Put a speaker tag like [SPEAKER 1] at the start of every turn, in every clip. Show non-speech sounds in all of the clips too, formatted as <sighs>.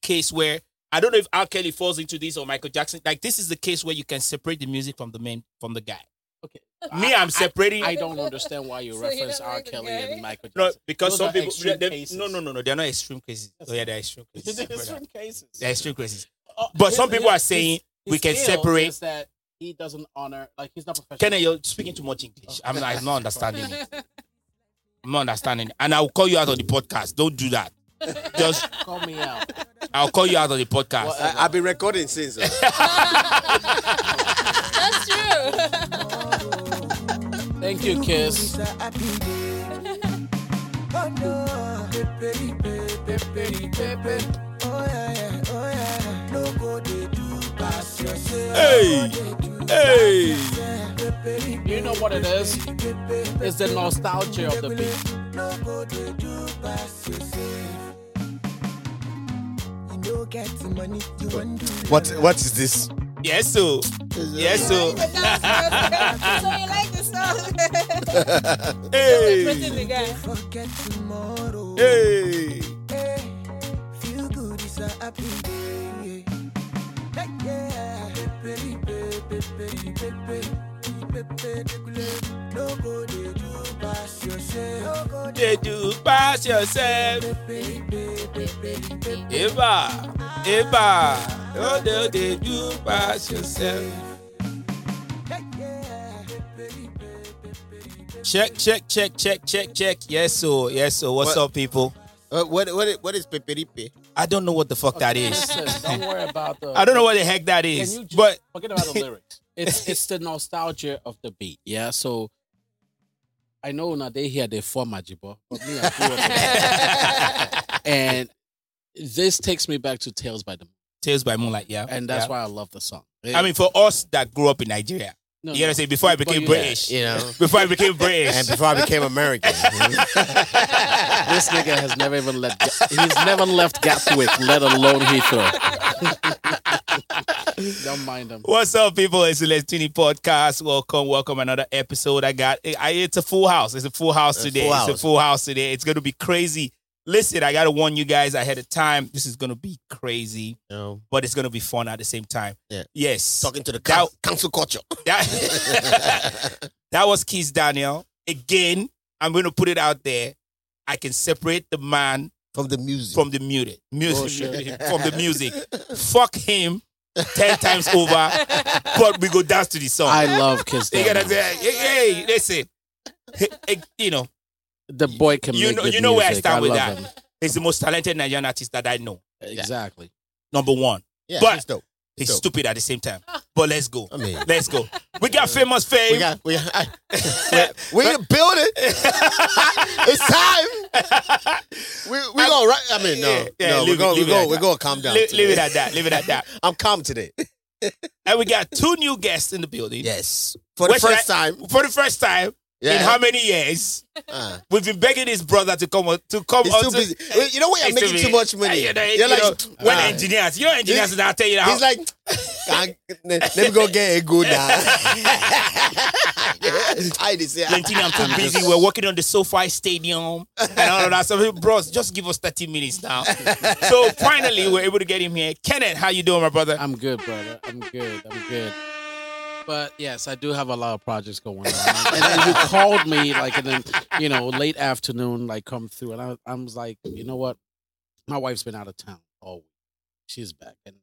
[SPEAKER 1] case where I don't know if R. Kelly falls into this or Michael Jackson. Like this is the case where you can separate the music from the man from the guy.
[SPEAKER 2] Okay.
[SPEAKER 1] Me, I'm separating.
[SPEAKER 2] I don't understand why <laughs> you
[SPEAKER 3] So you
[SPEAKER 2] reference
[SPEAKER 3] don't
[SPEAKER 2] R.
[SPEAKER 3] like the
[SPEAKER 2] Kelly
[SPEAKER 3] guy?
[SPEAKER 2] and Michael
[SPEAKER 1] no,
[SPEAKER 2] <laughs> Jackson.
[SPEAKER 1] because
[SPEAKER 2] Those
[SPEAKER 1] some
[SPEAKER 2] are
[SPEAKER 1] people
[SPEAKER 2] extreme
[SPEAKER 1] them-
[SPEAKER 2] cases.
[SPEAKER 1] no no no no they're not extreme cases.
[SPEAKER 2] That's
[SPEAKER 1] oh yeah, they're extreme <laughs> cases.
[SPEAKER 2] They're
[SPEAKER 1] brother.
[SPEAKER 2] extreme cases.
[SPEAKER 1] They're extreme cases.
[SPEAKER 2] Uh,
[SPEAKER 1] But
[SPEAKER 2] his-
[SPEAKER 1] some people
[SPEAKER 2] his-
[SPEAKER 1] are saying
[SPEAKER 2] his
[SPEAKER 1] we can
[SPEAKER 2] ill
[SPEAKER 1] separate-
[SPEAKER 2] Is that he doesn't honor, like he's not professional.
[SPEAKER 1] Kenny, you're speaking too much English. I'm not, I'm not understanding it. I'm not understanding. it. And I'll call you out on the podcast. Don't do that. Just
[SPEAKER 2] call me out?
[SPEAKER 1] I'll call you out on the podcast.
[SPEAKER 2] Well,
[SPEAKER 4] I, I've been recording since. uh,
[SPEAKER 3] That's true.
[SPEAKER 2] Thank you, Kiss.
[SPEAKER 1] hey, hey.
[SPEAKER 2] You know what it is? It's the nostalgia of the beat.
[SPEAKER 4] What What is this?
[SPEAKER 1] Yes, so yes, so
[SPEAKER 3] so you like the song? Representing the
[SPEAKER 1] hey,
[SPEAKER 3] guy.
[SPEAKER 1] hey. Did you pass yourself? Eva, Eva, oh, no, did you pass yourself? Check, check, check, check, check, check. Yes, so, yes, so. What's
[SPEAKER 4] What-
[SPEAKER 1] up, people?
[SPEAKER 4] Uh, what what what is peperipe?
[SPEAKER 1] I don't know what the fuck that
[SPEAKER 2] <laughs>
[SPEAKER 1] is.
[SPEAKER 2] Listen, don't worry about the.
[SPEAKER 1] I don't know what the heck that
[SPEAKER 2] Can
[SPEAKER 1] is.
[SPEAKER 2] you just <laughs>
[SPEAKER 1] But
[SPEAKER 2] forget
[SPEAKER 1] <laughs>
[SPEAKER 2] about the lyrics? It's it's the nostalgia of the beat. Yeah. So I know now they hear they form Majibo, but
[SPEAKER 1] <laughs>
[SPEAKER 2] me I grew up- and this takes me back to Tales by the Moon,
[SPEAKER 1] Tales by Moonlight, yeah.
[SPEAKER 2] and that's
[SPEAKER 1] yeah.
[SPEAKER 2] why I love the song.
[SPEAKER 1] I mean, for us that grew up in Nigeria,
[SPEAKER 2] no,
[SPEAKER 1] you know what I'm saying? Before I
[SPEAKER 2] But
[SPEAKER 1] became
[SPEAKER 2] Hmm. you-
[SPEAKER 1] British,
[SPEAKER 4] You know,
[SPEAKER 1] before I became British,
[SPEAKER 4] and before I became
[SPEAKER 2] <laughs>
[SPEAKER 4] American.
[SPEAKER 2] this nigga has never even left. Ga- He's never left Gatwick, let
[SPEAKER 1] <laughs>
[SPEAKER 2] alone Heathrow. don't mind him.
[SPEAKER 1] What's up, people? It's the Lestini Podcast. Welcome, welcome. Another episode. I got. I, it's a full house. It's a full house
[SPEAKER 4] A
[SPEAKER 1] today.
[SPEAKER 4] full
[SPEAKER 1] It's a
[SPEAKER 4] house.
[SPEAKER 1] full house today. It's gonna be crazy. Listen, I gotta warn you guys ahead of time. This is gonna be crazy,
[SPEAKER 4] You know,
[SPEAKER 1] but it's gonna be fun at the same time.
[SPEAKER 4] Yeah.
[SPEAKER 1] Yes.
[SPEAKER 4] talking to the
[SPEAKER 1] That-
[SPEAKER 4] coun- council culture.
[SPEAKER 1] <laughs> That, <laughs> that was Keith Daniel. Again, I'm gonna put it out there. I can separate the man
[SPEAKER 4] From the music. Oh,
[SPEAKER 1] from the muted music.
[SPEAKER 2] Bullshit.
[SPEAKER 1] <laughs> from the music. Fuck him ten times over. But we go dance to the song.
[SPEAKER 2] I love Kiss.
[SPEAKER 1] You gotta
[SPEAKER 2] Daniel.
[SPEAKER 1] say, hey, hey, listen. Hey, hey, you know,
[SPEAKER 2] the boy can
[SPEAKER 1] you
[SPEAKER 2] make
[SPEAKER 1] know-
[SPEAKER 2] good
[SPEAKER 1] you know where I
[SPEAKER 2] music.
[SPEAKER 1] stand with
[SPEAKER 2] love
[SPEAKER 1] that.
[SPEAKER 2] him.
[SPEAKER 1] he's the most talented Nigerian artist that I know.
[SPEAKER 2] Exactly.
[SPEAKER 1] Number one.
[SPEAKER 4] yeah,
[SPEAKER 1] but-
[SPEAKER 4] it's dope.
[SPEAKER 1] He's
[SPEAKER 4] So-
[SPEAKER 1] stupid at the same time. But let's go.
[SPEAKER 4] I mean,
[SPEAKER 1] Let's go. We got famous fame.
[SPEAKER 4] we got <laughs> we I,
[SPEAKER 1] <laughs>
[SPEAKER 4] we in the building. it's
[SPEAKER 1] <laughs>
[SPEAKER 4] time. We we gonna right. I mean, no,
[SPEAKER 1] Yeah, yeah,
[SPEAKER 4] no,
[SPEAKER 1] leave
[SPEAKER 4] we
[SPEAKER 1] it-
[SPEAKER 4] gonna we
[SPEAKER 1] leave it
[SPEAKER 4] gonna
[SPEAKER 1] at
[SPEAKER 4] we
[SPEAKER 1] that.
[SPEAKER 4] gonna calm down.
[SPEAKER 1] Leave, leave it
[SPEAKER 4] today.
[SPEAKER 1] at that. Leave it at that.
[SPEAKER 4] I'm calm today.
[SPEAKER 1] And we got two new guests in the building.
[SPEAKER 4] Yes, for the
[SPEAKER 1] Where should
[SPEAKER 4] first
[SPEAKER 1] I-
[SPEAKER 4] time.
[SPEAKER 1] For the first time in
[SPEAKER 4] Yeah.
[SPEAKER 1] how many years?
[SPEAKER 4] Uh,
[SPEAKER 1] We've been begging his brother to come on to come
[SPEAKER 4] he's too
[SPEAKER 1] onto-
[SPEAKER 4] busy. Well, You know why I'm
[SPEAKER 1] He's
[SPEAKER 4] making too much money?
[SPEAKER 1] You know,
[SPEAKER 4] You're
[SPEAKER 1] you know,
[SPEAKER 4] like,
[SPEAKER 1] when
[SPEAKER 4] ah.
[SPEAKER 1] engineers, you know engineers
[SPEAKER 4] He's-
[SPEAKER 1] now tell you how
[SPEAKER 4] He's like, "Ah, let me go get a good now. <laughs> I just say,
[SPEAKER 1] Lentini, I'm too
[SPEAKER 4] <laughs>
[SPEAKER 1] busy. We're working on the SoFi Stadium and all of that. So, bros, just give us 30 minutes now.
[SPEAKER 4] <laughs>
[SPEAKER 1] so finally, we're able to get him here. Kenneth, how you doing, my brother?
[SPEAKER 2] I'm good, brother. I'm good. I'm good. But yes, I do have a lot of projects going on. And then
[SPEAKER 4] <laughs>
[SPEAKER 2] you called me like in the you know late afternoon, like come through, and I, I was like, you know what? My wife's been out of town all week. She's back, and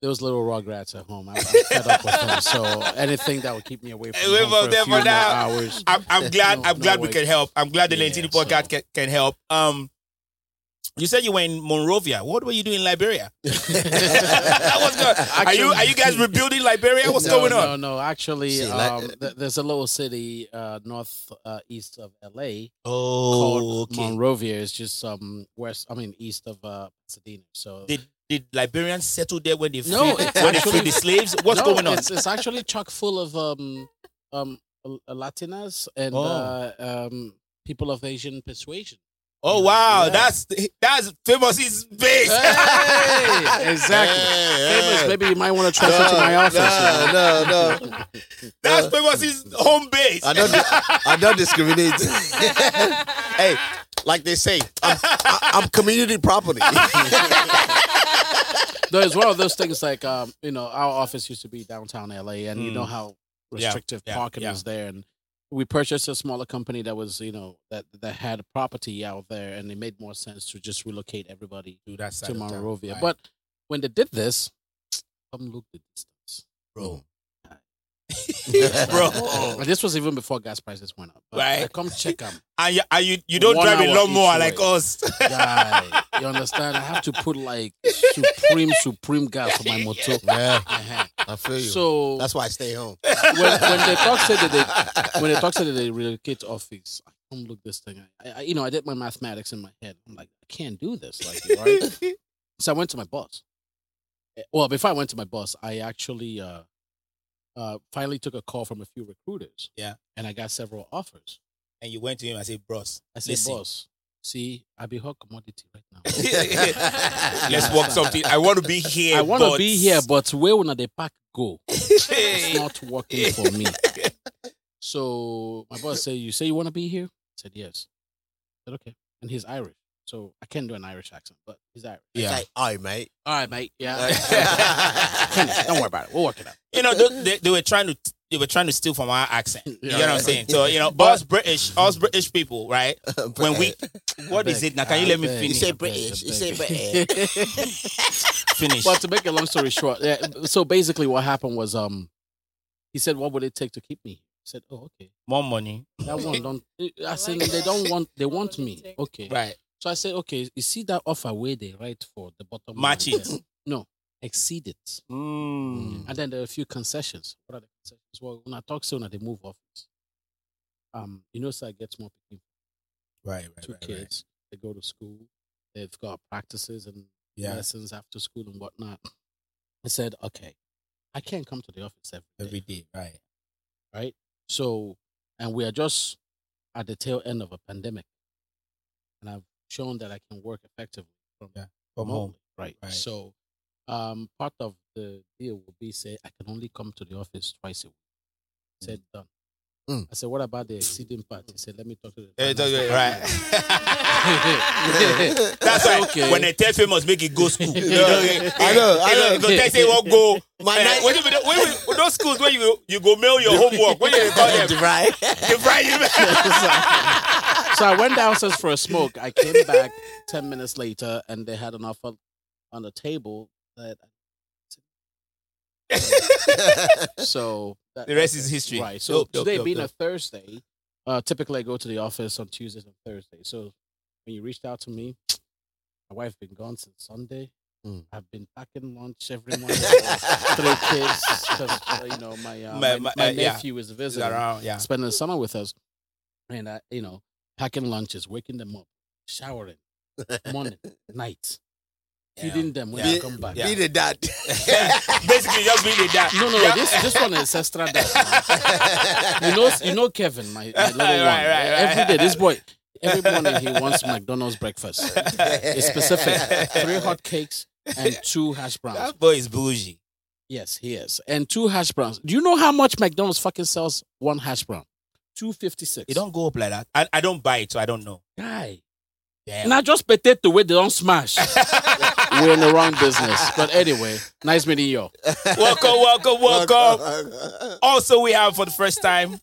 [SPEAKER 2] those little rugrats at home. I, I'm fed up with them. So anything that would keep me away from
[SPEAKER 1] Away
[SPEAKER 2] home
[SPEAKER 1] from
[SPEAKER 2] for a
[SPEAKER 1] them
[SPEAKER 2] few
[SPEAKER 1] for
[SPEAKER 2] more
[SPEAKER 1] now.
[SPEAKER 2] hours.
[SPEAKER 1] I'm, I'm glad.
[SPEAKER 2] No,
[SPEAKER 1] I'm
[SPEAKER 2] no
[SPEAKER 1] glad we
[SPEAKER 2] way.
[SPEAKER 1] can help. I'm glad the
[SPEAKER 2] Yeah,
[SPEAKER 1] Lentini podcast
[SPEAKER 2] so-
[SPEAKER 1] can, can help. Um, you said you were in Monrovia. What were you doing in Liberia? that was good. Are you are you guys rebuilding Liberia? What's
[SPEAKER 2] no,
[SPEAKER 1] going on?
[SPEAKER 2] No, no. Actually,
[SPEAKER 4] See, like- uh,
[SPEAKER 2] um, th- there's a little city uh, north uh, east of LA
[SPEAKER 1] Oh,
[SPEAKER 2] called Monrovia. It's just um west. I mean east of uh, Pasadena. So
[SPEAKER 1] Did did Liberians settle there when they freed,
[SPEAKER 2] No,
[SPEAKER 1] when
[SPEAKER 2] it's
[SPEAKER 1] they
[SPEAKER 2] actually-
[SPEAKER 1] freed the slaves? What's
[SPEAKER 2] No,
[SPEAKER 1] going on?
[SPEAKER 2] It's, it's actually chock full of um um L- Latinas and
[SPEAKER 1] Oh.
[SPEAKER 2] uh, um people of
[SPEAKER 1] <laughs>
[SPEAKER 2] Asian persuasion.
[SPEAKER 1] Oh wow,
[SPEAKER 2] Yeah.
[SPEAKER 1] that's that's famous is base.
[SPEAKER 2] Hey, <laughs> exactly.
[SPEAKER 4] Hey,
[SPEAKER 2] Famous,
[SPEAKER 4] hey.
[SPEAKER 2] maybe you might want to transfer to my office. you know?
[SPEAKER 4] No, no, no.
[SPEAKER 1] <laughs> that's famous is home base.
[SPEAKER 4] I don't, I don't
[SPEAKER 1] <laughs>
[SPEAKER 4] discriminate. <laughs> hey, like they say, I'm, I, I'm community property.
[SPEAKER 2] there's one of those things like um, you know, our office used to be downtown LA, and you know how
[SPEAKER 1] Mm. Yeah,
[SPEAKER 2] restrictive
[SPEAKER 1] yeah,
[SPEAKER 2] parking
[SPEAKER 1] yeah.
[SPEAKER 2] is there, and we purchased a smaller company that was you know that that had a property out there, and it made more sense to just relocate everybody
[SPEAKER 1] Dude, that's
[SPEAKER 2] to Monrovia. But when they did this, come look the distance. <laughs>
[SPEAKER 1] bro,
[SPEAKER 2] But
[SPEAKER 1] <laughs> bro,
[SPEAKER 2] this was even before gas prices went up. But
[SPEAKER 1] Right.
[SPEAKER 2] I come
[SPEAKER 1] <laughs>
[SPEAKER 2] check them.
[SPEAKER 1] and you, and you, you don't
[SPEAKER 2] One
[SPEAKER 1] drive a
[SPEAKER 2] hour
[SPEAKER 1] lawnmower
[SPEAKER 2] each
[SPEAKER 1] like
[SPEAKER 2] way. <laughs>
[SPEAKER 1] us.
[SPEAKER 2] Guy, you understand? I have to put like supreme, supreme gas on
[SPEAKER 1] <laughs>
[SPEAKER 2] my motor.
[SPEAKER 4] Yeah,
[SPEAKER 2] Uh-huh.
[SPEAKER 4] I feel you.
[SPEAKER 2] So
[SPEAKER 4] That's why I stay home.
[SPEAKER 2] when, when they talk said that they when
[SPEAKER 4] <laughs>
[SPEAKER 2] they talk said that they relocate office, I come look this thing. I, I you know I did my mathematics in my head. I'm like I can't do this. Like
[SPEAKER 1] <laughs>
[SPEAKER 2] right. so I went to my boss. Eh, Well, before I went to my boss, I actually uh, uh, finally took a call from a few recruiters.
[SPEAKER 1] Yeah.
[SPEAKER 2] and I got several offers.
[SPEAKER 1] And you went to him and said, bros,
[SPEAKER 2] I said,
[SPEAKER 1] Listen.
[SPEAKER 2] boss, see, I be hot commodity right now. <laughs>
[SPEAKER 1] let's work something. I want to be here.
[SPEAKER 2] I want to
[SPEAKER 1] but-
[SPEAKER 2] be here, but where will the pack go?
[SPEAKER 1] <laughs> Hey.
[SPEAKER 2] it's not working for me. So my boss said, "You say you want to be here?" I said yes. I said okay, and he's Irish, so I can't do an Irish accent, but he's Irish.
[SPEAKER 1] Yeah.
[SPEAKER 4] Like, all
[SPEAKER 2] <laughs>
[SPEAKER 4] right, mate.
[SPEAKER 2] All right, mate. Yeah. <laughs> Kenneth,
[SPEAKER 4] Don't
[SPEAKER 2] Don't worry about it. We'll work it out.
[SPEAKER 1] you know, they, they, they were trying to they were trying to steal from our accent. You know what I'm saying? So you know,
[SPEAKER 2] But-
[SPEAKER 1] us British, us British people, right?
[SPEAKER 4] <laughs>
[SPEAKER 1] When we, <laughs> what is it now? Can you let me
[SPEAKER 2] I beg,
[SPEAKER 1] finish?
[SPEAKER 2] I
[SPEAKER 4] said
[SPEAKER 2] beg,
[SPEAKER 4] British,
[SPEAKER 2] I
[SPEAKER 4] you said
[SPEAKER 2] beg.
[SPEAKER 1] Finish.
[SPEAKER 2] <laughs> But to make a long story short, yeah, so basically what happened was, um, he said, "What would it take to keep me?" I said, "Oh, okay.
[SPEAKER 1] More money,
[SPEAKER 2] That one don't." I said, "They don't want. They want me." Okay.
[SPEAKER 1] right?
[SPEAKER 2] So I said, "Okay. You see that offer where they write for the bottom line
[SPEAKER 1] Match it.
[SPEAKER 2] there? No, exceed it."
[SPEAKER 1] Mm.
[SPEAKER 2] And then there are a few concessions. What are the concessions? Well, when I talk soon, they move office. Um, you know, so I get more people,
[SPEAKER 1] Right, right,
[SPEAKER 2] two kids. They go to school. They've got practices and
[SPEAKER 1] Yeah.
[SPEAKER 2] lessons after school and whatnot. I said, okay, I can't come to the office every day,
[SPEAKER 1] Every day, right?
[SPEAKER 2] right? So, and we are just at the tail end of a pandemic, and I've shown that I can work effectively from
[SPEAKER 1] Yeah, From home,
[SPEAKER 2] right?
[SPEAKER 1] Right.
[SPEAKER 2] So, um, part of the deal will be say I can only come to the office twice a week. Said done.
[SPEAKER 4] Mm.
[SPEAKER 2] I said, what about the exceeding part? He said, let me talk to the.
[SPEAKER 1] Eh,
[SPEAKER 2] finance
[SPEAKER 1] that's
[SPEAKER 2] department."
[SPEAKER 1] <laughs> That's why
[SPEAKER 2] Okay.
[SPEAKER 1] when they tell famous, make it go <laughs> school. You know, eh,
[SPEAKER 4] I know, I
[SPEAKER 1] you
[SPEAKER 4] know.
[SPEAKER 1] you Go tell say what go.
[SPEAKER 4] My <laughs>
[SPEAKER 1] Eh,
[SPEAKER 4] night-
[SPEAKER 1] wait a minute, wait a minute. Those schools where you you go mail your homework. What do they call
[SPEAKER 2] <laughs>
[SPEAKER 1] <laughs> them?
[SPEAKER 4] <laughs> Right.
[SPEAKER 1] They fry you.
[SPEAKER 2] <laughs> so I went downstairs for a smoke. I came back ten minutes later, and they had an offer on the table that.
[SPEAKER 1] <laughs>
[SPEAKER 2] So that,
[SPEAKER 1] The rest is history.
[SPEAKER 2] Right. So
[SPEAKER 1] Dope, dope,
[SPEAKER 2] today
[SPEAKER 1] dope,
[SPEAKER 2] being
[SPEAKER 1] dope.
[SPEAKER 2] a Thursday, uh, typically I go to the office on Tuesdays and Thursdays. So when you reached out to me, my wife's been gone since Sunday.
[SPEAKER 1] Hmm.
[SPEAKER 4] Mm.
[SPEAKER 2] I've been packing lunch every morning. for
[SPEAKER 1] <laughs>
[SPEAKER 2] three kids, 'cause, uh, you know my uh,
[SPEAKER 1] My-
[SPEAKER 2] my,
[SPEAKER 1] my-
[SPEAKER 2] my,
[SPEAKER 1] uh, yeah.
[SPEAKER 2] nephew is
[SPEAKER 1] Is
[SPEAKER 2] visiting,
[SPEAKER 1] around, yeah.
[SPEAKER 2] spending the summer with us, and I, you know, packing lunches, waking them up, showering,
[SPEAKER 1] <laughs>
[SPEAKER 2] morning, night, feeding them when
[SPEAKER 4] Yeah.
[SPEAKER 2] they come back.
[SPEAKER 1] Yeah.
[SPEAKER 4] Be the dad.
[SPEAKER 1] Basically, just being a dad.
[SPEAKER 2] No, no,
[SPEAKER 1] Yeah. <laughs>
[SPEAKER 2] this this one is extra dad. you know, you know Kevin, my, my
[SPEAKER 1] <laughs> Right,
[SPEAKER 2] little one.
[SPEAKER 1] right, right.
[SPEAKER 2] Every day, this boy, every morning he wants McDonald's breakfast. <laughs> It's specific: three
[SPEAKER 4] <laughs>
[SPEAKER 2] hot cakes and two hash browns.
[SPEAKER 1] That boy is bougie.
[SPEAKER 2] Yes, he is, and two hash browns. Do you know how much McDonald's fucking sells one hash brown? Two fifty six.
[SPEAKER 1] It don't go up like that. I, I don't buy it, so I don't know.
[SPEAKER 2] die.
[SPEAKER 1] Damn.
[SPEAKER 2] Not just potato where they don't smash.
[SPEAKER 1] <laughs>
[SPEAKER 2] We're in the wrong business. But anyway, nice meeting you. all.
[SPEAKER 1] welcome,
[SPEAKER 2] <laughs>
[SPEAKER 1] welcome, welcome. Also, we have for the first time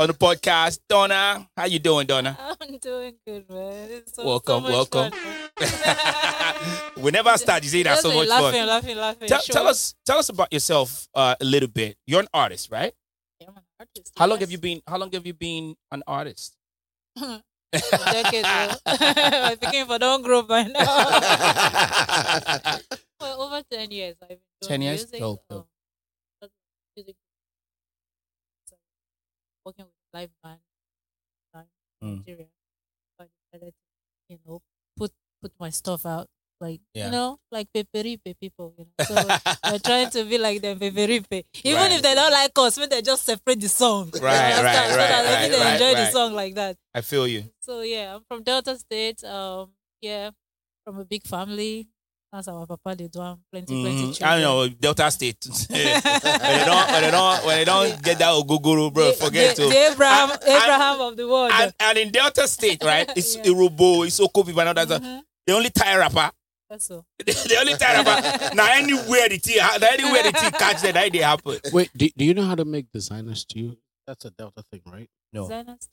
[SPEAKER 1] on the podcast, Donna. How you doing,
[SPEAKER 2] <laughs>
[SPEAKER 1] Donna?
[SPEAKER 3] I'm doing good, man. It's so,
[SPEAKER 1] Welcome,
[SPEAKER 3] so much
[SPEAKER 1] welcome.
[SPEAKER 3] Fun,
[SPEAKER 1] we never start. You say that's so much
[SPEAKER 3] laughing,
[SPEAKER 1] fun.
[SPEAKER 3] laughing, laughing.
[SPEAKER 1] Tell,
[SPEAKER 3] Sure.
[SPEAKER 1] tell us, tell us about yourself uh, a little bit. You're an artist, right?
[SPEAKER 3] Yeah, I'm an artist,
[SPEAKER 1] How long
[SPEAKER 3] yes.
[SPEAKER 1] have you been? How long have you been an artist?
[SPEAKER 2] <laughs>
[SPEAKER 3] Decades. <laughs> I thinking if I don't grow by now.
[SPEAKER 1] <laughs>
[SPEAKER 2] <laughs>
[SPEAKER 3] For over 10 years, I've been doing
[SPEAKER 1] 10 years?
[SPEAKER 3] music.
[SPEAKER 1] Dope, dope.
[SPEAKER 3] um, music. So, working with live band in
[SPEAKER 1] Mm.
[SPEAKER 3] Nigeria. So I decided to, you know, put put my stuff out. Like,
[SPEAKER 1] Yeah.
[SPEAKER 3] you know, like peperipe people, you know.
[SPEAKER 1] <laughs>
[SPEAKER 3] So we're trying to be like them peperipe. Even if they don't like us, when they just separate the song. You
[SPEAKER 1] <laughs> Right,
[SPEAKER 3] understand?
[SPEAKER 1] right,
[SPEAKER 3] So that
[SPEAKER 1] right,
[SPEAKER 3] maybe
[SPEAKER 1] right,
[SPEAKER 3] they enjoy
[SPEAKER 1] right,
[SPEAKER 3] the
[SPEAKER 1] right.
[SPEAKER 3] song like that.
[SPEAKER 1] I feel you.
[SPEAKER 3] So yeah, I'm from Delta State. Um, yeah, from a big family. That's our papa. They do have plenty, plenty
[SPEAKER 1] Mhm.
[SPEAKER 3] children.
[SPEAKER 1] I don't know Delta State. <laughs> when they don't, when they don't, when they don't get that Oguguru, bro,
[SPEAKER 3] The-
[SPEAKER 1] forget
[SPEAKER 3] the,
[SPEAKER 1] to.
[SPEAKER 3] the Abraham,
[SPEAKER 1] And- and-
[SPEAKER 3] Abraham of the world.
[SPEAKER 2] <laughs>
[SPEAKER 1] and, and in Delta State, right? It's
[SPEAKER 3] Yeah.
[SPEAKER 1] Irobo, it's Okobi, and all that. stuff.
[SPEAKER 3] Mhm.
[SPEAKER 1] <laughs> They only tie rapper.
[SPEAKER 3] That's all.
[SPEAKER 1] the only
[SPEAKER 2] <laughs>
[SPEAKER 1] time about now anywhere the tea, now anywhere the tea catch that idea happen.
[SPEAKER 2] Wait, do, do you know how to make designers stew? That's a Delta thing, right?
[SPEAKER 1] No.
[SPEAKER 3] Designer stew.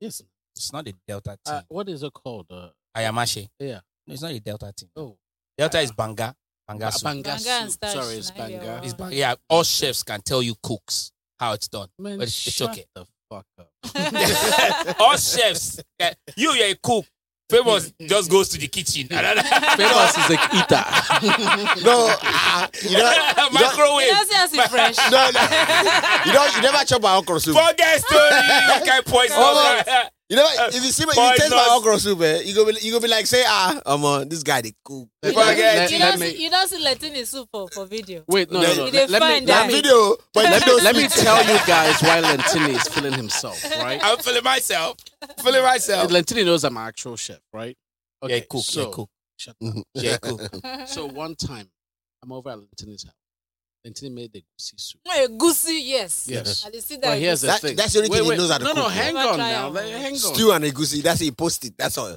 [SPEAKER 2] Yes.
[SPEAKER 1] It's not the Delta tea.
[SPEAKER 2] Uh, what is it called? Uh,
[SPEAKER 1] Ayamashi.
[SPEAKER 2] yeah.
[SPEAKER 1] No, it's not the Delta tea.
[SPEAKER 2] Oh,
[SPEAKER 1] Delta is banga. Banga
[SPEAKER 2] ba-
[SPEAKER 1] soup.
[SPEAKER 2] banga
[SPEAKER 3] Banga
[SPEAKER 2] soup.
[SPEAKER 3] and starch,
[SPEAKER 2] Sorry, it's
[SPEAKER 3] neither
[SPEAKER 2] banga.
[SPEAKER 3] one.
[SPEAKER 1] It's banga. Yeah, all chefs can tell you cooks how it's done.
[SPEAKER 2] Man,
[SPEAKER 1] But it's- it's
[SPEAKER 2] shut
[SPEAKER 1] okay.
[SPEAKER 2] the fuck <laughs>
[SPEAKER 1] <laughs>
[SPEAKER 2] up.
[SPEAKER 1] all chefs. eh, You, you're a cook. Famous just goes to the <laughs> kitchen.
[SPEAKER 2] Famous is like eater.
[SPEAKER 4] No,
[SPEAKER 2] uh,
[SPEAKER 4] ah, you
[SPEAKER 2] <laughs>
[SPEAKER 4] know,
[SPEAKER 3] It
[SPEAKER 1] Microwave.
[SPEAKER 3] doesn't
[SPEAKER 1] <laughs>
[SPEAKER 3] have to be fresh.
[SPEAKER 4] no, no. You know, you never chop my okra soup.
[SPEAKER 1] Forget story. <laughs> You can poison.
[SPEAKER 4] Oh, You know,
[SPEAKER 1] Uh,
[SPEAKER 4] if you see, my,
[SPEAKER 1] boy,
[SPEAKER 4] if you taste my
[SPEAKER 1] no.
[SPEAKER 4] okra soup, eh, you go be, you go be like, say, ah, um, uh, this guy the cook.
[SPEAKER 2] Let-
[SPEAKER 1] Forget
[SPEAKER 2] let-
[SPEAKER 3] You
[SPEAKER 1] it.
[SPEAKER 2] let
[SPEAKER 3] don't, see,
[SPEAKER 2] me-
[SPEAKER 3] you don't see Latin soup for, for video.
[SPEAKER 2] Wait, no, no,
[SPEAKER 4] Let-
[SPEAKER 2] no.
[SPEAKER 3] It
[SPEAKER 2] Let,
[SPEAKER 3] is
[SPEAKER 2] let
[SPEAKER 3] fine
[SPEAKER 2] me,
[SPEAKER 4] That
[SPEAKER 2] let,
[SPEAKER 3] dining.
[SPEAKER 2] me,
[SPEAKER 4] video, but
[SPEAKER 2] let,
[SPEAKER 4] let
[SPEAKER 2] me,
[SPEAKER 4] me, <laughs>
[SPEAKER 2] let me tell you guys why Lentini is feeling himself, right?
[SPEAKER 1] <laughs> I'm feeling myself. Feeling myself.
[SPEAKER 2] Lentini knows I'm an actual chef, right?
[SPEAKER 1] yeah, cook.
[SPEAKER 2] so,
[SPEAKER 1] yeah, cook.
[SPEAKER 2] Shut up.
[SPEAKER 1] Yeah, cook.
[SPEAKER 2] So one time, I'm over at Lentini's house. Lentini made the goosey soup.
[SPEAKER 3] Eh, goosey, yes.
[SPEAKER 2] Yes.
[SPEAKER 3] And you see that.
[SPEAKER 2] Well, here's the
[SPEAKER 4] That-
[SPEAKER 2] thing.
[SPEAKER 4] that's the only
[SPEAKER 2] wait,
[SPEAKER 4] thing he
[SPEAKER 2] wait.
[SPEAKER 4] knows how to
[SPEAKER 2] No, no,
[SPEAKER 4] cook.
[SPEAKER 2] hang
[SPEAKER 3] Never
[SPEAKER 2] on
[SPEAKER 3] try
[SPEAKER 2] now.
[SPEAKER 3] out.
[SPEAKER 2] Like, Hang on.
[SPEAKER 4] stew and egusi. That's it. He post it. That's all.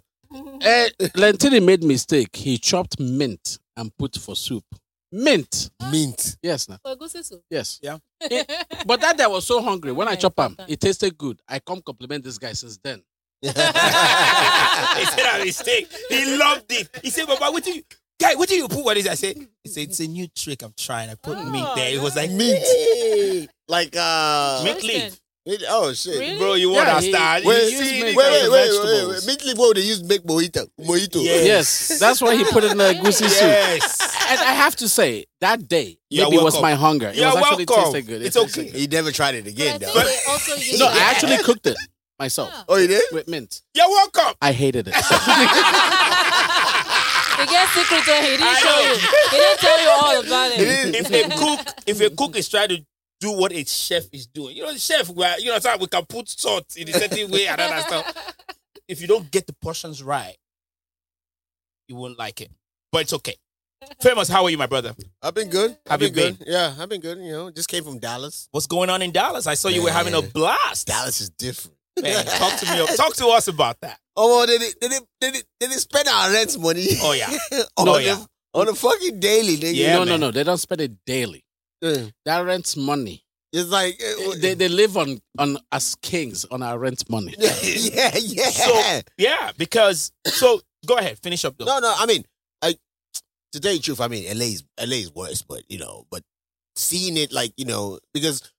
[SPEAKER 2] Eh, Lentini made mistake. He chopped mint and put for soup. Mint.
[SPEAKER 4] Mint.
[SPEAKER 2] Yes, now.
[SPEAKER 3] For goosey soup.
[SPEAKER 2] Yes.
[SPEAKER 4] <laughs>
[SPEAKER 1] Yeah.
[SPEAKER 2] It- but that day I was so hungry. When I
[SPEAKER 3] Yeah,
[SPEAKER 2] chop him,
[SPEAKER 3] sometimes.
[SPEAKER 2] it tasted good. I come compliment this guy since then.
[SPEAKER 1] <laughs> he said a mistake. He loved it. He said, Baba, what do you guy, what do you put what is it?" I said, he said, it's a new trick I'm trying. I put
[SPEAKER 3] Oh,
[SPEAKER 1] meat there. It was like meat.
[SPEAKER 4] Mint. like uh.
[SPEAKER 1] Mint
[SPEAKER 3] Roasted.
[SPEAKER 1] leaf.
[SPEAKER 4] Mint- Oh shit.
[SPEAKER 3] Really?
[SPEAKER 1] Bro, you
[SPEAKER 2] Yeah,
[SPEAKER 1] want to
[SPEAKER 2] he-
[SPEAKER 1] start?
[SPEAKER 2] he
[SPEAKER 1] You
[SPEAKER 4] used
[SPEAKER 1] see
[SPEAKER 2] mint.
[SPEAKER 1] the-
[SPEAKER 4] Wait, wait, wait, wait,
[SPEAKER 2] vegetables.
[SPEAKER 4] wait. Mint leaf. What they use make mojito. Mojito.
[SPEAKER 1] Yeah.
[SPEAKER 2] Yes. That's why he put it in the
[SPEAKER 1] <laughs>
[SPEAKER 2] goosey soup.
[SPEAKER 1] Yes.
[SPEAKER 2] And I have to say, that day,
[SPEAKER 1] You're
[SPEAKER 2] maybe it was
[SPEAKER 1] welcome.
[SPEAKER 2] my hunger. It
[SPEAKER 1] You're
[SPEAKER 2] was actually
[SPEAKER 1] welcome.
[SPEAKER 2] tasted good. It
[SPEAKER 1] It's
[SPEAKER 2] tasted
[SPEAKER 1] okay.
[SPEAKER 2] good.
[SPEAKER 4] He never tried it
[SPEAKER 3] But I
[SPEAKER 4] again
[SPEAKER 3] think
[SPEAKER 4] though.
[SPEAKER 1] But-
[SPEAKER 3] they
[SPEAKER 1] <laughs>
[SPEAKER 3] also use
[SPEAKER 2] No, I actually cooked it myself
[SPEAKER 3] Yeah.
[SPEAKER 4] Oh, you did?
[SPEAKER 2] with mint.
[SPEAKER 1] You're welcome. <laughs>
[SPEAKER 2] I hated it.
[SPEAKER 3] The guest secretary, he didn't
[SPEAKER 1] I
[SPEAKER 3] show
[SPEAKER 1] know.
[SPEAKER 3] you. He didn't tell you all
[SPEAKER 1] <laughs>
[SPEAKER 3] about
[SPEAKER 4] He
[SPEAKER 3] it.
[SPEAKER 4] didn't.
[SPEAKER 1] If a cook, if a cook is trying to do what a chef is doing, you know, chef, where you know, sometimes we can put salt in a certain way and all that stuff. If you don't get the portions right, you won't like it. But it's okay. Famous, how are you, my brother?
[SPEAKER 4] I've been good.
[SPEAKER 1] Have
[SPEAKER 4] I've been
[SPEAKER 1] you
[SPEAKER 4] good. Yeah, I've been good. You know, just came from Dallas.
[SPEAKER 1] What's going on in Dallas? I saw you were having a
[SPEAKER 4] Man.
[SPEAKER 1] blast.
[SPEAKER 4] Dallas is different.
[SPEAKER 1] Man, talk to me. Talk to us about that.
[SPEAKER 4] Oh, well, they did, they did, they did, they did spend our rent money. <laughs>
[SPEAKER 1] Oh <laughs> yeah.
[SPEAKER 4] on,
[SPEAKER 1] No,
[SPEAKER 4] the,
[SPEAKER 1] yeah.
[SPEAKER 4] on the fucking daily, nigga.
[SPEAKER 1] Yeah,
[SPEAKER 2] no,
[SPEAKER 1] man.
[SPEAKER 2] no, no. They don't spend it daily.
[SPEAKER 4] Yeah.
[SPEAKER 2] That rent's money.
[SPEAKER 4] It's like
[SPEAKER 1] Oh,
[SPEAKER 4] uh, <laughs>
[SPEAKER 2] They, they live on, on us kings on our rent money.
[SPEAKER 4] yeah, yeah.
[SPEAKER 1] So yeah, because so go ahead, finish up though.
[SPEAKER 4] no, no. I mean, I to tell you the truth, I mean, LA's LA's worse, but you know, but seeing it like you know because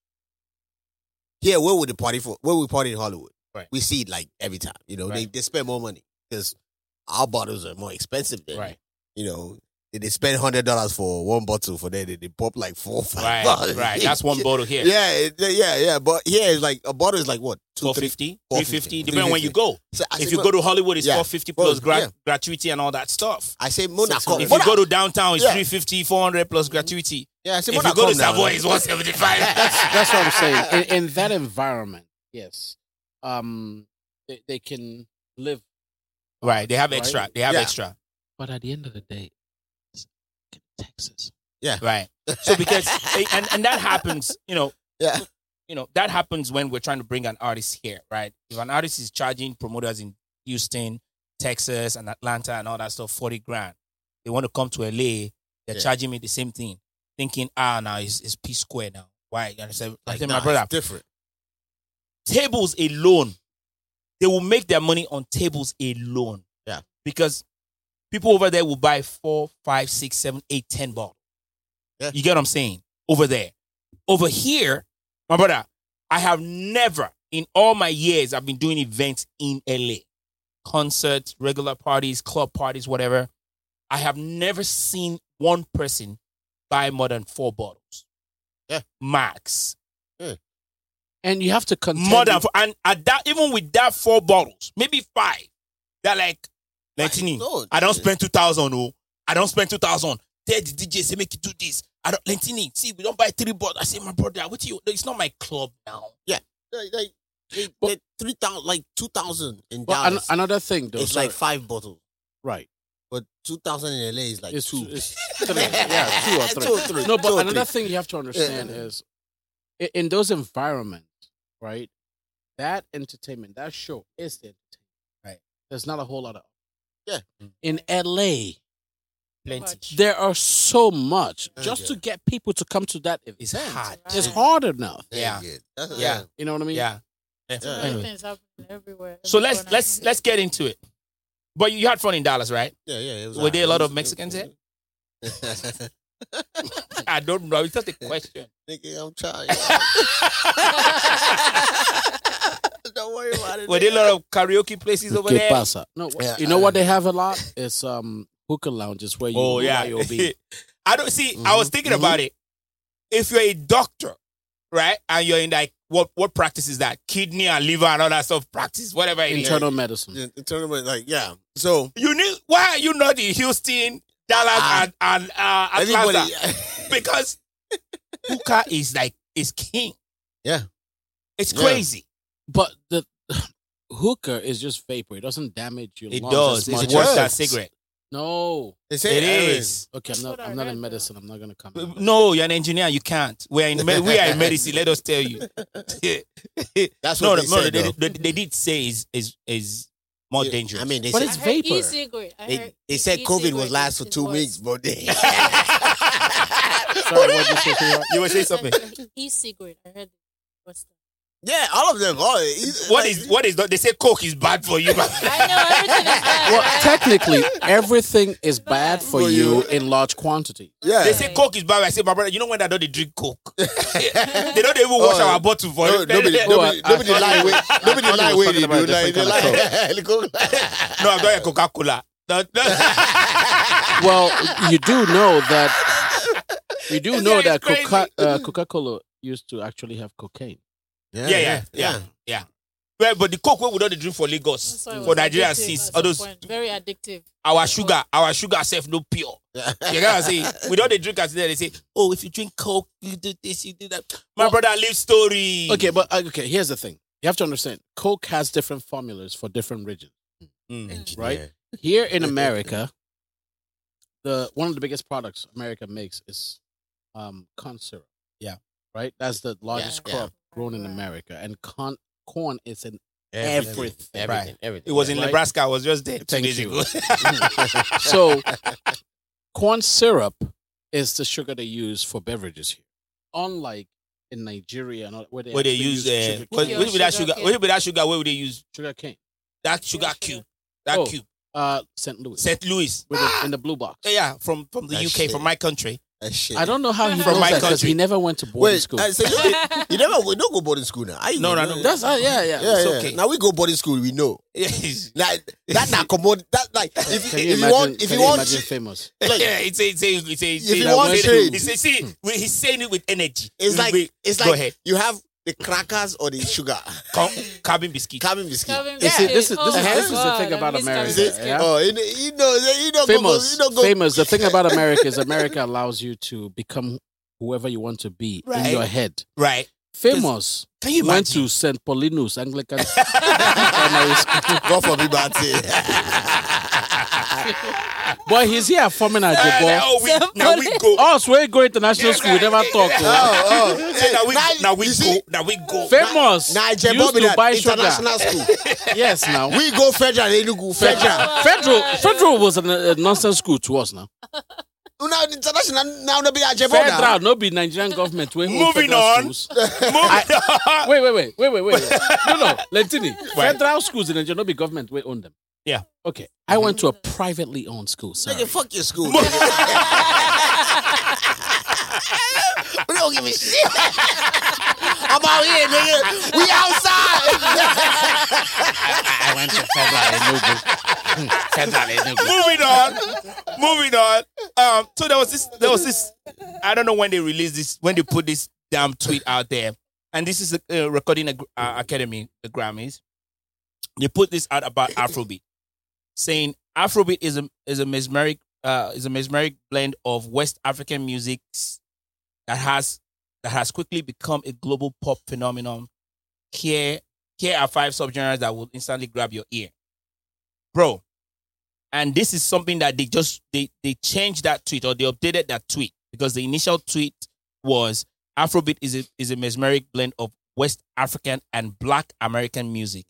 [SPEAKER 4] here where would the party for where we party in Hollywood,
[SPEAKER 1] Right.
[SPEAKER 4] We see it like every time, you know. They
[SPEAKER 1] Right.
[SPEAKER 4] they spend more money because our bottles are more expensive than
[SPEAKER 1] Right.
[SPEAKER 4] you know. They they spend hundred dollars for one bottle for that. They, they pop like four, five.
[SPEAKER 1] Right,
[SPEAKER 4] <laughs>
[SPEAKER 1] right. That's <laughs> one bottle here.
[SPEAKER 4] Yeah, it- yeah, yeah. But here, it's like a bottle is like what two,
[SPEAKER 1] Twelve
[SPEAKER 4] three.
[SPEAKER 1] fifty, three
[SPEAKER 4] 450,
[SPEAKER 1] fifty, depending when you go.
[SPEAKER 4] So I
[SPEAKER 1] If
[SPEAKER 4] say,
[SPEAKER 1] you
[SPEAKER 4] "Mo-
[SPEAKER 1] go to Hollywood, it's
[SPEAKER 4] Yeah.
[SPEAKER 1] four fifty plus
[SPEAKER 4] Well,
[SPEAKER 1] gra-
[SPEAKER 4] yeah.
[SPEAKER 1] gratuity and all that stuff.
[SPEAKER 4] I say Monaco.
[SPEAKER 1] If you go to downtown, it's
[SPEAKER 4] Yeah.
[SPEAKER 1] 350, 400 plus gratuity.
[SPEAKER 4] yeah, I say
[SPEAKER 1] If you
[SPEAKER 4] Monaco
[SPEAKER 1] go to
[SPEAKER 4] now,
[SPEAKER 1] Savoy,
[SPEAKER 4] right?
[SPEAKER 1] it's 175.
[SPEAKER 2] That's what
[SPEAKER 1] <laughs>
[SPEAKER 2] I'm saying. In, in that environment, yes, um, they, they can live.
[SPEAKER 1] right. They have
[SPEAKER 2] Right.
[SPEAKER 1] extra. They have
[SPEAKER 4] Yeah.
[SPEAKER 1] extra.
[SPEAKER 2] But at the end of the day, it's fucking Texas.
[SPEAKER 1] Right. So because and, and that happens, you know,
[SPEAKER 4] Yeah.
[SPEAKER 1] you know, that happens when we're trying to bring an artist here, right? If an artist is charging promoters in Houston, Texas, and Atlanta and all that stuff, 40 grand, they want to come to LA, they're
[SPEAKER 4] Yeah.
[SPEAKER 1] charging me the same thing, thinking, ah, now it's, it's P square now. Why? You understand? I
[SPEAKER 4] <laughs> Like,
[SPEAKER 1] said,
[SPEAKER 4] nah,
[SPEAKER 1] my brother,
[SPEAKER 4] it's different.
[SPEAKER 1] tables alone, they will make their money on tables alone.
[SPEAKER 4] Yeah.
[SPEAKER 1] Because people over there will buy four, five, six, seven, eight, ten bottles.
[SPEAKER 4] Yeah.
[SPEAKER 1] You get what I'm saying? Over there. Over here, my brother, I have never in all my years I've been doing events in LA. Concerts, regular parties, club parties, whatever. I have never seen one person buy more than four bottles.
[SPEAKER 4] Yeah.
[SPEAKER 1] Max
[SPEAKER 2] And you have to contend.
[SPEAKER 1] more than
[SPEAKER 2] with-
[SPEAKER 1] four, and at that even with that four bottles, maybe five. They're like, Lentini,
[SPEAKER 4] No,
[SPEAKER 1] I don't
[SPEAKER 4] yeah.
[SPEAKER 1] spend two thousand. Oh, I don't spend two thousand. Tell the DJ say make you do this. I don't Lentini. See, we don't buy three bottles. I say, my brother, what you? It's not my club now.
[SPEAKER 4] Like, like, they-
[SPEAKER 2] But-
[SPEAKER 4] they- three thousand, like two thousand in
[SPEAKER 2] Well, an-
[SPEAKER 4] Dallas.
[SPEAKER 2] another thing, though.
[SPEAKER 4] it's
[SPEAKER 2] sorry.
[SPEAKER 4] like five bottles,
[SPEAKER 2] right.
[SPEAKER 4] but two thousand in LA is like
[SPEAKER 2] It's
[SPEAKER 4] two. <laughs>
[SPEAKER 2] It's three. Yeah, two or three.
[SPEAKER 4] Two or three.
[SPEAKER 2] No,
[SPEAKER 4] Two
[SPEAKER 2] but
[SPEAKER 4] or
[SPEAKER 2] another
[SPEAKER 4] three.
[SPEAKER 2] thing you have to
[SPEAKER 4] <laughs>
[SPEAKER 2] understand is i- in those environments, right? That entertainment, that show is the entertainment.
[SPEAKER 1] Right.
[SPEAKER 2] There's not a whole lot of.
[SPEAKER 4] Yeah.
[SPEAKER 2] In LA,
[SPEAKER 1] Plenty.
[SPEAKER 3] much.
[SPEAKER 2] There are so much
[SPEAKER 4] Thank
[SPEAKER 2] just
[SPEAKER 4] you.
[SPEAKER 2] to get people to come to that event.
[SPEAKER 1] It's hard.
[SPEAKER 3] Right.
[SPEAKER 2] It's hard enough.
[SPEAKER 1] Yeah.
[SPEAKER 4] Good. That's-
[SPEAKER 1] Yeah.
[SPEAKER 2] You know what I mean?
[SPEAKER 1] Yeah.
[SPEAKER 3] So
[SPEAKER 4] Yeah.
[SPEAKER 3] many
[SPEAKER 1] Anyway.
[SPEAKER 3] things happening everywhere.
[SPEAKER 1] So
[SPEAKER 3] every
[SPEAKER 1] let's
[SPEAKER 3] corner.
[SPEAKER 1] let's let's get into it. But you had fun in Dallas, right?
[SPEAKER 4] Yeah, yeah. It was
[SPEAKER 1] Were
[SPEAKER 4] alright.
[SPEAKER 1] there a lot
[SPEAKER 4] It
[SPEAKER 1] of
[SPEAKER 4] was-
[SPEAKER 1] Mexicans
[SPEAKER 4] it was-
[SPEAKER 1] I don't know. It's just a <laughs> question.
[SPEAKER 4] <laughs> Nigga, I'm trying.
[SPEAKER 1] <laughs>
[SPEAKER 4] Don't worry about it.
[SPEAKER 1] Were there a lot of karaoke places over
[SPEAKER 2] ¿Qué
[SPEAKER 1] there?
[SPEAKER 2] pasa? uh, No, wh-
[SPEAKER 4] Yeah.
[SPEAKER 2] you know what they have a lot? It's um hookah lounges where you
[SPEAKER 1] Oh yeah. <laughs>
[SPEAKER 2] you'll be.
[SPEAKER 1] I don't see. I was
[SPEAKER 2] Mhm,
[SPEAKER 1] thinking about it. If you're a doctor, right, and you're in like what what practice is that? Kidney and liver and all that stuff practice, whatever. it is.
[SPEAKER 2] internal medicine.
[SPEAKER 4] The tournament, like, yeah. So
[SPEAKER 1] You need. Why are you not in Houston, Dallas,
[SPEAKER 4] Ah.
[SPEAKER 1] and and uh, Atlanta?
[SPEAKER 4] everybody,
[SPEAKER 1] <laughs> because hookah is like is king.
[SPEAKER 4] Yeah.
[SPEAKER 1] it's
[SPEAKER 4] Yeah.
[SPEAKER 1] crazy.
[SPEAKER 2] But the <sighs> hookah is just vapor. It doesn't damage your
[SPEAKER 1] It
[SPEAKER 2] lungs.
[SPEAKER 1] does.
[SPEAKER 2] as
[SPEAKER 1] It's
[SPEAKER 2] much
[SPEAKER 1] worse
[SPEAKER 2] as-
[SPEAKER 1] than cigarette.
[SPEAKER 2] No.
[SPEAKER 4] <laughs> they say
[SPEAKER 1] It
[SPEAKER 4] Aaron.
[SPEAKER 1] is.
[SPEAKER 2] Okay, I'm
[SPEAKER 3] That's
[SPEAKER 2] not.
[SPEAKER 3] what I
[SPEAKER 2] I'm not
[SPEAKER 3] read,
[SPEAKER 2] in
[SPEAKER 3] though.
[SPEAKER 2] medicine. I'm not gonna comment.
[SPEAKER 1] No, you're an engineer. You can't. We're in me- we are in medicine. Let us tell you.
[SPEAKER 4] <laughs>
[SPEAKER 1] <laughs>
[SPEAKER 4] That's
[SPEAKER 1] no, no,
[SPEAKER 4] what they
[SPEAKER 1] no,
[SPEAKER 4] said,
[SPEAKER 1] they,
[SPEAKER 4] though.
[SPEAKER 1] they, they did say is is is more
[SPEAKER 4] Yeah,
[SPEAKER 1] dangerous. <laughs>
[SPEAKER 4] I mean, they
[SPEAKER 2] But
[SPEAKER 4] said
[SPEAKER 2] it's
[SPEAKER 3] I heard
[SPEAKER 2] vapor.
[SPEAKER 3] E-cigarette. I
[SPEAKER 4] they,
[SPEAKER 3] heard
[SPEAKER 4] they said COVID
[SPEAKER 3] e-cigarette
[SPEAKER 4] would last for
[SPEAKER 3] is
[SPEAKER 4] two
[SPEAKER 3] worse.
[SPEAKER 4] weeks,
[SPEAKER 1] <laughs>
[SPEAKER 4] but they,
[SPEAKER 2] Sorry, what you say, Sarah?
[SPEAKER 1] you were saying
[SPEAKER 3] I
[SPEAKER 1] something.
[SPEAKER 3] heard E-cigarette. I heard. What's that?
[SPEAKER 4] yeah, all of them. All it's
[SPEAKER 1] <laughs> What
[SPEAKER 4] like-
[SPEAKER 1] is what is the, they say coke is bad for you.
[SPEAKER 3] I know everything is bad.
[SPEAKER 2] <laughs> <laughs> Well,
[SPEAKER 3] right?
[SPEAKER 2] technically, everything is bad for
[SPEAKER 4] For
[SPEAKER 2] you
[SPEAKER 4] you.
[SPEAKER 2] in large quantity.
[SPEAKER 4] Yeah,
[SPEAKER 1] they say coke is bad. I say, my brother, you know when I don't they drink
[SPEAKER 4] <laughs>
[SPEAKER 1] coke. They don't even
[SPEAKER 4] Oh,
[SPEAKER 1] wash our bottle for
[SPEAKER 4] No,
[SPEAKER 1] it. <laughs>
[SPEAKER 4] nobody,
[SPEAKER 1] no,
[SPEAKER 4] nobody,
[SPEAKER 2] I- I
[SPEAKER 4] nobody
[SPEAKER 2] thought
[SPEAKER 4] lie
[SPEAKER 2] you-
[SPEAKER 4] with,
[SPEAKER 2] I
[SPEAKER 4] nobody
[SPEAKER 2] thought you
[SPEAKER 4] lie
[SPEAKER 2] was
[SPEAKER 4] with
[SPEAKER 2] talking
[SPEAKER 4] you.
[SPEAKER 2] about a
[SPEAKER 4] Like, they
[SPEAKER 2] different
[SPEAKER 4] lie.
[SPEAKER 2] kind
[SPEAKER 4] <laughs> They go-
[SPEAKER 1] I'm not a Coca Cola. No,
[SPEAKER 4] <laughs>
[SPEAKER 1] no.
[SPEAKER 2] Well, you do know that you do
[SPEAKER 1] This
[SPEAKER 2] know
[SPEAKER 1] guy is
[SPEAKER 2] that
[SPEAKER 1] crazy.
[SPEAKER 2] Coca uh, Coca Cola used to actually have cocaine.
[SPEAKER 4] Yeah,
[SPEAKER 1] yeah, yeah, yeah, yeah. Well, but the coke we would not drink for
[SPEAKER 3] That's
[SPEAKER 1] Lagos,
[SPEAKER 3] why it
[SPEAKER 1] for
[SPEAKER 3] was
[SPEAKER 1] Nigeria,
[SPEAKER 3] addictive
[SPEAKER 1] since
[SPEAKER 3] at
[SPEAKER 1] all
[SPEAKER 3] some
[SPEAKER 1] those
[SPEAKER 3] point. very addictive.
[SPEAKER 1] our sugar, our sugar self no pure. You gotta say with all the drinkers there, they say, "Oh, if you drink coke, you do this, you do that." My
[SPEAKER 2] Well-
[SPEAKER 1] brother live story.
[SPEAKER 2] Okay, but uh, okay, here's the thing. You have to understand. Coke has different formulas for different regions.
[SPEAKER 1] Mm.
[SPEAKER 2] Right? Here
[SPEAKER 1] <laughs>
[SPEAKER 2] in America, the one of the biggest products America makes is um, corn syrup.
[SPEAKER 1] Yeah.
[SPEAKER 2] Right. That's the largest
[SPEAKER 4] yeah.
[SPEAKER 2] crop grown in America, and con- corn
[SPEAKER 1] <laughs>
[SPEAKER 2] is in
[SPEAKER 4] Everything.
[SPEAKER 2] everything.
[SPEAKER 4] Everything, everything.
[SPEAKER 1] It was
[SPEAKER 4] yeah.
[SPEAKER 1] in
[SPEAKER 2] Right.
[SPEAKER 1] Nebraska. I was just there two
[SPEAKER 2] Thank
[SPEAKER 1] days
[SPEAKER 2] you.
[SPEAKER 1] ago.
[SPEAKER 2] so corn syrup is the sugar they use for beverages here. Unlike in Nigeria and all, where
[SPEAKER 1] <laughs>
[SPEAKER 2] they,
[SPEAKER 1] where they
[SPEAKER 2] actually
[SPEAKER 1] use uh,
[SPEAKER 2] sugar,
[SPEAKER 1] what,
[SPEAKER 2] cane,
[SPEAKER 3] Pure
[SPEAKER 1] with that
[SPEAKER 3] sugar
[SPEAKER 1] sugar,
[SPEAKER 3] cane.
[SPEAKER 1] with that sugar, where would they use
[SPEAKER 2] sugar cane.
[SPEAKER 1] that sugar
[SPEAKER 3] sugar.
[SPEAKER 1] cube, that
[SPEAKER 2] Oh.
[SPEAKER 1] cube,
[SPEAKER 2] Uh, St. Louis
[SPEAKER 1] St. Louis.
[SPEAKER 2] with the- in the blue box.
[SPEAKER 1] Yeah, yeah, from from the
[SPEAKER 4] That
[SPEAKER 1] UK,
[SPEAKER 4] shit.
[SPEAKER 1] from my country. <laughs>
[SPEAKER 4] That shit.
[SPEAKER 2] I don't know how he
[SPEAKER 3] From
[SPEAKER 2] knows
[SPEAKER 1] my
[SPEAKER 2] that because
[SPEAKER 1] country.
[SPEAKER 2] he never went to boarding
[SPEAKER 4] Wait,
[SPEAKER 2] school.
[SPEAKER 4] I say, you, you never we don't go boarding school now. I
[SPEAKER 1] No, no, no.
[SPEAKER 2] That's uh, yeah, yeah.
[SPEAKER 4] yeah,
[SPEAKER 1] it's
[SPEAKER 4] yeah.
[SPEAKER 1] okay.
[SPEAKER 4] Now we go boarding school. We know
[SPEAKER 1] <laughs> Yes.
[SPEAKER 4] that that
[SPEAKER 2] <laughs>
[SPEAKER 4] not commod. That like if,
[SPEAKER 2] Can
[SPEAKER 4] if
[SPEAKER 2] you imagine?
[SPEAKER 4] you want if
[SPEAKER 2] can
[SPEAKER 4] you
[SPEAKER 2] you
[SPEAKER 4] want
[SPEAKER 2] imagine
[SPEAKER 4] <laughs>
[SPEAKER 2] famous?
[SPEAKER 4] Like-
[SPEAKER 1] yeah, it's a, it's a, it's a, it's
[SPEAKER 4] If
[SPEAKER 1] a-
[SPEAKER 4] you
[SPEAKER 1] it's
[SPEAKER 4] want
[SPEAKER 1] a-
[SPEAKER 4] shade.
[SPEAKER 1] it's a- see, we- he's saying it with energy.
[SPEAKER 4] it's like
[SPEAKER 1] We-
[SPEAKER 4] it's
[SPEAKER 1] go
[SPEAKER 4] like
[SPEAKER 1] ahead,
[SPEAKER 4] you have the crackers or the
[SPEAKER 2] <laughs>
[SPEAKER 4] sugar. <laughs>
[SPEAKER 1] Ca- carbon biscuit.
[SPEAKER 4] Calvin biscuit.
[SPEAKER 3] Calvin
[SPEAKER 2] You see,
[SPEAKER 3] biscuit.
[SPEAKER 2] this is-
[SPEAKER 3] Oh
[SPEAKER 2] this is-
[SPEAKER 3] my
[SPEAKER 2] this is the
[SPEAKER 3] God,
[SPEAKER 2] thing
[SPEAKER 3] I
[SPEAKER 2] about
[SPEAKER 3] miss Calvin
[SPEAKER 2] America,
[SPEAKER 3] biscuit.
[SPEAKER 2] yeah?
[SPEAKER 4] Oh, you know, you know, you don't
[SPEAKER 2] Famous,
[SPEAKER 4] go, go, you don't go. <laughs>
[SPEAKER 2] famous. The thing about America is America allows you to become whoever you want to be
[SPEAKER 1] Right.
[SPEAKER 2] in your head.
[SPEAKER 1] Right?
[SPEAKER 2] Famous
[SPEAKER 1] Can you
[SPEAKER 2] went
[SPEAKER 1] imagine?
[SPEAKER 2] to St. Paulinus Anglican primary school,
[SPEAKER 4] God forbid, bad <laughs> thing.
[SPEAKER 2] but he's here forming
[SPEAKER 4] <laughs>
[SPEAKER 2] a
[SPEAKER 1] Ah,
[SPEAKER 2] job.
[SPEAKER 1] now, we, now we go.
[SPEAKER 2] Us, we go international school, we never talk. <laughs> oh.
[SPEAKER 4] Oh, oh.
[SPEAKER 1] Say now we
[SPEAKER 4] Now,
[SPEAKER 1] now we
[SPEAKER 4] you
[SPEAKER 1] go
[SPEAKER 4] see,
[SPEAKER 1] now we go.
[SPEAKER 2] Famous.
[SPEAKER 4] Niger
[SPEAKER 2] used
[SPEAKER 4] Bobby,
[SPEAKER 2] to buy sugar.
[SPEAKER 4] international school.
[SPEAKER 2] Yes, now.
[SPEAKER 4] We go federal,
[SPEAKER 2] <laughs>
[SPEAKER 4] Enugu, federal.
[SPEAKER 2] Federal, federal was a, a nonsense school to us now.
[SPEAKER 4] Now international, now no be Niger Bobby. ah.
[SPEAKER 2] Federal, no be Nigerian government. We hold
[SPEAKER 1] Moving
[SPEAKER 2] federal
[SPEAKER 1] on.
[SPEAKER 2] schools.
[SPEAKER 1] Moving on.
[SPEAKER 2] wait, wait, wait, wait, wait, wait. No, no, Lentini.
[SPEAKER 1] <laughs> Right.
[SPEAKER 2] Federal schools in Nigeria, not be government, we own them.
[SPEAKER 1] <laughs> Yeah.
[SPEAKER 2] Okay. I went to a privately owned school. Sorry.
[SPEAKER 4] Nigga, fuck your school. nigga. <laughs> we don't give a shit. <laughs> I'm out here, nigga. We outside. <laughs>
[SPEAKER 2] I went to Federal
[SPEAKER 1] <laughs> Moving on. Moving on. Um. So there was this. There was this. I don't know when they released this. When they put this damn tweet out there. And this is the uh, recording Ag- uh, academy, the Grammys. They put this out about Afrobeat, saying Afrobeat is a is a mesmeric uh, is a mesmeric blend of West African music that has that has quickly become a global pop phenomenon. Here, here are five subgenres that will instantly grab your ear, bro. And this is something that they just they they changed that tweet or they updated that tweet because the initial tweet was Afrobeat is a is a mesmeric blend of West African and Black American music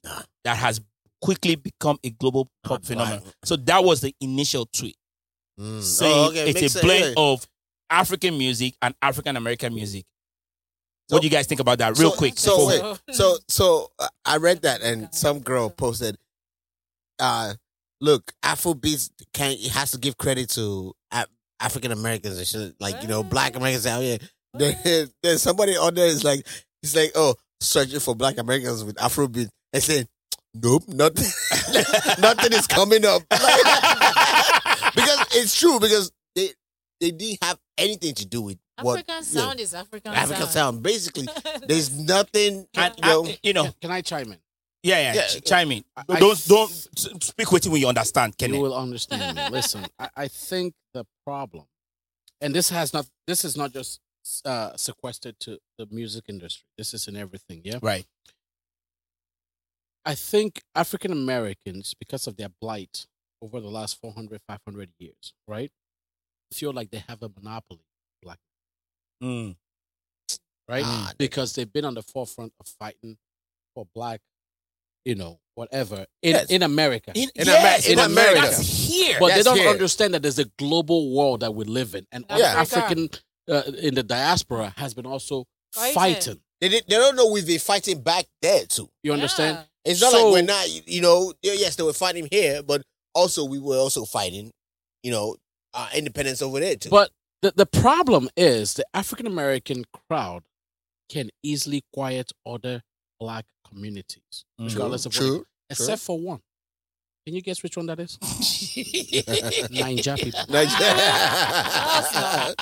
[SPEAKER 1] that has quickly become a global pop phenomenon. So that was the initial tweet.
[SPEAKER 4] Mm.
[SPEAKER 1] saying
[SPEAKER 4] Oh, okay, makes
[SPEAKER 1] it's a
[SPEAKER 4] sense.
[SPEAKER 1] blend
[SPEAKER 4] Yeah.
[SPEAKER 1] of African music and African American music.
[SPEAKER 4] So-
[SPEAKER 1] what do you guys think about that, real
[SPEAKER 4] so-
[SPEAKER 1] quick?
[SPEAKER 4] so
[SPEAKER 1] before we-
[SPEAKER 4] wait, <laughs> So so uh, I read that and some girl posted, uh, look, Afrobeats can it has to give credit to Af- African Americans and shit, like you know, Black Americans out here. <laughs> Then, then somebody on there is like, it's like, oh, searching for Black Americans with Afrobeat and saying, nope, nothing, <laughs> nothing is coming up <laughs> because it's true because they they didn't have anything to do with what
[SPEAKER 3] African
[SPEAKER 4] yeah,
[SPEAKER 3] sound is African,
[SPEAKER 4] African
[SPEAKER 3] <laughs>
[SPEAKER 4] sound. Basically,
[SPEAKER 3] sound.
[SPEAKER 4] there's nothing.
[SPEAKER 1] and,
[SPEAKER 4] you know,
[SPEAKER 1] and, you know,
[SPEAKER 2] Can, can I chime in?
[SPEAKER 1] yeah, yeah,
[SPEAKER 4] Yeah.
[SPEAKER 1] ch- chime in.
[SPEAKER 2] I- I-
[SPEAKER 1] Don't don't s- speak with when you understand,
[SPEAKER 2] you
[SPEAKER 1] Kenny.
[SPEAKER 2] will understand me. Listen, I, I think the problem, and this has not, this is not just uh, sequestered to the music industry. This is in everything. Yeah,
[SPEAKER 1] Right.
[SPEAKER 2] I think African Americans, because of their blight over the last 400, 500 years, right, feel like they have a monopoly,
[SPEAKER 1] Mm.
[SPEAKER 2] right?
[SPEAKER 4] Ah,
[SPEAKER 2] because they've been on the forefront of fighting for black, you know, whatever in
[SPEAKER 4] Yes.
[SPEAKER 2] in America.
[SPEAKER 1] In,
[SPEAKER 4] In
[SPEAKER 1] yes,
[SPEAKER 4] Amer- in
[SPEAKER 1] but
[SPEAKER 4] America.
[SPEAKER 1] that's here.
[SPEAKER 2] but they
[SPEAKER 4] Yes,
[SPEAKER 2] don't
[SPEAKER 4] here.
[SPEAKER 2] understand that there's a global world that we live in, and
[SPEAKER 3] Yeah.
[SPEAKER 2] African uh, in the diaspora has been also
[SPEAKER 3] Fighting.
[SPEAKER 2] fighting.
[SPEAKER 4] They, did, they don't know we've been fighting back there too.
[SPEAKER 2] You understand?
[SPEAKER 4] It's not
[SPEAKER 2] So-
[SPEAKER 4] like we're not, you know. yeah, Yes, they were fighting here, but also we were also fighting, you know, our independence over there too.
[SPEAKER 2] But the the problem is the African American crowd can easily quiet other black communities,
[SPEAKER 1] Mm.
[SPEAKER 4] <laughs>
[SPEAKER 2] regardless of what,
[SPEAKER 4] true.
[SPEAKER 2] except for one. Can you guess which one that <laughs> is? Ninja people. <laughs>
[SPEAKER 4] <laughs> Like-
[SPEAKER 3] That's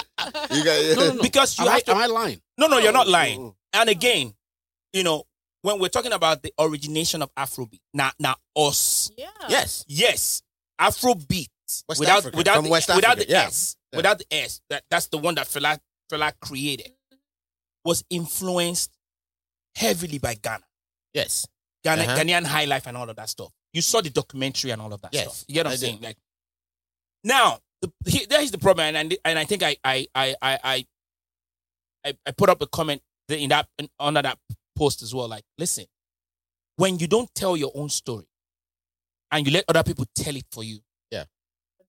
[SPEAKER 1] <laughs>
[SPEAKER 4] you got Mm-hmm.
[SPEAKER 2] No, no,
[SPEAKER 1] <laughs>
[SPEAKER 2] no.
[SPEAKER 1] because you
[SPEAKER 2] Am I,
[SPEAKER 1] have to.
[SPEAKER 2] am I lying?
[SPEAKER 1] no, no, you're not lying.
[SPEAKER 4] Oh.
[SPEAKER 1] And again, you know, when we're talking about the origination of Afrobeat, now, now us,
[SPEAKER 3] yeah.
[SPEAKER 4] Yes,
[SPEAKER 1] yes, Afrobeat
[SPEAKER 4] West
[SPEAKER 1] without
[SPEAKER 4] Africa,
[SPEAKER 1] without
[SPEAKER 4] from
[SPEAKER 1] the,
[SPEAKER 4] West
[SPEAKER 1] without
[SPEAKER 4] Africa,
[SPEAKER 1] the
[SPEAKER 4] yeah.
[SPEAKER 1] S,
[SPEAKER 4] Yeah.
[SPEAKER 1] without the S, that that's the one that Fela Fela created was influenced heavily by Ghana,
[SPEAKER 4] yes,
[SPEAKER 1] Ghana
[SPEAKER 4] Uh-huh.
[SPEAKER 1] Ghanaian high life and all of that stuff. You saw the documentary and all of that
[SPEAKER 4] Yes,
[SPEAKER 1] stuff. You get what
[SPEAKER 4] I
[SPEAKER 1] I'm
[SPEAKER 4] did.
[SPEAKER 1] saying? Like now, the, he, there is the problem, and, and and I think I I I I I, I, I put up a comment th- in that in, under that post as well. Like, listen, when you don't tell your own story, and you let other people tell it for you,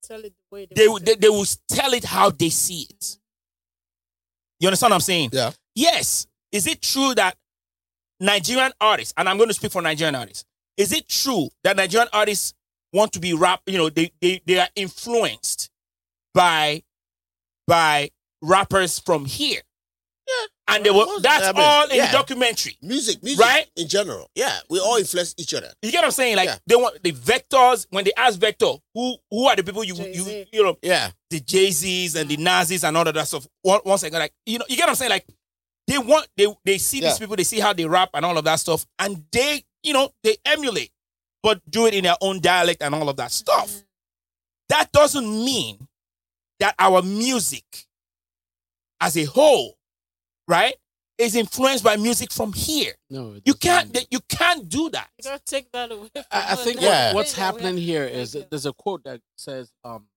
[SPEAKER 3] Tell it the way
[SPEAKER 1] they, will-
[SPEAKER 3] want
[SPEAKER 1] they
[SPEAKER 3] it.
[SPEAKER 1] they will tell it how they see it. You understand what I'm saying?
[SPEAKER 4] Yeah.
[SPEAKER 1] Yes. Is it true that Nigerian artists, and I'm going to speak for Nigerian artists, is it true that Nigerian artists want to be rap? You know, they they, they are influenced by by rappers from here. Yeah. And they were
[SPEAKER 4] Most-
[SPEAKER 1] that's
[SPEAKER 4] I mean,
[SPEAKER 1] all in
[SPEAKER 4] yeah.
[SPEAKER 1] the documentary.
[SPEAKER 4] music, music,
[SPEAKER 1] Right?
[SPEAKER 4] In general, yeah, we all influence each other.
[SPEAKER 1] You get what I'm saying? Like
[SPEAKER 4] Yeah.
[SPEAKER 1] they want the vectors when they ask Vector, who who are the people you you
[SPEAKER 3] Jay-Z.
[SPEAKER 1] you know
[SPEAKER 4] Yeah,
[SPEAKER 1] the Jay Z's and the Nazis and all of that stuff. One, one second, like you know, you get what I'm saying? Like they want they they see
[SPEAKER 4] Yeah.
[SPEAKER 1] these people, they see how they rap and all of that stuff, and they you know they emulate, but do it in their own dialect and all of that stuff.
[SPEAKER 3] Mhm.
[SPEAKER 1] That doesn't mean that our music, as a whole, right, is influenced by music from here.
[SPEAKER 2] No, it
[SPEAKER 1] You
[SPEAKER 2] doesn't mean
[SPEAKER 1] can't
[SPEAKER 2] that.
[SPEAKER 1] you can't do that.
[SPEAKER 3] You gotta take that away. from
[SPEAKER 2] I, I
[SPEAKER 3] us.
[SPEAKER 2] think
[SPEAKER 3] That's
[SPEAKER 4] Yeah.
[SPEAKER 2] what,
[SPEAKER 3] the
[SPEAKER 2] what's
[SPEAKER 3] thing that we
[SPEAKER 2] happening
[SPEAKER 3] have to
[SPEAKER 2] here
[SPEAKER 3] take
[SPEAKER 2] is
[SPEAKER 3] away.
[SPEAKER 2] that there's a quote that says um,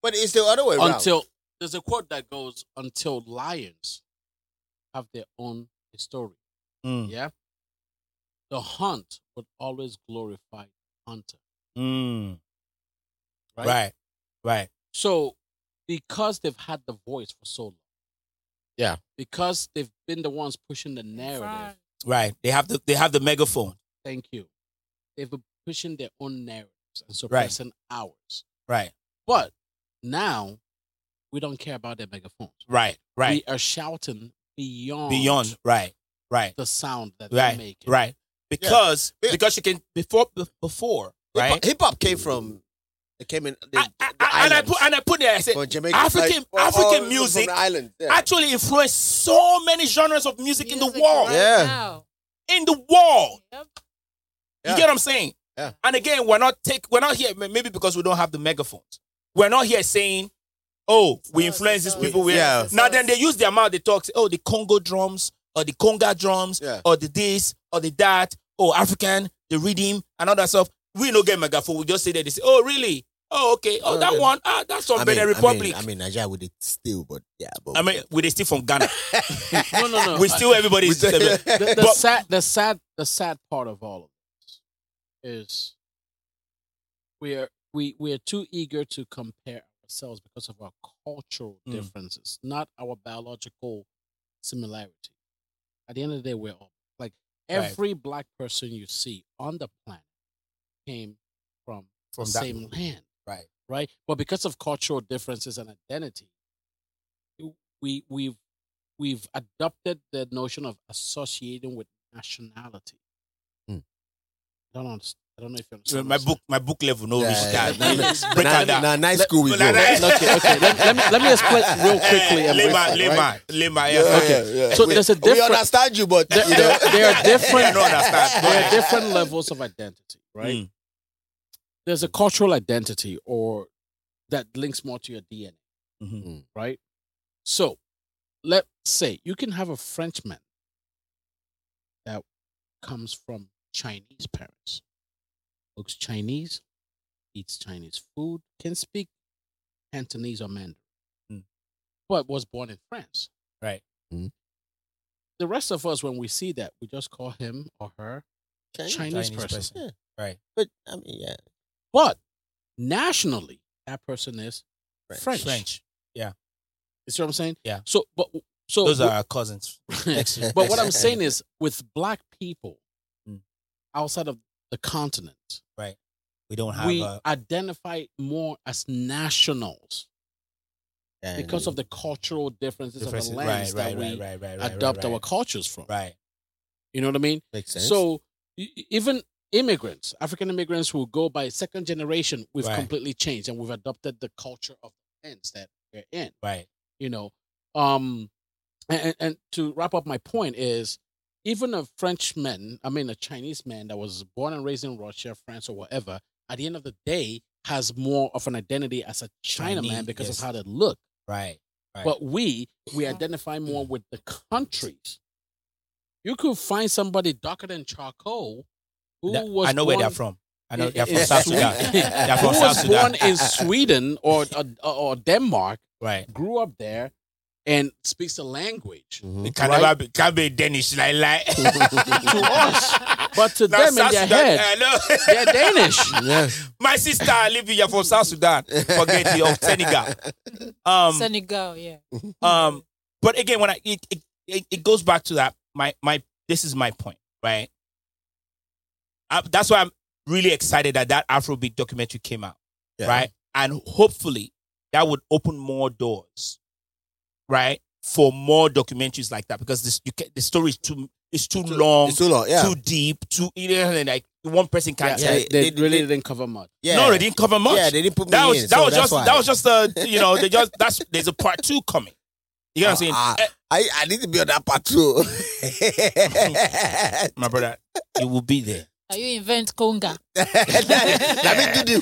[SPEAKER 4] but it's the other way around.
[SPEAKER 2] until there's a quote that goes until lions have their own story.
[SPEAKER 1] Mm,
[SPEAKER 2] Yeah, the hunt would always glorify the hunter.
[SPEAKER 1] mm,
[SPEAKER 2] Right?
[SPEAKER 1] right, right.
[SPEAKER 2] So because they've had the voice for so long,
[SPEAKER 4] Yeah.
[SPEAKER 2] because they've been the ones pushing the
[SPEAKER 3] In
[SPEAKER 2] narrative.
[SPEAKER 3] front.
[SPEAKER 1] Right. They have the they have the megaphone.
[SPEAKER 2] Thank you. They've been pushing their own narratives and
[SPEAKER 1] Right.
[SPEAKER 2] suppressing ours.
[SPEAKER 1] Right.
[SPEAKER 2] But now we don't care about their megaphones.
[SPEAKER 1] Right. Right.
[SPEAKER 2] We are shouting beyond
[SPEAKER 1] beyond right right
[SPEAKER 2] the sound that
[SPEAKER 1] Right,
[SPEAKER 2] they make.
[SPEAKER 1] right because
[SPEAKER 4] Yeah.
[SPEAKER 1] because you can before be- before right
[SPEAKER 4] hip hop came from. It came in. The,
[SPEAKER 1] I, I,
[SPEAKER 4] the
[SPEAKER 1] I, and I
[SPEAKER 4] islands,
[SPEAKER 1] put and I put there I said
[SPEAKER 4] from Jamaica,
[SPEAKER 1] African-
[SPEAKER 4] from
[SPEAKER 1] African
[SPEAKER 4] all- from
[SPEAKER 1] music-
[SPEAKER 4] the island. Yeah.
[SPEAKER 1] actually influenced so many genres of music, in the
[SPEAKER 3] Music
[SPEAKER 1] world
[SPEAKER 3] right
[SPEAKER 4] Yeah.
[SPEAKER 3] now.
[SPEAKER 1] in the world
[SPEAKER 3] Yep.
[SPEAKER 4] Yeah.
[SPEAKER 1] you get what I'm saying
[SPEAKER 4] Yeah.
[SPEAKER 1] and again we're not take we're not here m- maybe because we don't have the megaphones we're not here saying oh we
[SPEAKER 3] It's
[SPEAKER 1] influence these
[SPEAKER 3] us, it's
[SPEAKER 1] people
[SPEAKER 3] us,
[SPEAKER 1] we
[SPEAKER 4] Yeah.
[SPEAKER 3] it's
[SPEAKER 1] now
[SPEAKER 3] us.
[SPEAKER 1] then they use their mouth they talk say, oh the Congo drums or the Conga drums
[SPEAKER 4] Yeah.
[SPEAKER 1] or the this or the that or African, the redeem and all that stuff. We no get megaphone. We just say that they say, oh really? Oh okay. Oh
[SPEAKER 4] Oh,
[SPEAKER 1] that
[SPEAKER 4] yeah.
[SPEAKER 1] one. Ah that's from
[SPEAKER 4] I mean,
[SPEAKER 1] Benin Republic.
[SPEAKER 4] I mean, I mean, Nigeria with it still, but yeah, but
[SPEAKER 1] I mean, we they still from
[SPEAKER 4] <laughs>
[SPEAKER 1] Ghana.
[SPEAKER 2] <laughs>
[SPEAKER 1] <laughs>
[SPEAKER 2] No, no, no.
[SPEAKER 1] we still everybody's.
[SPEAKER 4] We <laughs>
[SPEAKER 2] <laughs>
[SPEAKER 4] still-
[SPEAKER 2] the, the
[SPEAKER 1] But-
[SPEAKER 2] sad the sad the sad part of all of this is we are we we are too eager to compare ourselves because of our cultural
[SPEAKER 1] Mm.
[SPEAKER 2] differences, not our biological similarity. At the end of the day, we're all like
[SPEAKER 1] Right.
[SPEAKER 2] every black person you see on the planet came from
[SPEAKER 1] from
[SPEAKER 2] the
[SPEAKER 1] that
[SPEAKER 2] same land,
[SPEAKER 1] Right.
[SPEAKER 2] Right, but because of cultural differences and identity, we we've we've adopted the notion of associating with nationality.
[SPEAKER 4] Hmm.
[SPEAKER 2] I don't understand. I don't know if you
[SPEAKER 1] So <laughs>
[SPEAKER 2] understand.
[SPEAKER 1] my
[SPEAKER 2] what I'm
[SPEAKER 1] book, my book level, no
[SPEAKER 4] Yeah,
[SPEAKER 1] reach
[SPEAKER 4] yeah,
[SPEAKER 1] that.
[SPEAKER 2] yeah. <laughs>
[SPEAKER 1] Let's
[SPEAKER 4] Nah,
[SPEAKER 1] break her down.
[SPEAKER 4] nah, nice school we
[SPEAKER 1] Nah,
[SPEAKER 4] go.
[SPEAKER 1] nah, nah.
[SPEAKER 2] Okay, okay, let- let me- let me explain
[SPEAKER 1] <laughs>
[SPEAKER 2] real quickly about
[SPEAKER 1] Lema,
[SPEAKER 2] that,
[SPEAKER 1] Lema,
[SPEAKER 2] right?
[SPEAKER 1] Lema, yeah.
[SPEAKER 4] Yeah,
[SPEAKER 1] Okay.
[SPEAKER 4] yeah, yeah.
[SPEAKER 2] So
[SPEAKER 4] we,
[SPEAKER 2] there's a
[SPEAKER 4] We
[SPEAKER 2] difference-
[SPEAKER 4] understand you, but
[SPEAKER 2] There,
[SPEAKER 4] you
[SPEAKER 2] there-
[SPEAKER 4] know.
[SPEAKER 1] <laughs>
[SPEAKER 2] there are
[SPEAKER 1] I
[SPEAKER 2] different.
[SPEAKER 1] don't understand.
[SPEAKER 2] there are
[SPEAKER 1] Right. <laughs>
[SPEAKER 2] different levels of identity, right?
[SPEAKER 1] Mm.
[SPEAKER 2] There's a cultural identity, or that links more to your DNA,
[SPEAKER 1] Mhm.
[SPEAKER 2] right? So, let's say you can have a Frenchman that comes from Chinese parents, looks Chinese, eats Chinese food, can speak Cantonese or Mandarin,
[SPEAKER 1] Mm.
[SPEAKER 2] but was born in France.
[SPEAKER 1] Right.
[SPEAKER 4] Mm.
[SPEAKER 2] The rest of us, when we see that, we just call him or her Chinese, person.
[SPEAKER 1] person. Right.
[SPEAKER 4] But I mean, yeah.
[SPEAKER 2] But nationally, that person is
[SPEAKER 4] French.
[SPEAKER 2] French.
[SPEAKER 1] French.
[SPEAKER 2] You see what I'm saying?
[SPEAKER 1] Yeah.
[SPEAKER 2] So, but so
[SPEAKER 1] Those are our cousins.
[SPEAKER 2] <laughs>
[SPEAKER 4] <laughs>
[SPEAKER 2] but what
[SPEAKER 1] <laughs>
[SPEAKER 2] I'm saying is, with black people
[SPEAKER 1] Mm.
[SPEAKER 2] outside of the continent,
[SPEAKER 1] We don't have
[SPEAKER 2] we
[SPEAKER 1] a
[SPEAKER 2] identify more as nationals because of the cultural differences,
[SPEAKER 1] difference.
[SPEAKER 2] of the lands
[SPEAKER 1] right, right,
[SPEAKER 2] that we
[SPEAKER 1] right, right, right, right,
[SPEAKER 2] adopt
[SPEAKER 1] right,
[SPEAKER 2] our cultures from.
[SPEAKER 1] Right.
[SPEAKER 2] You know what I mean?
[SPEAKER 4] makes sense.
[SPEAKER 2] So e- e- even immigrants, African immigrants who go by second generation, we've
[SPEAKER 1] Right.
[SPEAKER 2] completely changed and we've adopted the culture of the lands that we're in.
[SPEAKER 1] Right.
[SPEAKER 2] you know um and and- and to wrap up my point is even a frenchman i mean a chinese man that was born and raised in russia france or whatever at the end of the day has more of an identity as a chinaman
[SPEAKER 1] Chinese,
[SPEAKER 2] because
[SPEAKER 1] yes.
[SPEAKER 2] of how they look
[SPEAKER 1] Right. Right. Mm.
[SPEAKER 2] but we we identify more with the countries you could find somebody darker than charcoal who
[SPEAKER 1] That-
[SPEAKER 2] was
[SPEAKER 1] I know where they're
[SPEAKER 2] born-
[SPEAKER 1] from. I know
[SPEAKER 2] in-
[SPEAKER 1] they're from
[SPEAKER 2] in
[SPEAKER 1] South
[SPEAKER 2] Sweden. <laughs>
[SPEAKER 1] Sudan.
[SPEAKER 4] They're
[SPEAKER 1] from
[SPEAKER 2] who
[SPEAKER 1] South
[SPEAKER 2] was
[SPEAKER 1] Sudan.
[SPEAKER 2] born in sweden or, or or denmark
[SPEAKER 1] Right.
[SPEAKER 2] grew up there and speaks the language. <laughs>
[SPEAKER 4] Mhm.
[SPEAKER 1] It can
[SPEAKER 2] Right.
[SPEAKER 1] never be, can be Danish like like to <laughs>
[SPEAKER 2] us. But to them in their head, they're Danish.
[SPEAKER 4] <laughs> Yeah.
[SPEAKER 1] My sister Olivia from South Sudan. Forget you of Senegal. Um,
[SPEAKER 3] Senegal, yeah.
[SPEAKER 1] um, but again, when I it, it, it, it goes back to that my my this is my point, right? I, that's why I'm really excited that that Afrobeat documentary came out,
[SPEAKER 4] <laughs> Yeah.
[SPEAKER 1] right? And hopefully that would open more doors, right, for more documentaries like that because this you can, the story is too it's too long,
[SPEAKER 4] It's too long. Yeah.
[SPEAKER 1] too deep, too you know, and like one person can't
[SPEAKER 4] Yeah,
[SPEAKER 1] tell.
[SPEAKER 4] yeah.
[SPEAKER 1] it.
[SPEAKER 2] They,
[SPEAKER 4] They-
[SPEAKER 2] really
[SPEAKER 4] they-
[SPEAKER 2] didn't cover much.
[SPEAKER 4] Yeah.
[SPEAKER 1] No, they didn't cover much.
[SPEAKER 4] Yeah, they didn't put me
[SPEAKER 1] that was
[SPEAKER 4] in.
[SPEAKER 1] that
[SPEAKER 4] so
[SPEAKER 1] was
[SPEAKER 4] that's
[SPEAKER 1] just
[SPEAKER 4] why.
[SPEAKER 1] that was just uh you know they just that's there's a part two coming. You know what I'm saying?
[SPEAKER 4] <laughs> Uh,
[SPEAKER 1] Eh,
[SPEAKER 4] I, I need to be on that part
[SPEAKER 1] <laughs>
[SPEAKER 4] too.
[SPEAKER 1] my brother, you will be there.
[SPEAKER 3] Are you invent conga?
[SPEAKER 1] <laughs>
[SPEAKER 4] Let me do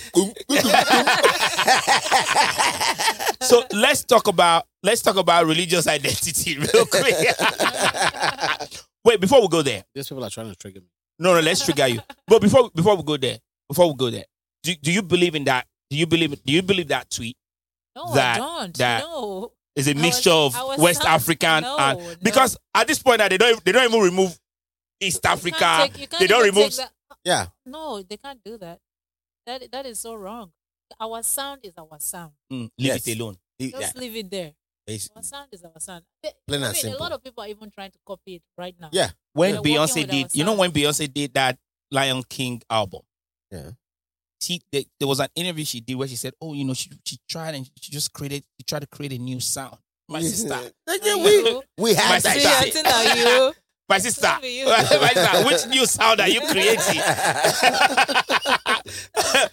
[SPEAKER 4] the.
[SPEAKER 1] So let's talk about let's talk about religious identity <laughs> real quick. Wait, before we go there,
[SPEAKER 2] These people are trying to trigger me.
[SPEAKER 1] no, no, let's trigger you. But before before we go there, before we go there, do, do you believe in that? Do you believe do you believe that tweet
[SPEAKER 3] No,
[SPEAKER 1] That-
[SPEAKER 3] I don't.
[SPEAKER 1] that-
[SPEAKER 3] no.
[SPEAKER 1] is a
[SPEAKER 3] was-
[SPEAKER 1] mixture
[SPEAKER 3] I
[SPEAKER 1] of
[SPEAKER 3] was
[SPEAKER 1] West
[SPEAKER 3] not-
[SPEAKER 1] African
[SPEAKER 3] no,
[SPEAKER 1] and
[SPEAKER 3] no.
[SPEAKER 1] because at this point now they don't they don't even remove East
[SPEAKER 3] You can't
[SPEAKER 1] Africa.
[SPEAKER 3] take- you
[SPEAKER 1] they
[SPEAKER 3] can't
[SPEAKER 1] don't
[SPEAKER 3] even
[SPEAKER 1] remove
[SPEAKER 3] take that-
[SPEAKER 4] yeah.
[SPEAKER 3] No, they can't do that. That that is so wrong. Our sound is our sound.
[SPEAKER 1] Mm, leave
[SPEAKER 4] Yes.
[SPEAKER 1] it alone.
[SPEAKER 4] <laughs> Yeah.
[SPEAKER 3] Just leave it there.
[SPEAKER 4] Basi-
[SPEAKER 3] Our sound is our sound. They-
[SPEAKER 4] Plain
[SPEAKER 3] I
[SPEAKER 4] and
[SPEAKER 3] mean, a lot
[SPEAKER 4] simple.
[SPEAKER 3] of people are even trying to copy it right now.
[SPEAKER 4] Yeah.
[SPEAKER 1] when
[SPEAKER 3] We're working
[SPEAKER 1] Beyonce
[SPEAKER 3] with
[SPEAKER 1] did, you know,
[SPEAKER 3] ourselves.
[SPEAKER 1] when Beyonce did that Lion King album,
[SPEAKER 4] Yeah.
[SPEAKER 1] she there, there was an interview she did where she said, "Oh, you know, she she tried and she just created, she tried to create a new sound." My
[SPEAKER 4] <laughs>
[SPEAKER 1] sister,
[SPEAKER 4] Like, yeah,
[SPEAKER 3] Are
[SPEAKER 4] we
[SPEAKER 1] <laughs>
[SPEAKER 3] you-
[SPEAKER 4] we
[SPEAKER 1] My
[SPEAKER 4] have
[SPEAKER 3] See,
[SPEAKER 1] sister.
[SPEAKER 4] that
[SPEAKER 3] I
[SPEAKER 4] shit.
[SPEAKER 3] think that
[SPEAKER 1] <laughs>
[SPEAKER 3] you.
[SPEAKER 1] my sister,
[SPEAKER 3] Love
[SPEAKER 1] <laughs>
[SPEAKER 3] you.
[SPEAKER 1] my sister, which new sound are you creating? <laughs>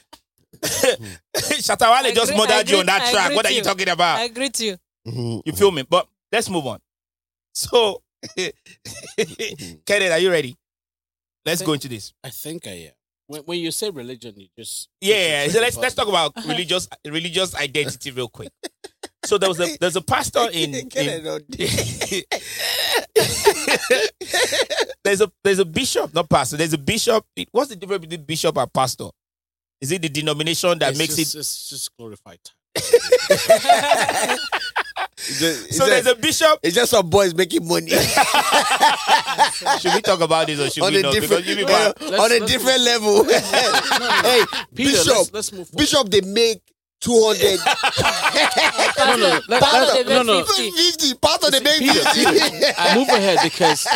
[SPEAKER 1] Shatawale
[SPEAKER 3] I
[SPEAKER 1] just
[SPEAKER 3] agree- I
[SPEAKER 1] murdered you on
[SPEAKER 3] agree-
[SPEAKER 1] that
[SPEAKER 3] I
[SPEAKER 1] track.
[SPEAKER 3] agree
[SPEAKER 1] What are you
[SPEAKER 3] with you.
[SPEAKER 1] talking about?
[SPEAKER 3] I agree to
[SPEAKER 1] <laughs>
[SPEAKER 3] you.
[SPEAKER 1] Mm-hmm.
[SPEAKER 4] <laughs>
[SPEAKER 1] you feel me? But let's move on. So, <laughs> Kenneth, are you ready? Let's go into this.
[SPEAKER 2] I think I am. When, when you say religion, you just
[SPEAKER 1] Yeah, yeah. So
[SPEAKER 2] you just trigger
[SPEAKER 1] let's let's
[SPEAKER 2] button.
[SPEAKER 1] talk about
[SPEAKER 4] <laughs>
[SPEAKER 1] religious religious identity real quick. So there was
[SPEAKER 4] <laughs>
[SPEAKER 1] a there's a pastor in, in <laughs> there's a there's a bishop, not pastor. There's a bishop. What's the difference between bishop and pastor? Is it the denomination that
[SPEAKER 2] It's
[SPEAKER 1] makes
[SPEAKER 2] just,
[SPEAKER 1] it?
[SPEAKER 2] It's just glorified time.
[SPEAKER 1] So there's a
[SPEAKER 4] <laughs>
[SPEAKER 1] bishop.
[SPEAKER 4] It's just some boys
[SPEAKER 1] <laughs>
[SPEAKER 4] making money
[SPEAKER 1] Should we talk about this or should
[SPEAKER 4] <laughs> on
[SPEAKER 1] we
[SPEAKER 4] a
[SPEAKER 1] not?
[SPEAKER 4] different
[SPEAKER 1] Because you people
[SPEAKER 4] uh,
[SPEAKER 1] are-
[SPEAKER 2] Let's-
[SPEAKER 4] <laughs> on a
[SPEAKER 2] let's-
[SPEAKER 3] <laughs>
[SPEAKER 4] different level. <laughs>
[SPEAKER 2] No, no, no.
[SPEAKER 4] hey,
[SPEAKER 2] Peter,
[SPEAKER 4] Bishop,
[SPEAKER 2] let's, let's move. Forward.
[SPEAKER 4] Bishop, they make
[SPEAKER 3] <laughs>
[SPEAKER 4] 200.
[SPEAKER 2] No, no, let- let-
[SPEAKER 4] Part <laughs>
[SPEAKER 3] of the
[SPEAKER 2] no, no.
[SPEAKER 3] 50.
[SPEAKER 4] 50. Part of the
[SPEAKER 2] Peter,
[SPEAKER 4] baby.
[SPEAKER 2] Peter, move ahead because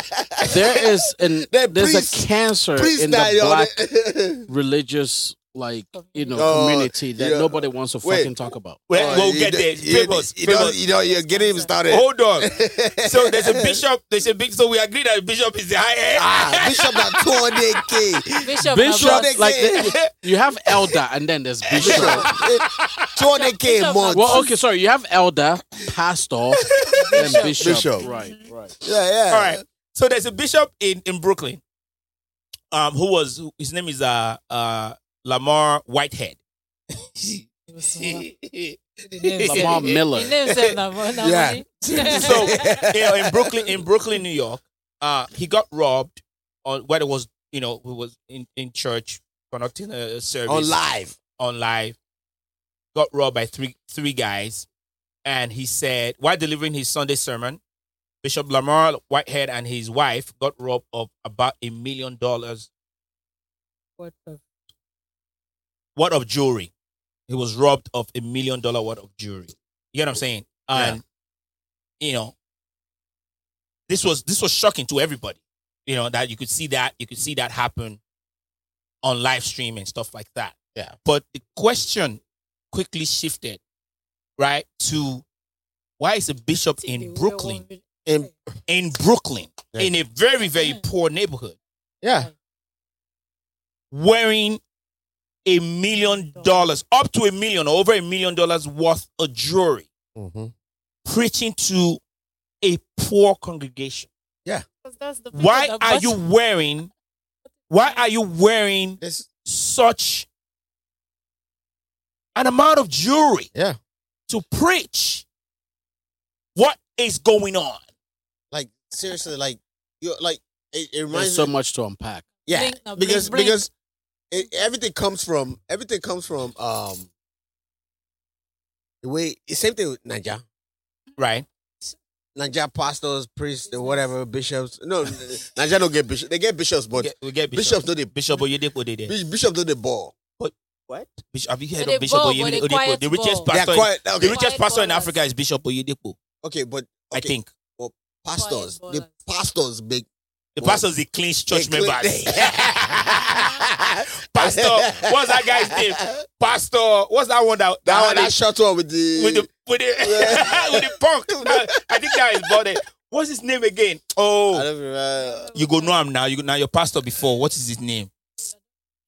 [SPEAKER 2] there is
[SPEAKER 4] <laughs>
[SPEAKER 2] an
[SPEAKER 4] There
[SPEAKER 2] there's
[SPEAKER 4] priest-
[SPEAKER 2] a cancer
[SPEAKER 4] <laughs> Please
[SPEAKER 2] in the
[SPEAKER 4] die on
[SPEAKER 2] black
[SPEAKER 4] it. <laughs>
[SPEAKER 2] religious like you know
[SPEAKER 4] Oh,
[SPEAKER 2] community that
[SPEAKER 4] yeah.
[SPEAKER 2] nobody wants to
[SPEAKER 4] Wait.
[SPEAKER 2] fucking talk about.
[SPEAKER 1] Well,
[SPEAKER 4] Oh,
[SPEAKER 1] we'll
[SPEAKER 4] you
[SPEAKER 1] get
[SPEAKER 4] don't-
[SPEAKER 1] there.
[SPEAKER 4] You, don't-
[SPEAKER 1] Fables,
[SPEAKER 4] you, don't-
[SPEAKER 1] fables.
[SPEAKER 4] you know, you're getting him started.
[SPEAKER 1] Hold
[SPEAKER 4] <laughs>
[SPEAKER 1] on. So there's a bishop. There's a big. So we agree that bishop is the high end.
[SPEAKER 4] ah, Bishop got 200K.
[SPEAKER 3] Bishop,
[SPEAKER 2] Bishop,
[SPEAKER 3] Abdul-
[SPEAKER 2] like the- you have elder and then there's
[SPEAKER 4] <laughs> Bishop.
[SPEAKER 2] <laughs> bishop.
[SPEAKER 4] 200K a
[SPEAKER 3] Bishop
[SPEAKER 4] month.
[SPEAKER 2] Well, okay, sorry, you have elder, pastor, and bishop.
[SPEAKER 4] Bishop.
[SPEAKER 1] <laughs>
[SPEAKER 2] Right, right.
[SPEAKER 4] Yeah, yeah.
[SPEAKER 1] All right. So there's a bishop in, in Brooklyn, um, who was who- his name is uh uh Lamar Whitehead.
[SPEAKER 2] Lamar
[SPEAKER 4] <laughs>
[SPEAKER 2] Miller.
[SPEAKER 3] He names him Namor- Namor.
[SPEAKER 1] So yeah,
[SPEAKER 4] <laughs>
[SPEAKER 1] in Brooklyn, in Brooklyn, New York, uh, he got robbed on where it was, you know, he was in, in church conducting a a service
[SPEAKER 4] On live.
[SPEAKER 1] on live. Got robbed by three three guys, and he said while delivering his Sunday sermon, Bishop Lamar Whitehead and his wife got robbed of about a million dollars
[SPEAKER 3] What the-
[SPEAKER 1] worth of jewelry. He was robbed of a million dollar worth of jewelry. You get what I'm saying? And you know, this was this was shocking to everybody. You know that you could see that you could see that happen on live stream and stuff like that.
[SPEAKER 2] Yeah.
[SPEAKER 1] But the question quickly shifted, right? To why is a bishop in Brooklyn
[SPEAKER 4] In,
[SPEAKER 1] in Brooklyn
[SPEAKER 4] Yeah.
[SPEAKER 1] in a very very poor neighborhood
[SPEAKER 4] yeah.
[SPEAKER 1] wearing a million dollars, up to a million, or over a million dollars worth of jewelry,
[SPEAKER 4] Mm-hmm.
[SPEAKER 1] preaching to a poor congregation.
[SPEAKER 3] 'Cause that's the people
[SPEAKER 1] Why
[SPEAKER 3] that
[SPEAKER 1] are
[SPEAKER 3] bust-
[SPEAKER 1] you wearing? Why are you wearing
[SPEAKER 4] This,
[SPEAKER 1] such an amount of jewelry?
[SPEAKER 4] Yeah.
[SPEAKER 1] To preach. What is going on?
[SPEAKER 4] like, seriously, like, you like, it, it
[SPEAKER 2] There's
[SPEAKER 4] reminds
[SPEAKER 2] so
[SPEAKER 4] me.
[SPEAKER 2] much to unpack.
[SPEAKER 4] Yeah.
[SPEAKER 3] Blink, no, blink,
[SPEAKER 4] because
[SPEAKER 3] blink.
[SPEAKER 4] because it, everything comes from everything comes from um the way it's same thing with Naija.
[SPEAKER 1] Right.
[SPEAKER 4] Naija pastors, priests, or whatever, bishops. No, Naija don't get bishops. They get bishops,
[SPEAKER 1] We
[SPEAKER 4] but
[SPEAKER 1] get, we get
[SPEAKER 4] bishops
[SPEAKER 1] Bishop.
[SPEAKER 4] don't the
[SPEAKER 1] Bishop Oyedepo did it.
[SPEAKER 4] bishops don't the ball.
[SPEAKER 1] What? Bishop, have you heard
[SPEAKER 3] They
[SPEAKER 1] of Bishop
[SPEAKER 3] bow, but they
[SPEAKER 1] Oyedepo?
[SPEAKER 3] quiet
[SPEAKER 1] The richest
[SPEAKER 3] bow.
[SPEAKER 4] They are
[SPEAKER 1] pastor. in-
[SPEAKER 4] quiet.
[SPEAKER 1] The
[SPEAKER 4] Okay,
[SPEAKER 3] Quiet
[SPEAKER 1] richest pastor in
[SPEAKER 3] ballers.
[SPEAKER 1] Africa is Bishop Oyedepo.
[SPEAKER 4] okay, but
[SPEAKER 1] I
[SPEAKER 4] okay,
[SPEAKER 1] think
[SPEAKER 4] pastors,
[SPEAKER 3] Quiet
[SPEAKER 4] the pastors make
[SPEAKER 1] the
[SPEAKER 4] What?
[SPEAKER 1] pastors the cleans church
[SPEAKER 4] they- <laughs>
[SPEAKER 1] members. Pastor, what's that guy's name? Pastor, what's that one that
[SPEAKER 4] That one,
[SPEAKER 1] had
[SPEAKER 4] that short one with the
[SPEAKER 1] it with the with the <laughs> with the punk? That- I think that is about it. What's his name again?
[SPEAKER 4] I
[SPEAKER 1] Oh,
[SPEAKER 4] don't remember.
[SPEAKER 1] you go know him now. You go now your pastor before. What is his name?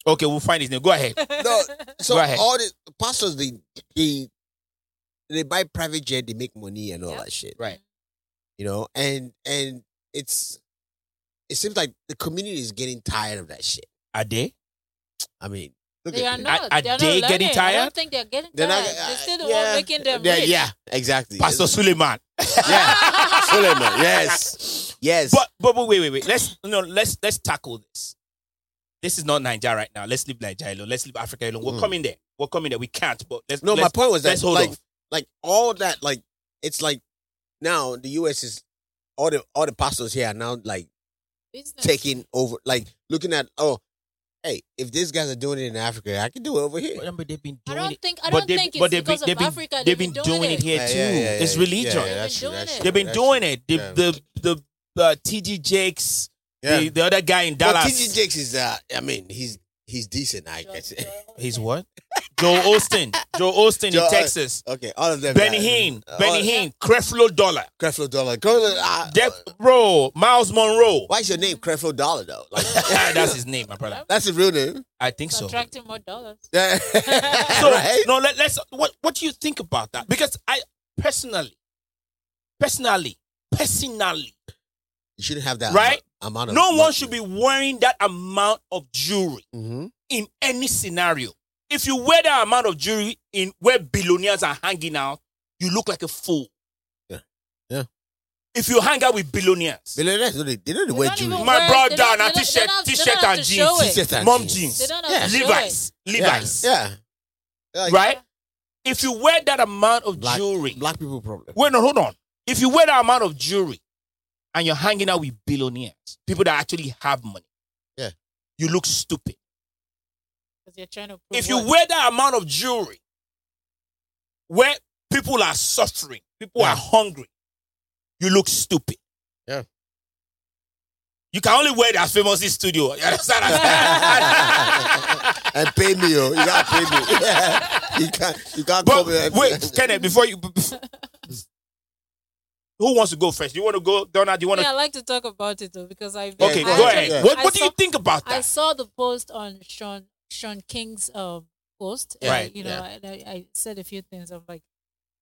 [SPEAKER 1] Okay, we'll find his name. Go ahead. <laughs>
[SPEAKER 4] No,
[SPEAKER 3] <laughs>
[SPEAKER 4] so
[SPEAKER 1] Go ahead.
[SPEAKER 4] all the pastors they they they buy private jet, they make money and all
[SPEAKER 3] Yeah.
[SPEAKER 4] that shit.
[SPEAKER 1] Right.
[SPEAKER 4] You know, and and it's it seems like the community is getting tired of that shit.
[SPEAKER 1] Are they?
[SPEAKER 4] I mean, look
[SPEAKER 3] They
[SPEAKER 4] at
[SPEAKER 3] are
[SPEAKER 4] them.
[SPEAKER 1] Are-
[SPEAKER 3] not.
[SPEAKER 1] are
[SPEAKER 3] they are
[SPEAKER 1] they
[SPEAKER 3] not
[SPEAKER 1] getting
[SPEAKER 3] learning. I
[SPEAKER 1] tired? uh,
[SPEAKER 3] don't think they're getting
[SPEAKER 4] They're
[SPEAKER 3] tired.
[SPEAKER 4] not-
[SPEAKER 3] They're still the
[SPEAKER 4] yeah.
[SPEAKER 3] one making them
[SPEAKER 4] yeah,
[SPEAKER 3] rich.
[SPEAKER 4] yeah, exactly.
[SPEAKER 1] Pastor Suleiman.
[SPEAKER 4] <laughs> yeah,
[SPEAKER 3] <laughs>
[SPEAKER 4] Suleiman, yes, yes.
[SPEAKER 1] But but but wait wait wait. Let's no let's let's tackle this. This is not Nigeria right now. Let's leave Nigeria alone. Let's leave Africa alone. We're
[SPEAKER 4] Mm.
[SPEAKER 1] coming there. We're coming there. We can't. But let's
[SPEAKER 4] no,
[SPEAKER 1] let's,
[SPEAKER 4] my point was that
[SPEAKER 1] let's hold
[SPEAKER 4] like
[SPEAKER 1] off.
[SPEAKER 4] like all that like it's like now the U.S. is all the all the pastors here are now like
[SPEAKER 3] Business.
[SPEAKER 4] taking over, like looking at oh, hey, if these guys are doing it in Africa, I can do it over here.
[SPEAKER 1] But remember, they've been
[SPEAKER 3] I
[SPEAKER 1] doing
[SPEAKER 3] don't
[SPEAKER 1] it.
[SPEAKER 3] think. I
[SPEAKER 1] but
[SPEAKER 3] don't
[SPEAKER 1] they-
[SPEAKER 3] think
[SPEAKER 1] but
[SPEAKER 3] it's
[SPEAKER 1] they've
[SPEAKER 3] because
[SPEAKER 1] been-
[SPEAKER 3] of
[SPEAKER 1] they've
[SPEAKER 3] Africa.
[SPEAKER 1] they've been doing it here too. It's religion.
[SPEAKER 3] yeah, that's true, that's true,
[SPEAKER 1] They've been doing it. The
[SPEAKER 4] Yeah.
[SPEAKER 1] the the, uh, TG Jakes, the, the other guy in
[SPEAKER 4] But
[SPEAKER 1] Dallas.
[SPEAKER 4] TG Jakes is, uh, I mean, he's he's decent, I guess.
[SPEAKER 1] He's what? Joe Austin. Joe Austin
[SPEAKER 4] Joe-
[SPEAKER 1] in Texas.
[SPEAKER 4] <laughs> okay, all of them.
[SPEAKER 1] Benny
[SPEAKER 4] uh,
[SPEAKER 1] Hinn.
[SPEAKER 4] all-
[SPEAKER 1] Benny Hinn. Creflo Dollar.
[SPEAKER 4] Creflo Dollar. Creflo, uh,
[SPEAKER 1] Death Row. Miles Monroe. Ah,
[SPEAKER 4] why is your name Creflo Dollar though? Like, <laughs>
[SPEAKER 1] That's his name, my brother.
[SPEAKER 4] that's his real name. <laughs>
[SPEAKER 1] I think
[SPEAKER 3] It's
[SPEAKER 1] so.
[SPEAKER 3] attracting more dollars.
[SPEAKER 4] Yeah.
[SPEAKER 1] So
[SPEAKER 4] right?
[SPEAKER 1] no, let, let's. What what do you think about that? Because I personally, personally, personally,
[SPEAKER 4] You shouldn't have that
[SPEAKER 1] Right?
[SPEAKER 4] amount, amount of.
[SPEAKER 1] no one should be wearing that amount of jewelry
[SPEAKER 4] Mm-hmm.
[SPEAKER 1] in any scenario. If you wear that amount of jewelry in where billionaires are hanging out, you look like a fool.
[SPEAKER 4] Yeah. Yeah.
[SPEAKER 1] If you hang out with billionaires,
[SPEAKER 4] Billionaires, they don't- they don't
[SPEAKER 3] They
[SPEAKER 4] wear
[SPEAKER 3] don't
[SPEAKER 4] jewelry.
[SPEAKER 3] even
[SPEAKER 1] My
[SPEAKER 3] wear-
[SPEAKER 1] bra
[SPEAKER 3] they
[SPEAKER 1] down
[SPEAKER 3] don't- they
[SPEAKER 1] and
[SPEAKER 3] don't-
[SPEAKER 1] t-shirt-
[SPEAKER 3] they don't have- they
[SPEAKER 1] t-shirt
[SPEAKER 3] don't have
[SPEAKER 1] and
[SPEAKER 3] to
[SPEAKER 1] jeans.
[SPEAKER 3] show it.
[SPEAKER 4] T-shirt and
[SPEAKER 1] mom
[SPEAKER 4] jeans.
[SPEAKER 1] jeans,
[SPEAKER 3] They don't have
[SPEAKER 4] Yeah.
[SPEAKER 3] to show
[SPEAKER 1] Levi's, Levi's,
[SPEAKER 4] Yeah. yeah. Like,
[SPEAKER 1] right? If you wear that amount of
[SPEAKER 4] Black-
[SPEAKER 1] jewelry,
[SPEAKER 4] Black people problem.
[SPEAKER 1] Wait, no, hold on. If you wear that amount of jewelry and you're hanging out with billionaires, people that actually have money,
[SPEAKER 4] Yeah.
[SPEAKER 1] you look stupid.
[SPEAKER 3] it. 'Cause you're trying to prove
[SPEAKER 1] If you
[SPEAKER 3] what?
[SPEAKER 1] wear that amount of jewelry where people are suffering, people
[SPEAKER 4] Yeah.
[SPEAKER 1] are hungry, you look stupid.
[SPEAKER 4] Yeah.
[SPEAKER 1] You can only wear that famous studio. You
[SPEAKER 4] <laughs>
[SPEAKER 1] understand? what I'm
[SPEAKER 4] and pay me, <laughs> oh, you gotta pay me. you can't, you can't
[SPEAKER 1] but
[SPEAKER 4] come here.
[SPEAKER 1] wait, Kenneth, before you. who wants to go first? You want to go, Donna? Do you want to?
[SPEAKER 3] Yeah, I like to talk about it though because I
[SPEAKER 4] Yeah,
[SPEAKER 1] okay,
[SPEAKER 4] go
[SPEAKER 1] go,
[SPEAKER 3] I
[SPEAKER 1] ahead.
[SPEAKER 3] actually-
[SPEAKER 4] Yeah.
[SPEAKER 1] What,
[SPEAKER 3] I
[SPEAKER 1] what do you
[SPEAKER 3] saw-
[SPEAKER 1] think about
[SPEAKER 3] I
[SPEAKER 1] that?
[SPEAKER 3] saw the post on Sean Sean King's um post. and,
[SPEAKER 1] Right,
[SPEAKER 3] you know,
[SPEAKER 4] yeah.
[SPEAKER 3] and I, I said a few things. I'm like,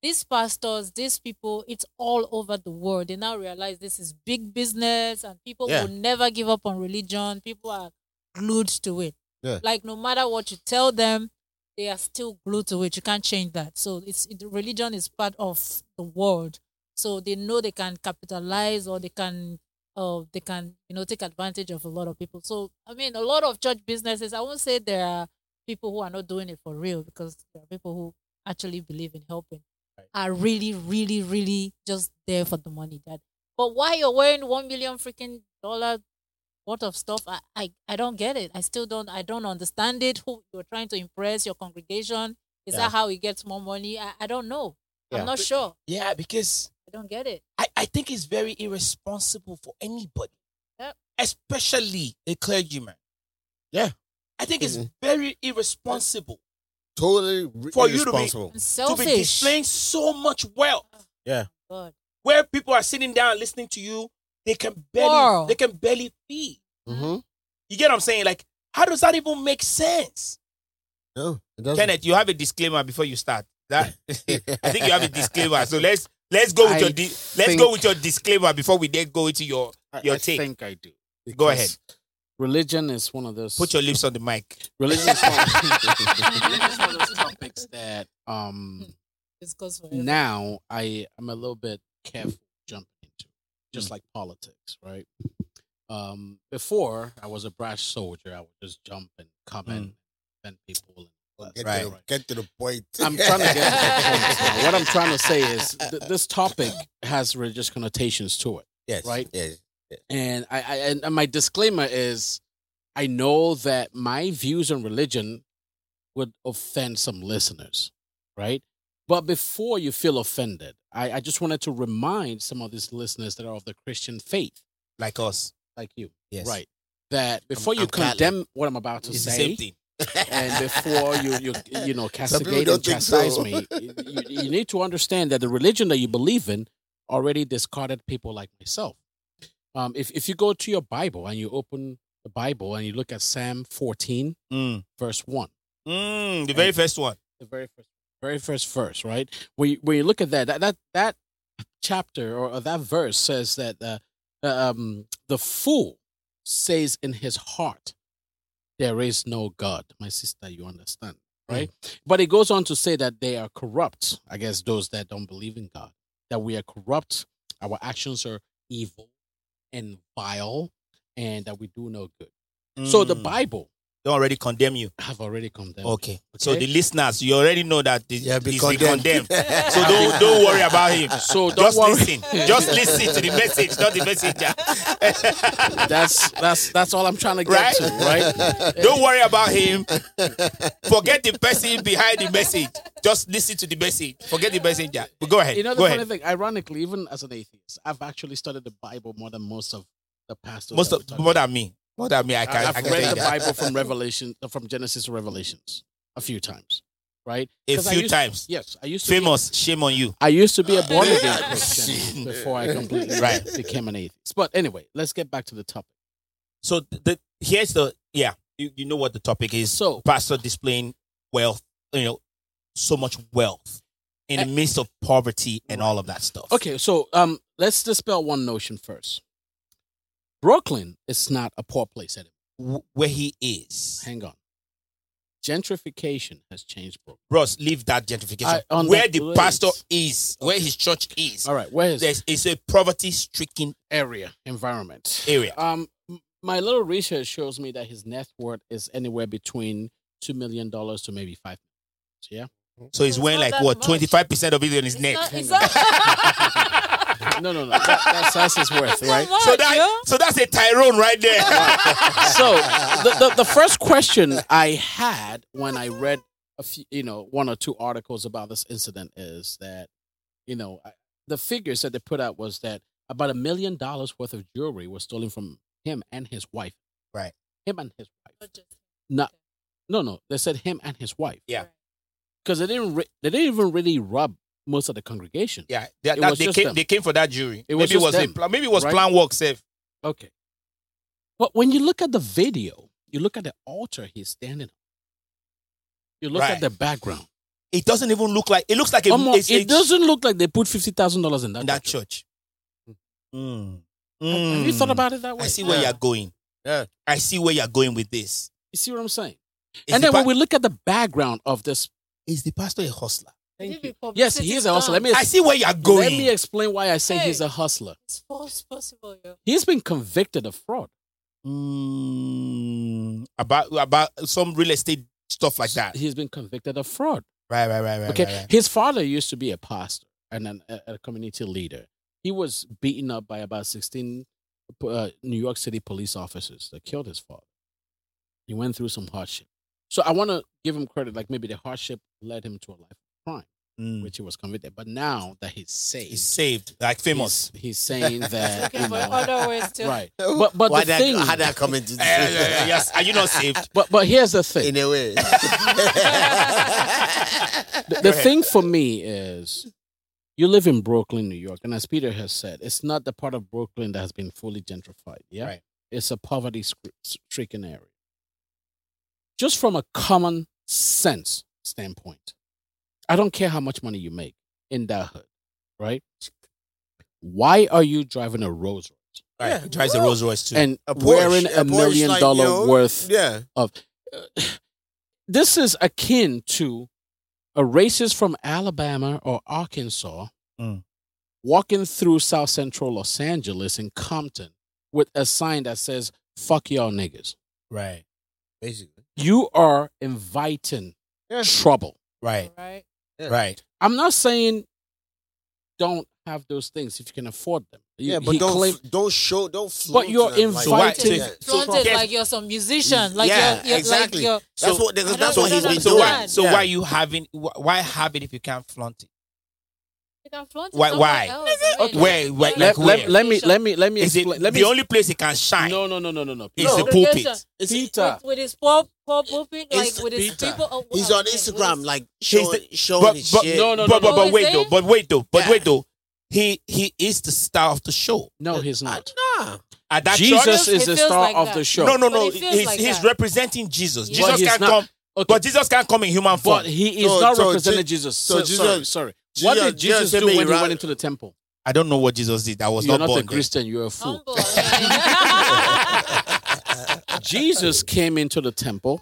[SPEAKER 3] these pastors, these people, it's all over the world. They now realize this is big business and people
[SPEAKER 4] Yeah.
[SPEAKER 3] will never give up on religion. People are glued to it.
[SPEAKER 4] Yeah.
[SPEAKER 3] Like no matter what you tell them, they are still glued to it. You can't change that. So it's it, religion is part of the world. So they know they can capitalize or they can uh, they can you know take advantage of a lot of people. So I mean, a lot of church businesses. I won't say there are people who are not doing it for real because there are people who actually believe in helping are really, really, really just there for the money. That, but why you're wearing one million freaking dollar worth of stuff? I, I, I don't get it. I still don't. I don't understand it. Who you're trying to impress? Your congregation? Is
[SPEAKER 2] Yeah.
[SPEAKER 3] that how he gets more money? I, I don't know.
[SPEAKER 2] Yeah.
[SPEAKER 3] I'm not sure.
[SPEAKER 1] Yeah, because
[SPEAKER 3] I don't get it.
[SPEAKER 1] I, I think it's very irresponsible for anybody,
[SPEAKER 3] Yep.
[SPEAKER 1] especially a clergyman.
[SPEAKER 4] Yeah.
[SPEAKER 1] I think it's
[SPEAKER 4] Mhm.
[SPEAKER 1] very irresponsible
[SPEAKER 4] totally re-
[SPEAKER 1] For you to be-
[SPEAKER 4] irresponsible.
[SPEAKER 3] I'm
[SPEAKER 1] to be
[SPEAKER 3] selfish.
[SPEAKER 1] displaying so much wealth
[SPEAKER 3] God.
[SPEAKER 1] where people are sitting down listening to you. They can barely
[SPEAKER 3] Wow.
[SPEAKER 1] they can barely feed.
[SPEAKER 4] mm-hmm.
[SPEAKER 1] You get what I'm saying? Like, how does that even make sense?
[SPEAKER 4] No, it doesn't.
[SPEAKER 1] Kenneth, you have a disclaimer before you start. That I think <laughs> you have a disclaimer. So let's let's go with
[SPEAKER 2] I
[SPEAKER 1] your di- let's
[SPEAKER 2] think-
[SPEAKER 1] go with your disclaimer before we then go into your
[SPEAKER 2] I,
[SPEAKER 1] Your
[SPEAKER 2] I
[SPEAKER 1] take.
[SPEAKER 2] think I do.
[SPEAKER 1] Go ahead.
[SPEAKER 2] Because Religion is one of those.
[SPEAKER 1] put your lips on the mic.
[SPEAKER 2] religion is
[SPEAKER 1] <laughs>
[SPEAKER 2] one, <laughs> religion is one of those topics that um
[SPEAKER 3] This goes for everyone.
[SPEAKER 2] now I am a little bit careful jumping into, just like politics, right? Um, before I was a brash soldier, I would just jump and comment, and offend people. And
[SPEAKER 4] <laughs> Get,
[SPEAKER 1] Right.
[SPEAKER 4] to the, get to the point.
[SPEAKER 2] I'm trying to get.
[SPEAKER 4] <laughs>
[SPEAKER 2] to the point. What I'm trying to say is
[SPEAKER 4] Uh,
[SPEAKER 2] th- this topic has religious connotations to it,
[SPEAKER 4] yes,
[SPEAKER 2] right?
[SPEAKER 4] Yes.
[SPEAKER 2] and I, I and and my disclaimer is, I know that my views on religion would offend some listeners, right? But before you feel offended, I, I just wanted to remind some of these listeners that are of the Christian faith,
[SPEAKER 1] Like us.
[SPEAKER 2] like you,
[SPEAKER 4] Yes.
[SPEAKER 2] right? That before you
[SPEAKER 4] I'm Catholic.
[SPEAKER 2] condemn what I'm about to
[SPEAKER 1] It's the
[SPEAKER 2] say,
[SPEAKER 1] same thing.
[SPEAKER 2] and before you you
[SPEAKER 4] <laughs>
[SPEAKER 2] you know castigate
[SPEAKER 4] don't
[SPEAKER 2] and
[SPEAKER 4] think
[SPEAKER 2] chastise
[SPEAKER 4] so.
[SPEAKER 2] me, you, you need to understand that the religion that you believe in already discarded people like myself. Um, if if you go to your Bible and you open the Bible and you look at Psalm 14
[SPEAKER 1] Mm.
[SPEAKER 2] verse one,
[SPEAKER 1] Mm, the very first one.
[SPEAKER 2] the very first very first verse, right? When you, when you look at that that that that chapter or, or that verse says that uh, um, the fool says in his heart, "There is no God." My sister, you understand,
[SPEAKER 1] Hmm.
[SPEAKER 2] right? But it goes on to say that they are corrupt. I guess those that don't believe in God, that we are corrupt. Our actions are evil and vile, and that we do no good. So the
[SPEAKER 1] Mm.
[SPEAKER 2] Bible
[SPEAKER 1] They already condemn you.
[SPEAKER 2] have already condemned.
[SPEAKER 1] Okay. So
[SPEAKER 2] Okay.
[SPEAKER 1] the listeners, you already know that the,
[SPEAKER 4] Yeah,
[SPEAKER 1] yeah,
[SPEAKER 4] be
[SPEAKER 1] he's
[SPEAKER 4] condemned.
[SPEAKER 1] condemned.
[SPEAKER 4] <laughs>
[SPEAKER 1] So don't don't worry about him.
[SPEAKER 2] So <laughs> don't
[SPEAKER 1] Just
[SPEAKER 2] worry.
[SPEAKER 1] listen. Just
[SPEAKER 2] <laughs>
[SPEAKER 1] listen to the message, not the messenger.
[SPEAKER 2] that's that's that's all I'm trying to get
[SPEAKER 1] Right?
[SPEAKER 2] to,
[SPEAKER 1] <laughs>
[SPEAKER 2] right? <laughs>
[SPEAKER 1] don't worry about him. Forget the person behind the message. Just listen to the message. Forget the messenger. But go ahead.
[SPEAKER 2] You know the
[SPEAKER 1] go
[SPEAKER 2] funny
[SPEAKER 1] ahead.
[SPEAKER 2] thing, ironically, even as an atheist, I've actually studied the Bible more than most of the pastors.
[SPEAKER 1] Most
[SPEAKER 2] that
[SPEAKER 1] of
[SPEAKER 2] we talk
[SPEAKER 1] more
[SPEAKER 2] about.
[SPEAKER 1] than me. More than me. I can.
[SPEAKER 2] I've
[SPEAKER 1] I can
[SPEAKER 2] read
[SPEAKER 1] tell
[SPEAKER 2] the
[SPEAKER 1] you that.
[SPEAKER 2] Bible
[SPEAKER 1] <laughs>
[SPEAKER 2] from Revelation, from Genesis to Revelations, a few times, right?
[SPEAKER 1] A
[SPEAKER 2] 'Cause I
[SPEAKER 1] few
[SPEAKER 2] used-
[SPEAKER 1] times.
[SPEAKER 2] Yes, I used to. Be,
[SPEAKER 1] Famous. Shame on you.
[SPEAKER 2] I used to be a born again
[SPEAKER 1] <laughs> Yeah.
[SPEAKER 2] Christian
[SPEAKER 1] Shit.
[SPEAKER 2] before I
[SPEAKER 1] <laughs>
[SPEAKER 2] completely
[SPEAKER 1] Right.
[SPEAKER 2] became an atheist. But anyway, let's get back to the topic.
[SPEAKER 1] So the here's the yeah. You, you know what the topic is.
[SPEAKER 2] So
[SPEAKER 1] pastor displaying wealth, you know, so much wealth in the midst of poverty and all of that stuff.
[SPEAKER 2] Eh. Okay, so um, let's dispel one notion first. Brooklyn is not a poor place anymore.
[SPEAKER 1] W- where he is,
[SPEAKER 2] Hang on. Gentrification has changed Brooklyn.
[SPEAKER 1] Ross, leave that gentrification.
[SPEAKER 2] I- on
[SPEAKER 1] where
[SPEAKER 2] that
[SPEAKER 1] the
[SPEAKER 2] place.
[SPEAKER 1] pastor is, where his church is,
[SPEAKER 2] All right, where is
[SPEAKER 1] there's it's a poverty-stricken
[SPEAKER 2] area environment?
[SPEAKER 1] area.
[SPEAKER 2] Um, m- my little research shows me that his net worth is anywhere between two million dollars to maybe five. million.
[SPEAKER 1] So he's
[SPEAKER 3] It's
[SPEAKER 1] wearing
[SPEAKER 3] not
[SPEAKER 1] like
[SPEAKER 3] that
[SPEAKER 1] what
[SPEAKER 3] much.
[SPEAKER 1] twenty-five percent of it on his
[SPEAKER 3] It's
[SPEAKER 1] neck.
[SPEAKER 2] <laughs>
[SPEAKER 3] not- <laughs> it's
[SPEAKER 2] Yeah. <laughs>
[SPEAKER 3] not-
[SPEAKER 2] No, no, no. That, that's, that's his <laughs> worth, right?
[SPEAKER 1] <laughs>
[SPEAKER 3] Not
[SPEAKER 1] so
[SPEAKER 3] much,
[SPEAKER 1] that
[SPEAKER 3] yo.
[SPEAKER 1] so that's a Tyrone right
[SPEAKER 2] <laughs>
[SPEAKER 1] there.
[SPEAKER 2] So the, the the first question I had when I read a few, you know, one or two articles about this incident is that, you know, I- the figures that they put out was that about a million dollars worth of jewelry was stolen from him and his wife.
[SPEAKER 1] Right.
[SPEAKER 2] Him and his wife.
[SPEAKER 3] Not just-
[SPEAKER 2] No, no, they said him and his wife.
[SPEAKER 1] Yeah.
[SPEAKER 3] Right.
[SPEAKER 2] Because they didn't, re- they didn't even really rub most of the congregation.
[SPEAKER 1] Yeah, that,
[SPEAKER 2] It
[SPEAKER 1] that-
[SPEAKER 2] was
[SPEAKER 1] they
[SPEAKER 2] just
[SPEAKER 1] came.
[SPEAKER 2] them.
[SPEAKER 1] They came for that jury. maybe
[SPEAKER 2] It was
[SPEAKER 1] it
[SPEAKER 2] just
[SPEAKER 1] was a
[SPEAKER 2] them,
[SPEAKER 1] pla- maybe it was
[SPEAKER 2] right?
[SPEAKER 1] plan work safe.
[SPEAKER 2] Okay. But when you look at the video, you look at the altar he's standing on. You look
[SPEAKER 1] Right.
[SPEAKER 2] at the background.
[SPEAKER 1] It doesn't even look like it looks like a,
[SPEAKER 2] Omo,
[SPEAKER 1] it's a
[SPEAKER 2] it doesn't look like they put fifty thousand dollars in that.
[SPEAKER 1] in that
[SPEAKER 2] church.
[SPEAKER 1] church.
[SPEAKER 2] Hmm.
[SPEAKER 1] Mm.
[SPEAKER 2] Have you
[SPEAKER 1] Mm.
[SPEAKER 2] thought about it that way?
[SPEAKER 1] I see where
[SPEAKER 4] Yeah.
[SPEAKER 1] you're going.
[SPEAKER 4] Yeah.
[SPEAKER 1] I see where you're going with this.
[SPEAKER 2] You see what I'm saying?
[SPEAKER 1] Is
[SPEAKER 2] and
[SPEAKER 1] the
[SPEAKER 2] then when
[SPEAKER 1] pa-
[SPEAKER 2] we look at the background of this,
[SPEAKER 1] is the pastor a hustler?
[SPEAKER 3] Maybe publicity
[SPEAKER 2] yes, he is a hustler. Let me
[SPEAKER 1] I see where you're going.
[SPEAKER 2] let me explain why I say
[SPEAKER 3] Hey.
[SPEAKER 2] he's a hustler.
[SPEAKER 3] It's false possible, yo.
[SPEAKER 2] He's been convicted of fraud.
[SPEAKER 1] Mm, about about some real estate stuff like that.
[SPEAKER 2] He's been convicted of fraud.
[SPEAKER 1] Right, right, right, right.
[SPEAKER 2] Okay,
[SPEAKER 1] right, right.
[SPEAKER 2] his father used to be a pastor and an, a, a community leader. He was beaten up by about sixteen uh, New York City police officers that killed his father. He went through some hardship. So I want to give him credit. Like maybe the hardship led him to a life of crime,
[SPEAKER 1] Mm.
[SPEAKER 2] which he was convicted. But now that he's saved,
[SPEAKER 1] He's saved, like famous.
[SPEAKER 2] He's, he's saying that,
[SPEAKER 3] Looking
[SPEAKER 2] you
[SPEAKER 3] for
[SPEAKER 2] know,
[SPEAKER 3] other ways to.
[SPEAKER 2] right? But but
[SPEAKER 4] Why
[SPEAKER 2] the
[SPEAKER 4] that,
[SPEAKER 2] thing,
[SPEAKER 4] how that come into
[SPEAKER 1] Eh, eh, eh, <laughs> yes, are you not
[SPEAKER 2] <laughs>
[SPEAKER 1] saved?
[SPEAKER 2] but but here's the thing.
[SPEAKER 4] in a
[SPEAKER 2] <laughs>
[SPEAKER 4] way.
[SPEAKER 2] The,
[SPEAKER 4] <laughs>
[SPEAKER 1] Go
[SPEAKER 2] the
[SPEAKER 1] ahead.
[SPEAKER 2] thing for me is, you live in Brooklyn, New York, and as Peter has said, it's not the part of Brooklyn that has been fully gentrified. Yeah,
[SPEAKER 1] Right.
[SPEAKER 2] it's a poverty-stricken area. Just from a common sense standpoint, I don't care how much money you make in that hood, right? Why are you driving a Rolls Royce?
[SPEAKER 1] All right,
[SPEAKER 4] Yeah.
[SPEAKER 1] he drives a Rolls Royce too.
[SPEAKER 2] and
[SPEAKER 4] A Porsche-
[SPEAKER 2] wearing
[SPEAKER 4] a
[SPEAKER 2] a,
[SPEAKER 4] Porsche,
[SPEAKER 2] million
[SPEAKER 4] like,
[SPEAKER 2] dollar
[SPEAKER 4] you know,
[SPEAKER 2] worth.
[SPEAKER 4] yeah.
[SPEAKER 2] This is akin to a racist from Alabama or Arkansas
[SPEAKER 1] Mm.
[SPEAKER 2] walking through South Central Los Angeles in Compton with a sign that says "fuck y'all niggas."
[SPEAKER 1] right,
[SPEAKER 4] Basically.
[SPEAKER 2] You are inviting
[SPEAKER 4] Yeah.
[SPEAKER 2] trouble.
[SPEAKER 1] right,
[SPEAKER 3] Right.
[SPEAKER 1] right.
[SPEAKER 2] I'm not saying don't have those things if you can afford them. You-
[SPEAKER 4] Yeah, but
[SPEAKER 2] he
[SPEAKER 4] don't
[SPEAKER 2] claim-
[SPEAKER 4] don't show don't
[SPEAKER 2] But you're
[SPEAKER 1] So why-
[SPEAKER 2] inviting.
[SPEAKER 1] so-
[SPEAKER 3] Flaunted
[SPEAKER 1] yes.
[SPEAKER 3] like you're some musician. Like
[SPEAKER 4] Yeah,
[SPEAKER 3] you're, you're
[SPEAKER 4] exactly.
[SPEAKER 3] like you're
[SPEAKER 4] That's
[SPEAKER 1] So-
[SPEAKER 4] what that's,
[SPEAKER 3] I
[SPEAKER 4] that's
[SPEAKER 3] don't
[SPEAKER 4] what he's been
[SPEAKER 3] understand.
[SPEAKER 1] So
[SPEAKER 4] doing.
[SPEAKER 1] why? So
[SPEAKER 4] Yeah.
[SPEAKER 1] why you having? wh- Why have it if you can't flaunt it?
[SPEAKER 3] you can flaunt it
[SPEAKER 1] Why-
[SPEAKER 3] somewhere
[SPEAKER 1] why?
[SPEAKER 3] else. I mean,
[SPEAKER 1] Where-
[SPEAKER 3] like,
[SPEAKER 1] where-
[SPEAKER 3] you're
[SPEAKER 1] like
[SPEAKER 2] let,
[SPEAKER 3] a
[SPEAKER 1] where?
[SPEAKER 2] let, let me let me let me
[SPEAKER 1] Is it
[SPEAKER 2] explain. let me
[SPEAKER 1] the only place it can shine?
[SPEAKER 2] no no no no no no.
[SPEAKER 1] is
[SPEAKER 4] No.
[SPEAKER 1] the
[SPEAKER 3] musician.
[SPEAKER 1] pulpit.
[SPEAKER 4] It's-
[SPEAKER 2] Peter.
[SPEAKER 3] With, with his poor, poor pulpit, like
[SPEAKER 4] Insta-
[SPEAKER 3] with his
[SPEAKER 4] Peter.
[SPEAKER 3] people. oh,
[SPEAKER 4] He's
[SPEAKER 3] oh,
[SPEAKER 4] on
[SPEAKER 3] man, with
[SPEAKER 4] Instagram
[SPEAKER 3] his-
[SPEAKER 4] like
[SPEAKER 1] He's
[SPEAKER 4] showing
[SPEAKER 1] the-
[SPEAKER 4] showing his
[SPEAKER 1] but,
[SPEAKER 4] shit.
[SPEAKER 2] No, no,
[SPEAKER 1] but,
[SPEAKER 2] no,
[SPEAKER 1] but, but
[SPEAKER 3] no.
[SPEAKER 1] wait though. But wait though. But
[SPEAKER 4] Yeah.
[SPEAKER 1] wait though. He he is the star of the show
[SPEAKER 2] No, he's not.
[SPEAKER 4] Nah.
[SPEAKER 1] at that church.
[SPEAKER 2] Jesus
[SPEAKER 3] It
[SPEAKER 2] is the
[SPEAKER 3] feels
[SPEAKER 2] star
[SPEAKER 3] like
[SPEAKER 2] of
[SPEAKER 3] that.
[SPEAKER 2] the show.
[SPEAKER 1] No, no,
[SPEAKER 3] But
[SPEAKER 1] no.
[SPEAKER 3] it feels
[SPEAKER 1] He's,
[SPEAKER 3] like
[SPEAKER 1] he's
[SPEAKER 3] that.
[SPEAKER 1] representing Jesus.
[SPEAKER 3] Yeah.
[SPEAKER 2] But
[SPEAKER 1] Jesus
[SPEAKER 2] he's
[SPEAKER 1] can't
[SPEAKER 2] not-
[SPEAKER 1] come,
[SPEAKER 2] Okay.
[SPEAKER 1] but Jesus can't come in human form.
[SPEAKER 2] But he is
[SPEAKER 4] So-
[SPEAKER 2] not
[SPEAKER 4] so
[SPEAKER 2] representing
[SPEAKER 4] Je-
[SPEAKER 2] Jesus. So,
[SPEAKER 4] so
[SPEAKER 2] sorry,
[SPEAKER 4] Jesus-
[SPEAKER 2] sorry.
[SPEAKER 4] Jesus-
[SPEAKER 2] what did Jesus,
[SPEAKER 4] Jesus
[SPEAKER 2] do
[SPEAKER 4] made
[SPEAKER 2] when he
[SPEAKER 4] ra-
[SPEAKER 2] went into the temple?
[SPEAKER 1] I don't know what Jesus did. I was
[SPEAKER 2] You're
[SPEAKER 1] not
[SPEAKER 2] not
[SPEAKER 1] born
[SPEAKER 2] a
[SPEAKER 1] then. <laughs>
[SPEAKER 2] Christian. You're a fool.
[SPEAKER 3] Humble, man.
[SPEAKER 2] Jesus came into the temple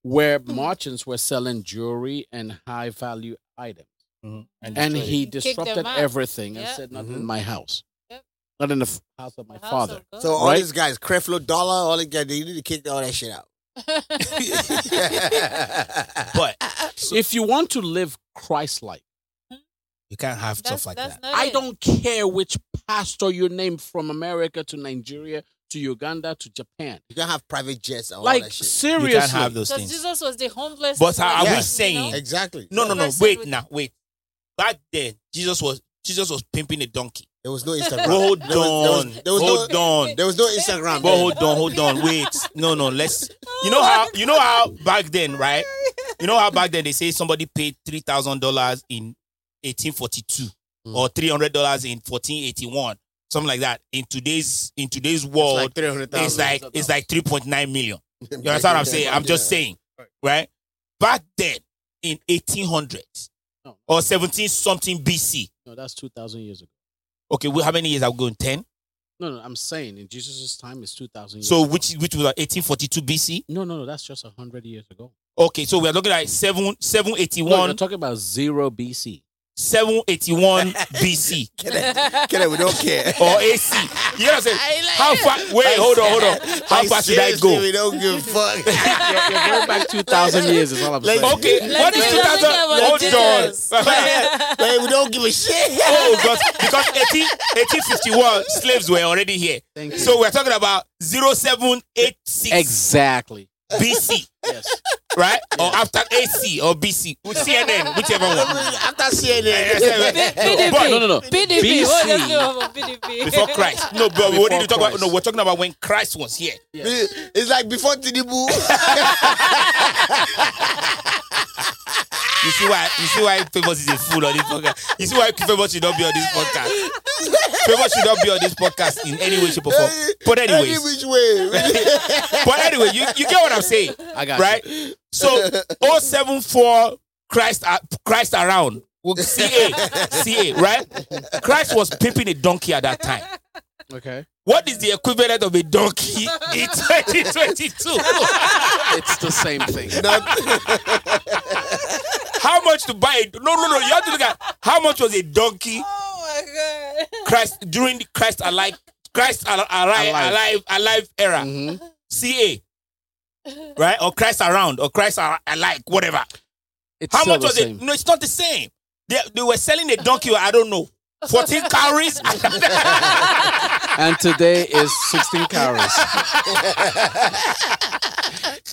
[SPEAKER 2] where merchants were selling jewelry and high value items,
[SPEAKER 4] Mm-hmm.
[SPEAKER 1] Mhm.
[SPEAKER 2] and
[SPEAKER 1] that's
[SPEAKER 2] he
[SPEAKER 3] Kicked them
[SPEAKER 2] disrupted
[SPEAKER 3] out.
[SPEAKER 2] everything and
[SPEAKER 3] Yep.
[SPEAKER 2] said, "Not
[SPEAKER 4] Mhm.
[SPEAKER 2] in my house,
[SPEAKER 3] Yep.
[SPEAKER 2] not in the f- house of my
[SPEAKER 3] The house
[SPEAKER 2] father."
[SPEAKER 3] of God.
[SPEAKER 4] So all
[SPEAKER 2] Right?
[SPEAKER 4] these guys, Creflo Dollar, all these guys, you need to kick all that
[SPEAKER 1] <laughs>
[SPEAKER 4] shit out. <laughs>
[SPEAKER 1] it. but
[SPEAKER 2] if you want to live Christ-like,
[SPEAKER 1] you can't have
[SPEAKER 3] that's,
[SPEAKER 1] stuff like
[SPEAKER 3] that's
[SPEAKER 1] that.
[SPEAKER 3] not
[SPEAKER 2] I
[SPEAKER 3] it.
[SPEAKER 2] don't care which pastor you name from America to Nigeria to Uganda to Japan.
[SPEAKER 4] you don't have private jets and all
[SPEAKER 2] Like
[SPEAKER 4] that shit.
[SPEAKER 2] seriously,
[SPEAKER 1] You can't have those
[SPEAKER 3] Because
[SPEAKER 1] things.
[SPEAKER 3] Jesus was the homeless.
[SPEAKER 1] But are-
[SPEAKER 4] are we
[SPEAKER 3] you know?
[SPEAKER 1] saying-
[SPEAKER 4] Exactly.
[SPEAKER 1] no, no, no.
[SPEAKER 3] Person
[SPEAKER 1] Wait
[SPEAKER 3] with-
[SPEAKER 1] now. Wait. Back then, Jesus was Jesus was pimping a donkey.
[SPEAKER 4] There
[SPEAKER 1] <laughs>
[SPEAKER 4] was no Instagram.
[SPEAKER 1] Well, hold
[SPEAKER 4] There was-
[SPEAKER 1] on.
[SPEAKER 4] There was, there was
[SPEAKER 1] hold
[SPEAKER 4] no.
[SPEAKER 1] on.
[SPEAKER 4] There was no Instagram.
[SPEAKER 1] But
[SPEAKER 4] then.
[SPEAKER 1] hold on, hold on. Wait. No, no. Let's. You know how you know how back then, right? You know how back then they say somebody paid three thousand dollars in eighteen forty two
[SPEAKER 4] Mm.
[SPEAKER 1] or three hundred dollars in fourteen eighty one, something like that. In today's in today's
[SPEAKER 4] It's
[SPEAKER 1] world,
[SPEAKER 4] like three hundred thousand.
[SPEAKER 1] it's like it's like three point nine million. You understand what I'm saying? I'm just saying, right? Back then in 1800s
[SPEAKER 2] No.
[SPEAKER 1] or 17 something BC.
[SPEAKER 2] no, that's two thousand years ago.
[SPEAKER 1] Okay, well, how many years are we going? 10?
[SPEAKER 2] No, no, I'm saying in Jesus' time it's two thousand. years
[SPEAKER 1] So
[SPEAKER 2] ago.
[SPEAKER 1] which which was like 1842 BC?
[SPEAKER 2] No, no, no, that's just hundred years ago.
[SPEAKER 1] Okay, so we're looking at 7
[SPEAKER 2] No, you're
[SPEAKER 1] 781
[SPEAKER 2] talking about zero BC.
[SPEAKER 1] 781 BC
[SPEAKER 4] Get it? We don't
[SPEAKER 1] <laughs>
[SPEAKER 4] care.
[SPEAKER 1] or AC. You know what I'm saying? How far Wait, hold on, hold
[SPEAKER 4] <laughs>
[SPEAKER 1] on. How
[SPEAKER 4] Like,
[SPEAKER 1] far should I
[SPEAKER 4] seriously,
[SPEAKER 1] go?
[SPEAKER 4] We don't give a fuck.
[SPEAKER 2] You're, you're going back two thousand years. Is all I'm saying.
[SPEAKER 1] Okay,
[SPEAKER 3] Let's
[SPEAKER 1] what is
[SPEAKER 3] just look at what it
[SPEAKER 1] 2000? Hold on.
[SPEAKER 4] <laughs> like, we don't give a shit.
[SPEAKER 1] <laughs> Oh God! Because 18, 1851, slaves were already here.
[SPEAKER 2] Thank you.
[SPEAKER 1] So we're talking about 0786.
[SPEAKER 2] exactly.
[SPEAKER 1] BC,
[SPEAKER 2] Yes.
[SPEAKER 1] right? Or after AC or BC, with CNN, whichever one.
[SPEAKER 4] After seeing
[SPEAKER 1] Yes,
[SPEAKER 3] P-
[SPEAKER 1] yes.
[SPEAKER 3] PDP.
[SPEAKER 1] But-
[SPEAKER 2] No, no, no.
[SPEAKER 3] PDP. What is
[SPEAKER 2] BC.
[SPEAKER 3] the name of PDP?
[SPEAKER 1] Before <laughs> Christ. No, but
[SPEAKER 2] Before
[SPEAKER 1] what did you talk about?
[SPEAKER 2] Christ.
[SPEAKER 1] No, we're talking about when Christ was here.
[SPEAKER 4] <laughs> It's like before Tidibu.
[SPEAKER 1] You see why you see why famous is a fool on this podcast. You see why famous should not be on this podcast. Famous should not be on this podcast in any way, shape, or form. But <laughs>
[SPEAKER 4] Any
[SPEAKER 1] anyways,
[SPEAKER 4] which way.
[SPEAKER 1] but anyway, you, you get what I'm saying,
[SPEAKER 2] I got
[SPEAKER 1] right? So 074 Christ a- Christ around. <laughs> Well, CA, CA, right? Christ was pimping a donkey at that time.
[SPEAKER 2] you. Okay.
[SPEAKER 1] What is the equivalent of a donkey in 2022?
[SPEAKER 2] It's the same <laughs> thing.
[SPEAKER 1] how much to buy it? No, no, no. You have to look at how much was a donkey
[SPEAKER 3] Oh my god.
[SPEAKER 1] Christ during the Christ alive Christ al- alive
[SPEAKER 2] Alive.
[SPEAKER 1] alive alive era
[SPEAKER 2] Mhm.
[SPEAKER 1] CA right or Christ around or Christ al- alike whatever
[SPEAKER 2] It's
[SPEAKER 1] how
[SPEAKER 2] still
[SPEAKER 1] much
[SPEAKER 2] the
[SPEAKER 1] was
[SPEAKER 2] same.
[SPEAKER 1] it no it's not the same they, they were selling a donkey I don't know <laughs> 14 calories
[SPEAKER 2] And today is 16 calories.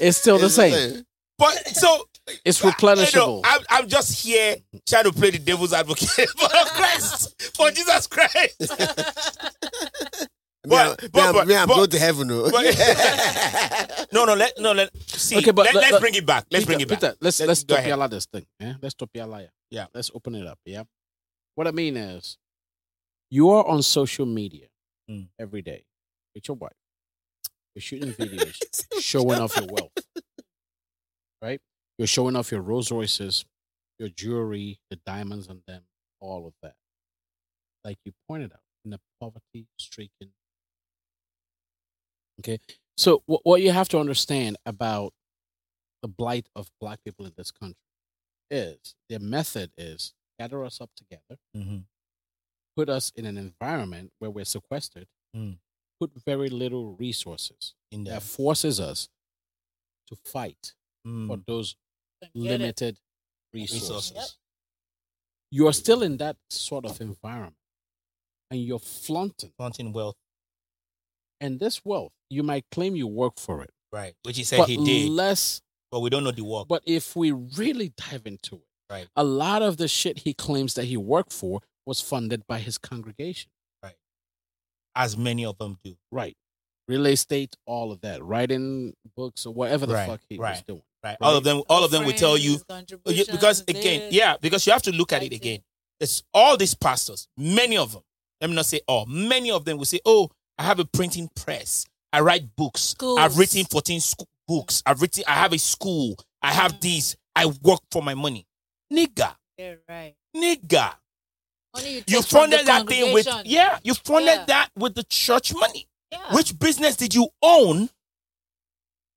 [SPEAKER 2] it's still the same.
[SPEAKER 1] but so
[SPEAKER 2] It's
[SPEAKER 1] you know
[SPEAKER 2] replenishable.
[SPEAKER 1] I'm, I'm just here trying to play the devil's advocate <laughs> for Christ for Jesus
[SPEAKER 2] <laughs>
[SPEAKER 1] Christ
[SPEAKER 4] But,
[SPEAKER 1] But-
[SPEAKER 4] but,
[SPEAKER 1] but- but-
[SPEAKER 4] <laughs> me, I'm
[SPEAKER 1] but-
[SPEAKER 4] going to heaven. oh. <laughs>
[SPEAKER 1] <laughs> no no let no let see
[SPEAKER 2] Okay, but
[SPEAKER 1] let,
[SPEAKER 2] let-
[SPEAKER 1] us
[SPEAKER 2] let-
[SPEAKER 1] bring it back let's
[SPEAKER 2] Peter,
[SPEAKER 1] bring it back
[SPEAKER 2] Peter, let's
[SPEAKER 1] Let-
[SPEAKER 2] let's
[SPEAKER 1] go
[SPEAKER 2] stop
[SPEAKER 1] ahead.
[SPEAKER 2] Yala this thing. Yeah? Let's stop Yala.
[SPEAKER 1] Yeah.
[SPEAKER 2] Let's open it up. Yeah. What I mean is, you are on social media
[SPEAKER 1] Mm.
[SPEAKER 2] every day with your wife.
[SPEAKER 1] <laughs>
[SPEAKER 2] You're shooting videos, showing off your wealth. Right? You're showing off your Rolls Royces, your jewelry, the diamonds on them, all of that. Like you pointed out, in a poverty stricken. Okay. So what what you have to understand about the blight of black people in this country is their method is gather us up together, put us in an environment where we're sequestered,
[SPEAKER 1] Mm.
[SPEAKER 2] put very little resources
[SPEAKER 1] in
[SPEAKER 2] that forces us to fight
[SPEAKER 1] Mm-hmm. Mm.
[SPEAKER 2] for those
[SPEAKER 3] Get it.
[SPEAKER 2] limited resources.
[SPEAKER 1] resources.
[SPEAKER 3] Yep.
[SPEAKER 2] You're still in that sort of environment and you're flaunting.
[SPEAKER 1] Planting wealth,
[SPEAKER 2] And this wealth, you might claim you work for it.
[SPEAKER 1] right? Which he said
[SPEAKER 2] But
[SPEAKER 1] he did,
[SPEAKER 2] less
[SPEAKER 1] but we don't know the work.
[SPEAKER 2] But if we really dive into it,
[SPEAKER 1] Right.
[SPEAKER 2] a lot of the shit he claims that he worked for was funded by his congregation.
[SPEAKER 1] as many of them do.
[SPEAKER 2] Right. Real estate, all of that, writing books or whatever the
[SPEAKER 1] Right,
[SPEAKER 2] fuck he was
[SPEAKER 1] right.
[SPEAKER 2] doing.
[SPEAKER 1] Right? All of them, all of them will tell you oh,
[SPEAKER 3] Friends,
[SPEAKER 1] you- because
[SPEAKER 3] contributions,
[SPEAKER 1] again,
[SPEAKER 3] this.
[SPEAKER 1] yeah, because you have to look at it
[SPEAKER 3] Right.
[SPEAKER 1] again. It's all these pastors, many of them. Let me not say all. Many of them will say, "Oh, I have a printing press. I write books. I've
[SPEAKER 3] Schools.
[SPEAKER 1] written fourteen sc- books. I've written. I have a school. I
[SPEAKER 3] Mm.
[SPEAKER 1] have this. I work for my money, nigga,
[SPEAKER 3] You're right.
[SPEAKER 1] nigga.
[SPEAKER 3] Only you
[SPEAKER 1] You
[SPEAKER 3] take from the
[SPEAKER 1] funded that thing with
[SPEAKER 3] congregation.
[SPEAKER 1] yeah. You funded
[SPEAKER 3] Yeah.
[SPEAKER 1] that with the church money.
[SPEAKER 3] Yeah.
[SPEAKER 1] Which business did you own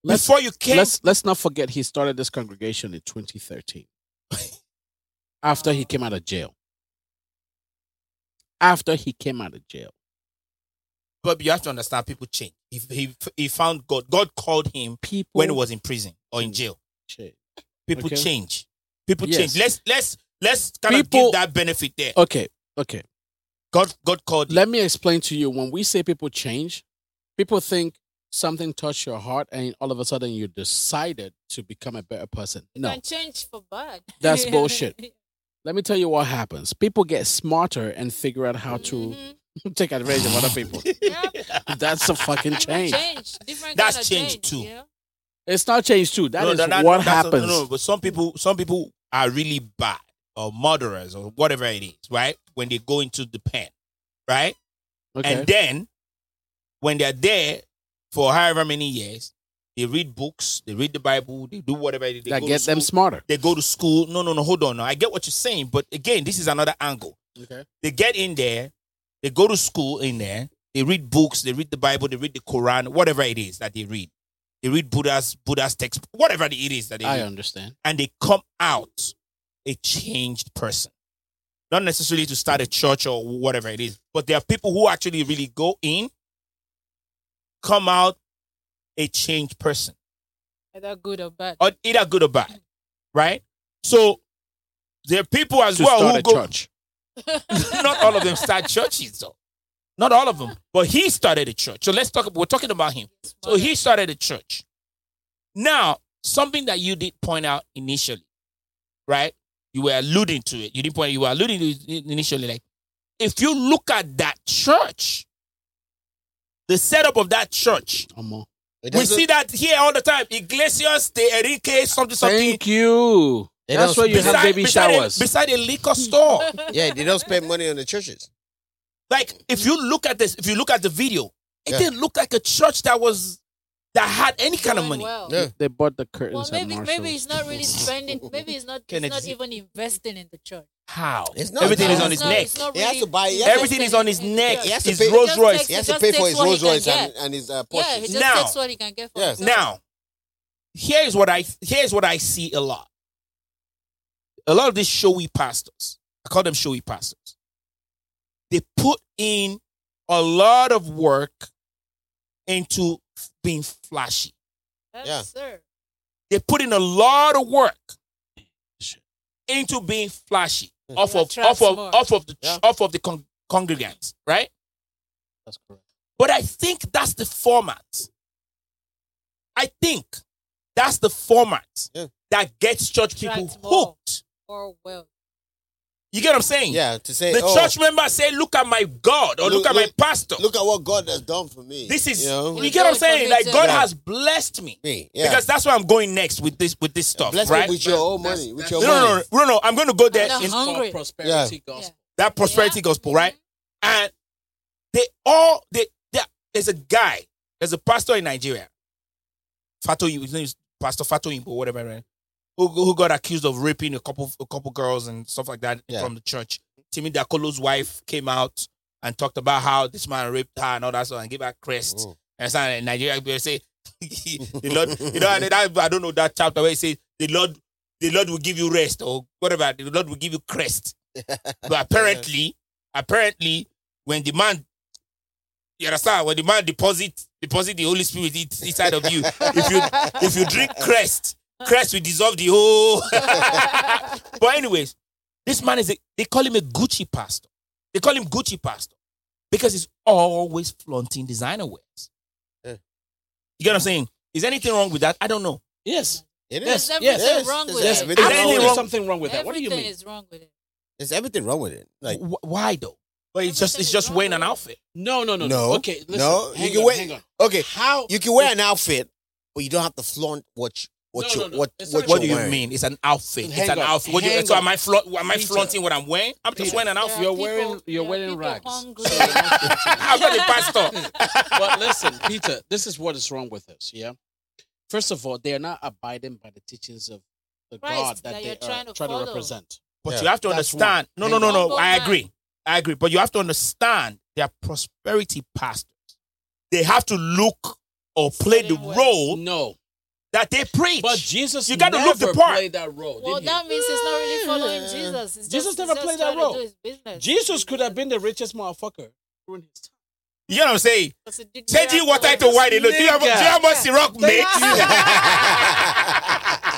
[SPEAKER 2] Let's-
[SPEAKER 1] before you came?
[SPEAKER 2] Let's let's not forget he started this congregation
[SPEAKER 1] <laughs>
[SPEAKER 2] in 2013. after he came out of jail. After he came out of jail.
[SPEAKER 1] But you have to understand, people change. He, he, he found God. God called him
[SPEAKER 2] People
[SPEAKER 1] when he was in prison or in jail.
[SPEAKER 2] shit.
[SPEAKER 1] People
[SPEAKER 2] Okay.
[SPEAKER 1] change. People
[SPEAKER 2] Yes.
[SPEAKER 1] change. Let's let's let's kind
[SPEAKER 2] People- Oh.
[SPEAKER 1] of give that benefit there.
[SPEAKER 2] Okay, okay.
[SPEAKER 1] God God called him.
[SPEAKER 2] let me explain to you when we say people change people think something touched your heart and all of a sudden you decided to become a better person
[SPEAKER 3] You
[SPEAKER 2] no
[SPEAKER 3] can change for bad.
[SPEAKER 2] That's bullshit.
[SPEAKER 3] <laughs>
[SPEAKER 2] let me tell you what happens people get smarter and figure out how to
[SPEAKER 3] Mhm.
[SPEAKER 1] <laughs>
[SPEAKER 2] <laughs> take advantage of other
[SPEAKER 3] <laughs>
[SPEAKER 2] people
[SPEAKER 3] Yep.
[SPEAKER 2] that's a fucking change
[SPEAKER 3] Different change. Different
[SPEAKER 1] That's
[SPEAKER 3] kind of
[SPEAKER 1] change too.
[SPEAKER 3] you know?
[SPEAKER 2] it's not change too That is
[SPEAKER 1] No, no, no,
[SPEAKER 2] what
[SPEAKER 1] that's-
[SPEAKER 2] happens
[SPEAKER 1] no, but some people some people are really bad or murderers or whatever it is, right? When they go into the pen, right?
[SPEAKER 2] okay
[SPEAKER 1] And then when they're there for however many years, they read books, they read the Bible, they do whatever it is. They
[SPEAKER 2] that
[SPEAKER 1] go
[SPEAKER 2] get
[SPEAKER 1] to
[SPEAKER 2] them
[SPEAKER 1] school.
[SPEAKER 2] smarter
[SPEAKER 1] they go to school. No, no, no, hold on. Now. I get what you're saying, but again, this is another angle.
[SPEAKER 2] okay
[SPEAKER 1] They get in there, they go to school in there, they read books, they read the Bible, they read the Quran, whatever it is that they read. They read Buddha's Buddha's text, whatever it is that they
[SPEAKER 2] i
[SPEAKER 1] read.
[SPEAKER 2] understand
[SPEAKER 1] And they come out a changed person. Not necessarily to start a church or whatever it is, but there are people who actually really go in, come out a changed person
[SPEAKER 3] Either good or bad.
[SPEAKER 1] or either good or bad, right? So there are people as
[SPEAKER 2] to
[SPEAKER 1] well
[SPEAKER 2] start
[SPEAKER 1] who
[SPEAKER 2] a
[SPEAKER 1] go.
[SPEAKER 2] church
[SPEAKER 1] <laughs> Not all of them start churches, though. Not all of them, but he started a church. So let's talk. We're talking about him. So he started a church, Now, something that you did point out initially, right? You were alluding to it. You didn't point. You were alluding to it initially. Like, if you look at that church, the setup of that church,
[SPEAKER 2] Come on.
[SPEAKER 4] It
[SPEAKER 1] we
[SPEAKER 4] doesn't-
[SPEAKER 1] see that here all the time. Iglesias de Enrique, something, something.
[SPEAKER 2] Thank you.
[SPEAKER 4] They
[SPEAKER 2] That's
[SPEAKER 4] don't
[SPEAKER 2] where you
[SPEAKER 4] spend-
[SPEAKER 2] have baby
[SPEAKER 1] beside
[SPEAKER 2] showers.
[SPEAKER 1] A, beside a liquor store.
[SPEAKER 4] Yeah, they don't spend money on the churches.
[SPEAKER 1] like, if you look at this, if you look at the video, it
[SPEAKER 4] Yeah.
[SPEAKER 1] didn't look like a church that was that had any kind of
[SPEAKER 3] Doing
[SPEAKER 1] money.
[SPEAKER 3] well.
[SPEAKER 4] Yeah.
[SPEAKER 2] They bought the
[SPEAKER 3] Well,
[SPEAKER 2] curtains at
[SPEAKER 3] maybe
[SPEAKER 2] Marshalls.
[SPEAKER 3] maybe he's not really spending. Maybe he's not.
[SPEAKER 1] Can
[SPEAKER 3] He's
[SPEAKER 1] it
[SPEAKER 3] not
[SPEAKER 1] just-
[SPEAKER 3] even investing in the church.
[SPEAKER 1] How?
[SPEAKER 4] It's not
[SPEAKER 1] Everything
[SPEAKER 4] about-
[SPEAKER 1] is on his
[SPEAKER 3] It's
[SPEAKER 4] It's
[SPEAKER 1] neck.
[SPEAKER 3] not- it's not
[SPEAKER 4] He has
[SPEAKER 3] really
[SPEAKER 4] to buy- he has to-
[SPEAKER 1] Everything is on his
[SPEAKER 3] investing in
[SPEAKER 1] neck.
[SPEAKER 3] the
[SPEAKER 4] He
[SPEAKER 3] church.
[SPEAKER 4] has to
[SPEAKER 1] It's
[SPEAKER 4] pay-
[SPEAKER 1] Rolls
[SPEAKER 3] Just
[SPEAKER 1] Royce.
[SPEAKER 3] takes-
[SPEAKER 4] He has to
[SPEAKER 3] just
[SPEAKER 4] pay for
[SPEAKER 3] takes
[SPEAKER 4] his
[SPEAKER 3] what he
[SPEAKER 4] Rolls
[SPEAKER 3] can
[SPEAKER 4] Royce
[SPEAKER 3] get.
[SPEAKER 4] and, and his uh,
[SPEAKER 3] Yeah,
[SPEAKER 4] Porsche.
[SPEAKER 3] he just
[SPEAKER 1] Now-
[SPEAKER 3] takes what he can get for
[SPEAKER 4] Yeah.
[SPEAKER 3] himself.
[SPEAKER 1] Now, here's what I here's what I see a lot. A lot of these showy pastors, I call them showy pastors. They put in a lot of work into being flashy.
[SPEAKER 3] Yes,
[SPEAKER 4] Yeah.
[SPEAKER 3] sir.
[SPEAKER 1] They put in a lot of work into being flashy
[SPEAKER 4] Yeah.
[SPEAKER 1] off
[SPEAKER 3] Yeah,
[SPEAKER 1] of
[SPEAKER 3] attract
[SPEAKER 1] off of
[SPEAKER 3] more.
[SPEAKER 1] off of the
[SPEAKER 4] Mm-hmm. Yeah.
[SPEAKER 1] off of the con- congregants, right?
[SPEAKER 2] That's correct.
[SPEAKER 1] But I think that's the format. I think that's the format
[SPEAKER 4] Yeah.
[SPEAKER 1] that gets church people
[SPEAKER 3] Attracts more.
[SPEAKER 1] hooked.
[SPEAKER 3] Or well,
[SPEAKER 1] You get what I'm saying?
[SPEAKER 4] Yeah, to say
[SPEAKER 1] The
[SPEAKER 4] oh,
[SPEAKER 1] church members say, "Look at my God," or "Look,
[SPEAKER 4] Look-
[SPEAKER 1] at
[SPEAKER 4] look-
[SPEAKER 1] my pastor."
[SPEAKER 4] Look at what God has done for me.
[SPEAKER 1] this is
[SPEAKER 4] you
[SPEAKER 1] you,
[SPEAKER 4] know?
[SPEAKER 3] We
[SPEAKER 1] get what I'm
[SPEAKER 3] do it for
[SPEAKER 1] saying?
[SPEAKER 3] me
[SPEAKER 1] Like
[SPEAKER 3] too.
[SPEAKER 1] God
[SPEAKER 4] Yeah.
[SPEAKER 1] has blessed me
[SPEAKER 4] me. Yeah,
[SPEAKER 1] because that's where I'm going next with this with this stuff,
[SPEAKER 4] bless
[SPEAKER 1] right?
[SPEAKER 4] me with your own money, with your
[SPEAKER 1] no, no, no,
[SPEAKER 4] money.
[SPEAKER 1] no, no, no. I'm going to go there.
[SPEAKER 3] not
[SPEAKER 1] in-
[SPEAKER 3] hungry. Hungry.
[SPEAKER 2] prosperity gospel.
[SPEAKER 1] that prosperity
[SPEAKER 3] Yeah. Mm-hmm.
[SPEAKER 1] gospel, right? And they all they, they there's a guy, there's a pastor in Nigeria, Fato, his name is Pastor Fato Imbo, whatever, right? who who got accused of raping a couple a couple girls and stuff like that
[SPEAKER 4] Yeah.
[SPEAKER 1] from the church. Timmy Dakolo's wife came out and talked about how this man raped her and all that stuff and gave her crest.
[SPEAKER 4] Mm.
[SPEAKER 1] And so in Nigeria people say <laughs> the Lord, you know, and that, I don't know that chapter where it says the Lord, the Lord will give you rest or whatever. The Lord will give you crest but apparently, apparently, when the man, you understand, when the man deposit deposit the Holy Spirit in- inside of you, if you if you drink Crest, Crest will dissolve the whole. <laughs> but anyways, this man is a, they call him a Gucci pastor. They call him Gucci pastor because he's always flaunting designer wears.
[SPEAKER 2] Eh.
[SPEAKER 4] Yeah.
[SPEAKER 1] You get what I'm saying? Is anything wrong with that? I don't know.
[SPEAKER 2] Yes.
[SPEAKER 4] <laughs> It
[SPEAKER 2] Yes,
[SPEAKER 4] is.
[SPEAKER 3] there's everything
[SPEAKER 2] yes,
[SPEAKER 3] wrong
[SPEAKER 4] there's
[SPEAKER 3] with
[SPEAKER 2] Yes.
[SPEAKER 3] it.
[SPEAKER 4] everything
[SPEAKER 1] There's
[SPEAKER 4] wrong with
[SPEAKER 1] anything
[SPEAKER 4] it.
[SPEAKER 2] There's
[SPEAKER 1] wrong-
[SPEAKER 2] something wrong with that. What do you
[SPEAKER 3] Everything
[SPEAKER 2] mean?
[SPEAKER 3] is wrong with it.
[SPEAKER 4] There's everything wrong with it. Like
[SPEAKER 1] Wh- why though? But it's just
[SPEAKER 3] Everything
[SPEAKER 1] it's
[SPEAKER 3] is
[SPEAKER 1] just
[SPEAKER 3] wrong
[SPEAKER 1] wearing
[SPEAKER 3] with
[SPEAKER 1] an
[SPEAKER 3] it.
[SPEAKER 1] outfit.
[SPEAKER 2] No, no, no, no.
[SPEAKER 4] No.
[SPEAKER 2] Okay, listen.
[SPEAKER 4] No, you
[SPEAKER 2] hang
[SPEAKER 4] can
[SPEAKER 2] on,
[SPEAKER 4] wait.
[SPEAKER 2] Hang on.
[SPEAKER 4] okay,
[SPEAKER 2] How
[SPEAKER 4] you can wear an outfit, but you don't have to flaunt what you, what
[SPEAKER 2] No,
[SPEAKER 4] you
[SPEAKER 2] no, no.
[SPEAKER 4] what
[SPEAKER 2] It's
[SPEAKER 4] what,
[SPEAKER 2] not
[SPEAKER 1] What
[SPEAKER 4] you're
[SPEAKER 1] do you
[SPEAKER 4] wearing.
[SPEAKER 1] mean? It's an outfit.
[SPEAKER 2] Hang
[SPEAKER 1] it's an
[SPEAKER 2] on.
[SPEAKER 1] outfit. What do you,
[SPEAKER 2] Hang
[SPEAKER 1] so
[SPEAKER 2] on.
[SPEAKER 1] am I flaunting? Am I
[SPEAKER 2] Peter.
[SPEAKER 1] flaunting what I'm wearing? I'm just
[SPEAKER 2] Peter.
[SPEAKER 1] wearing an
[SPEAKER 3] There
[SPEAKER 1] outfit. <laughs>
[SPEAKER 3] are
[SPEAKER 2] You're wearing-
[SPEAKER 3] people-
[SPEAKER 2] you're
[SPEAKER 3] there are
[SPEAKER 2] wearing
[SPEAKER 3] people
[SPEAKER 2] rags.
[SPEAKER 3] hungry.
[SPEAKER 1] I'm not a pastor.
[SPEAKER 2] but listen, Peter, this is what is wrong with us. Yeah. First of all, they are not abiding by the teachings of the
[SPEAKER 3] Christ
[SPEAKER 2] God that,
[SPEAKER 3] that
[SPEAKER 2] they
[SPEAKER 3] you're
[SPEAKER 2] are
[SPEAKER 3] trying
[SPEAKER 2] trying
[SPEAKER 3] to
[SPEAKER 2] to,
[SPEAKER 3] follow.
[SPEAKER 2] represent.
[SPEAKER 1] But
[SPEAKER 4] Yeah,
[SPEAKER 1] you have to
[SPEAKER 2] that's
[SPEAKER 1] understand. No,
[SPEAKER 2] one.
[SPEAKER 1] no, no, no.
[SPEAKER 3] Don't go
[SPEAKER 1] I
[SPEAKER 3] mad.
[SPEAKER 1] agree. I agree. But you have to understand they are prosperity pastors. They have to look or play the
[SPEAKER 3] Certain way.
[SPEAKER 1] role
[SPEAKER 2] No,
[SPEAKER 1] that they preach.
[SPEAKER 2] but Jesus,
[SPEAKER 1] You gotta
[SPEAKER 2] never
[SPEAKER 1] look the part.
[SPEAKER 2] Played that role.
[SPEAKER 3] Well,
[SPEAKER 2] did he?
[SPEAKER 3] that means he's not really following Jesus. It's
[SPEAKER 2] Jesus
[SPEAKER 3] just,
[SPEAKER 2] never
[SPEAKER 3] he's just
[SPEAKER 2] played
[SPEAKER 3] trying
[SPEAKER 2] that
[SPEAKER 3] to
[SPEAKER 2] role.
[SPEAKER 3] do his business.
[SPEAKER 2] Jesus could have been the richest motherfucker during his time.
[SPEAKER 1] you know what I'm saying?
[SPEAKER 3] Because he did
[SPEAKER 1] Changing water
[SPEAKER 3] miracles.
[SPEAKER 1] into wine. You know, do you have- do you
[SPEAKER 2] Nigga.
[SPEAKER 1] have much rock mate? <laughs>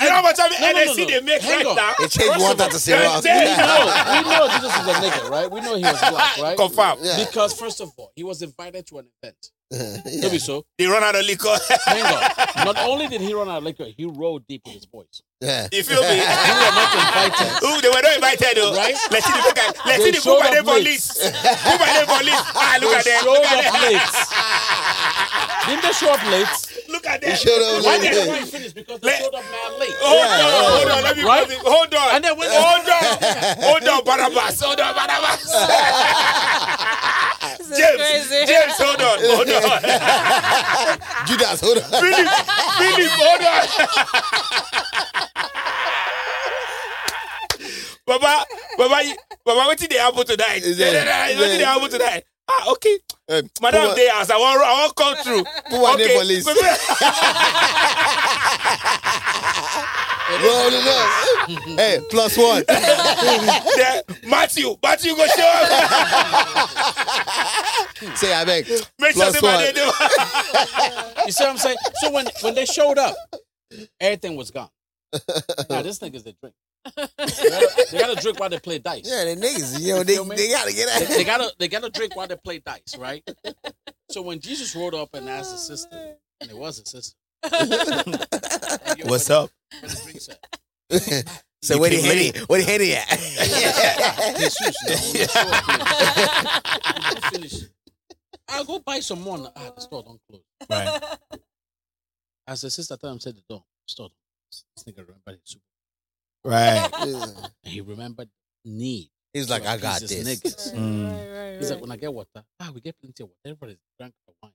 [SPEAKER 1] You know how much of
[SPEAKER 2] No, no, no,
[SPEAKER 1] NSC they
[SPEAKER 2] no.
[SPEAKER 1] make
[SPEAKER 2] Hang
[SPEAKER 1] right
[SPEAKER 2] on.
[SPEAKER 1] now?
[SPEAKER 4] They changed water to syrup.
[SPEAKER 1] Yeah,
[SPEAKER 2] We know, we know Jesus is a nigga, right? We know he was
[SPEAKER 4] <laughs>
[SPEAKER 2] black, right?
[SPEAKER 1] Ah, Confirm.
[SPEAKER 4] Yeah.
[SPEAKER 2] Because first of all, he was invited to an event.
[SPEAKER 4] <laughs> Yeah.
[SPEAKER 2] Maybe so.
[SPEAKER 1] They run out of liquor. <laughs>
[SPEAKER 2] Hang on. Not only did he run out of liquor, he rolled deep in his voice.
[SPEAKER 4] Yeah.
[SPEAKER 1] You feel
[SPEAKER 4] <laughs>
[SPEAKER 2] <laughs>
[SPEAKER 1] me?
[SPEAKER 2] Invited.
[SPEAKER 1] Ooh, they were not invited though.
[SPEAKER 2] Right?
[SPEAKER 1] Let's see the book. and- Let's see
[SPEAKER 2] They
[SPEAKER 1] the book
[SPEAKER 2] showed
[SPEAKER 1] by them
[SPEAKER 2] up
[SPEAKER 1] for
[SPEAKER 2] late.
[SPEAKER 1] list. Book by them for list. Ah, look
[SPEAKER 2] They
[SPEAKER 1] at them.
[SPEAKER 2] showed
[SPEAKER 1] Look at
[SPEAKER 2] up
[SPEAKER 1] them.
[SPEAKER 2] late. Didn't they show up late?
[SPEAKER 1] <laughs> Look at
[SPEAKER 4] They
[SPEAKER 1] them.
[SPEAKER 4] showed up
[SPEAKER 1] Look
[SPEAKER 2] Why
[SPEAKER 4] late. Oh
[SPEAKER 1] at
[SPEAKER 2] did
[SPEAKER 1] them.
[SPEAKER 2] they finish? Because they
[SPEAKER 1] Let-
[SPEAKER 2] showed up mad late.
[SPEAKER 1] Hold on, hold on, let me
[SPEAKER 2] Right?
[SPEAKER 1] pause it. Hold on.
[SPEAKER 2] And then when-
[SPEAKER 1] hold on. Hold on, Barnabas. Hold on,
[SPEAKER 2] <laughs>
[SPEAKER 1] Barnabas.
[SPEAKER 3] is
[SPEAKER 1] James,
[SPEAKER 3] crazy. <laughs>
[SPEAKER 1] James, hold on, hold on.
[SPEAKER 2] <laughs>
[SPEAKER 4] Judas, hold on.
[SPEAKER 1] Philip, Philip, hold on. Baba, Baba, you- Baba, what did they happen tonight?
[SPEAKER 4] Is it-
[SPEAKER 1] what did they happen tonight? Ah, okay.
[SPEAKER 4] Um,
[SPEAKER 1] Madam
[SPEAKER 4] Puma-
[SPEAKER 1] Day asked, I won't, I won't come through.
[SPEAKER 4] Puma Day police. Roll it
[SPEAKER 2] <laughs>
[SPEAKER 4] up. Hey, plus one.
[SPEAKER 1] Then Matthew, Matthew go show up.
[SPEAKER 4] Say, I beg.
[SPEAKER 1] Make sure
[SPEAKER 4] Plus
[SPEAKER 1] they
[SPEAKER 4] one.
[SPEAKER 1] they- they-
[SPEAKER 2] You see what I'm
[SPEAKER 4] <laughs>
[SPEAKER 2] saying? So when, when they showed up, everything was gone. Now this nigga's they
[SPEAKER 4] <laughs>
[SPEAKER 2] drink. They gotta, they gotta drink while they play dice.
[SPEAKER 4] Yeah, the niggas, you know, they, they gotta get out.
[SPEAKER 2] they gotta they gotta drink while they play dice, right? So when Jesus rolled up and asked his sister, and it was his sister,
[SPEAKER 4] What's up? <laughs> so where the
[SPEAKER 1] came
[SPEAKER 4] henny? Where the henny at? <laughs>
[SPEAKER 2] "Oh, I'll go buy some more. Ah, the store don't close.
[SPEAKER 4] right.
[SPEAKER 2] As the sister told him, said the door, store don't close. This nigga remembered his super.
[SPEAKER 4] Right. <laughs>
[SPEAKER 2] And he remembered need.
[SPEAKER 4] He's like, I
[SPEAKER 2] He's
[SPEAKER 4] got
[SPEAKER 2] just
[SPEAKER 4] this.
[SPEAKER 2] niggas.
[SPEAKER 1] Mm.
[SPEAKER 3] right,
[SPEAKER 2] He's like, <laughs>
[SPEAKER 3] <laughs>
[SPEAKER 2] when I get water, ah, we get plenty of water. Everybody's drunk the wine.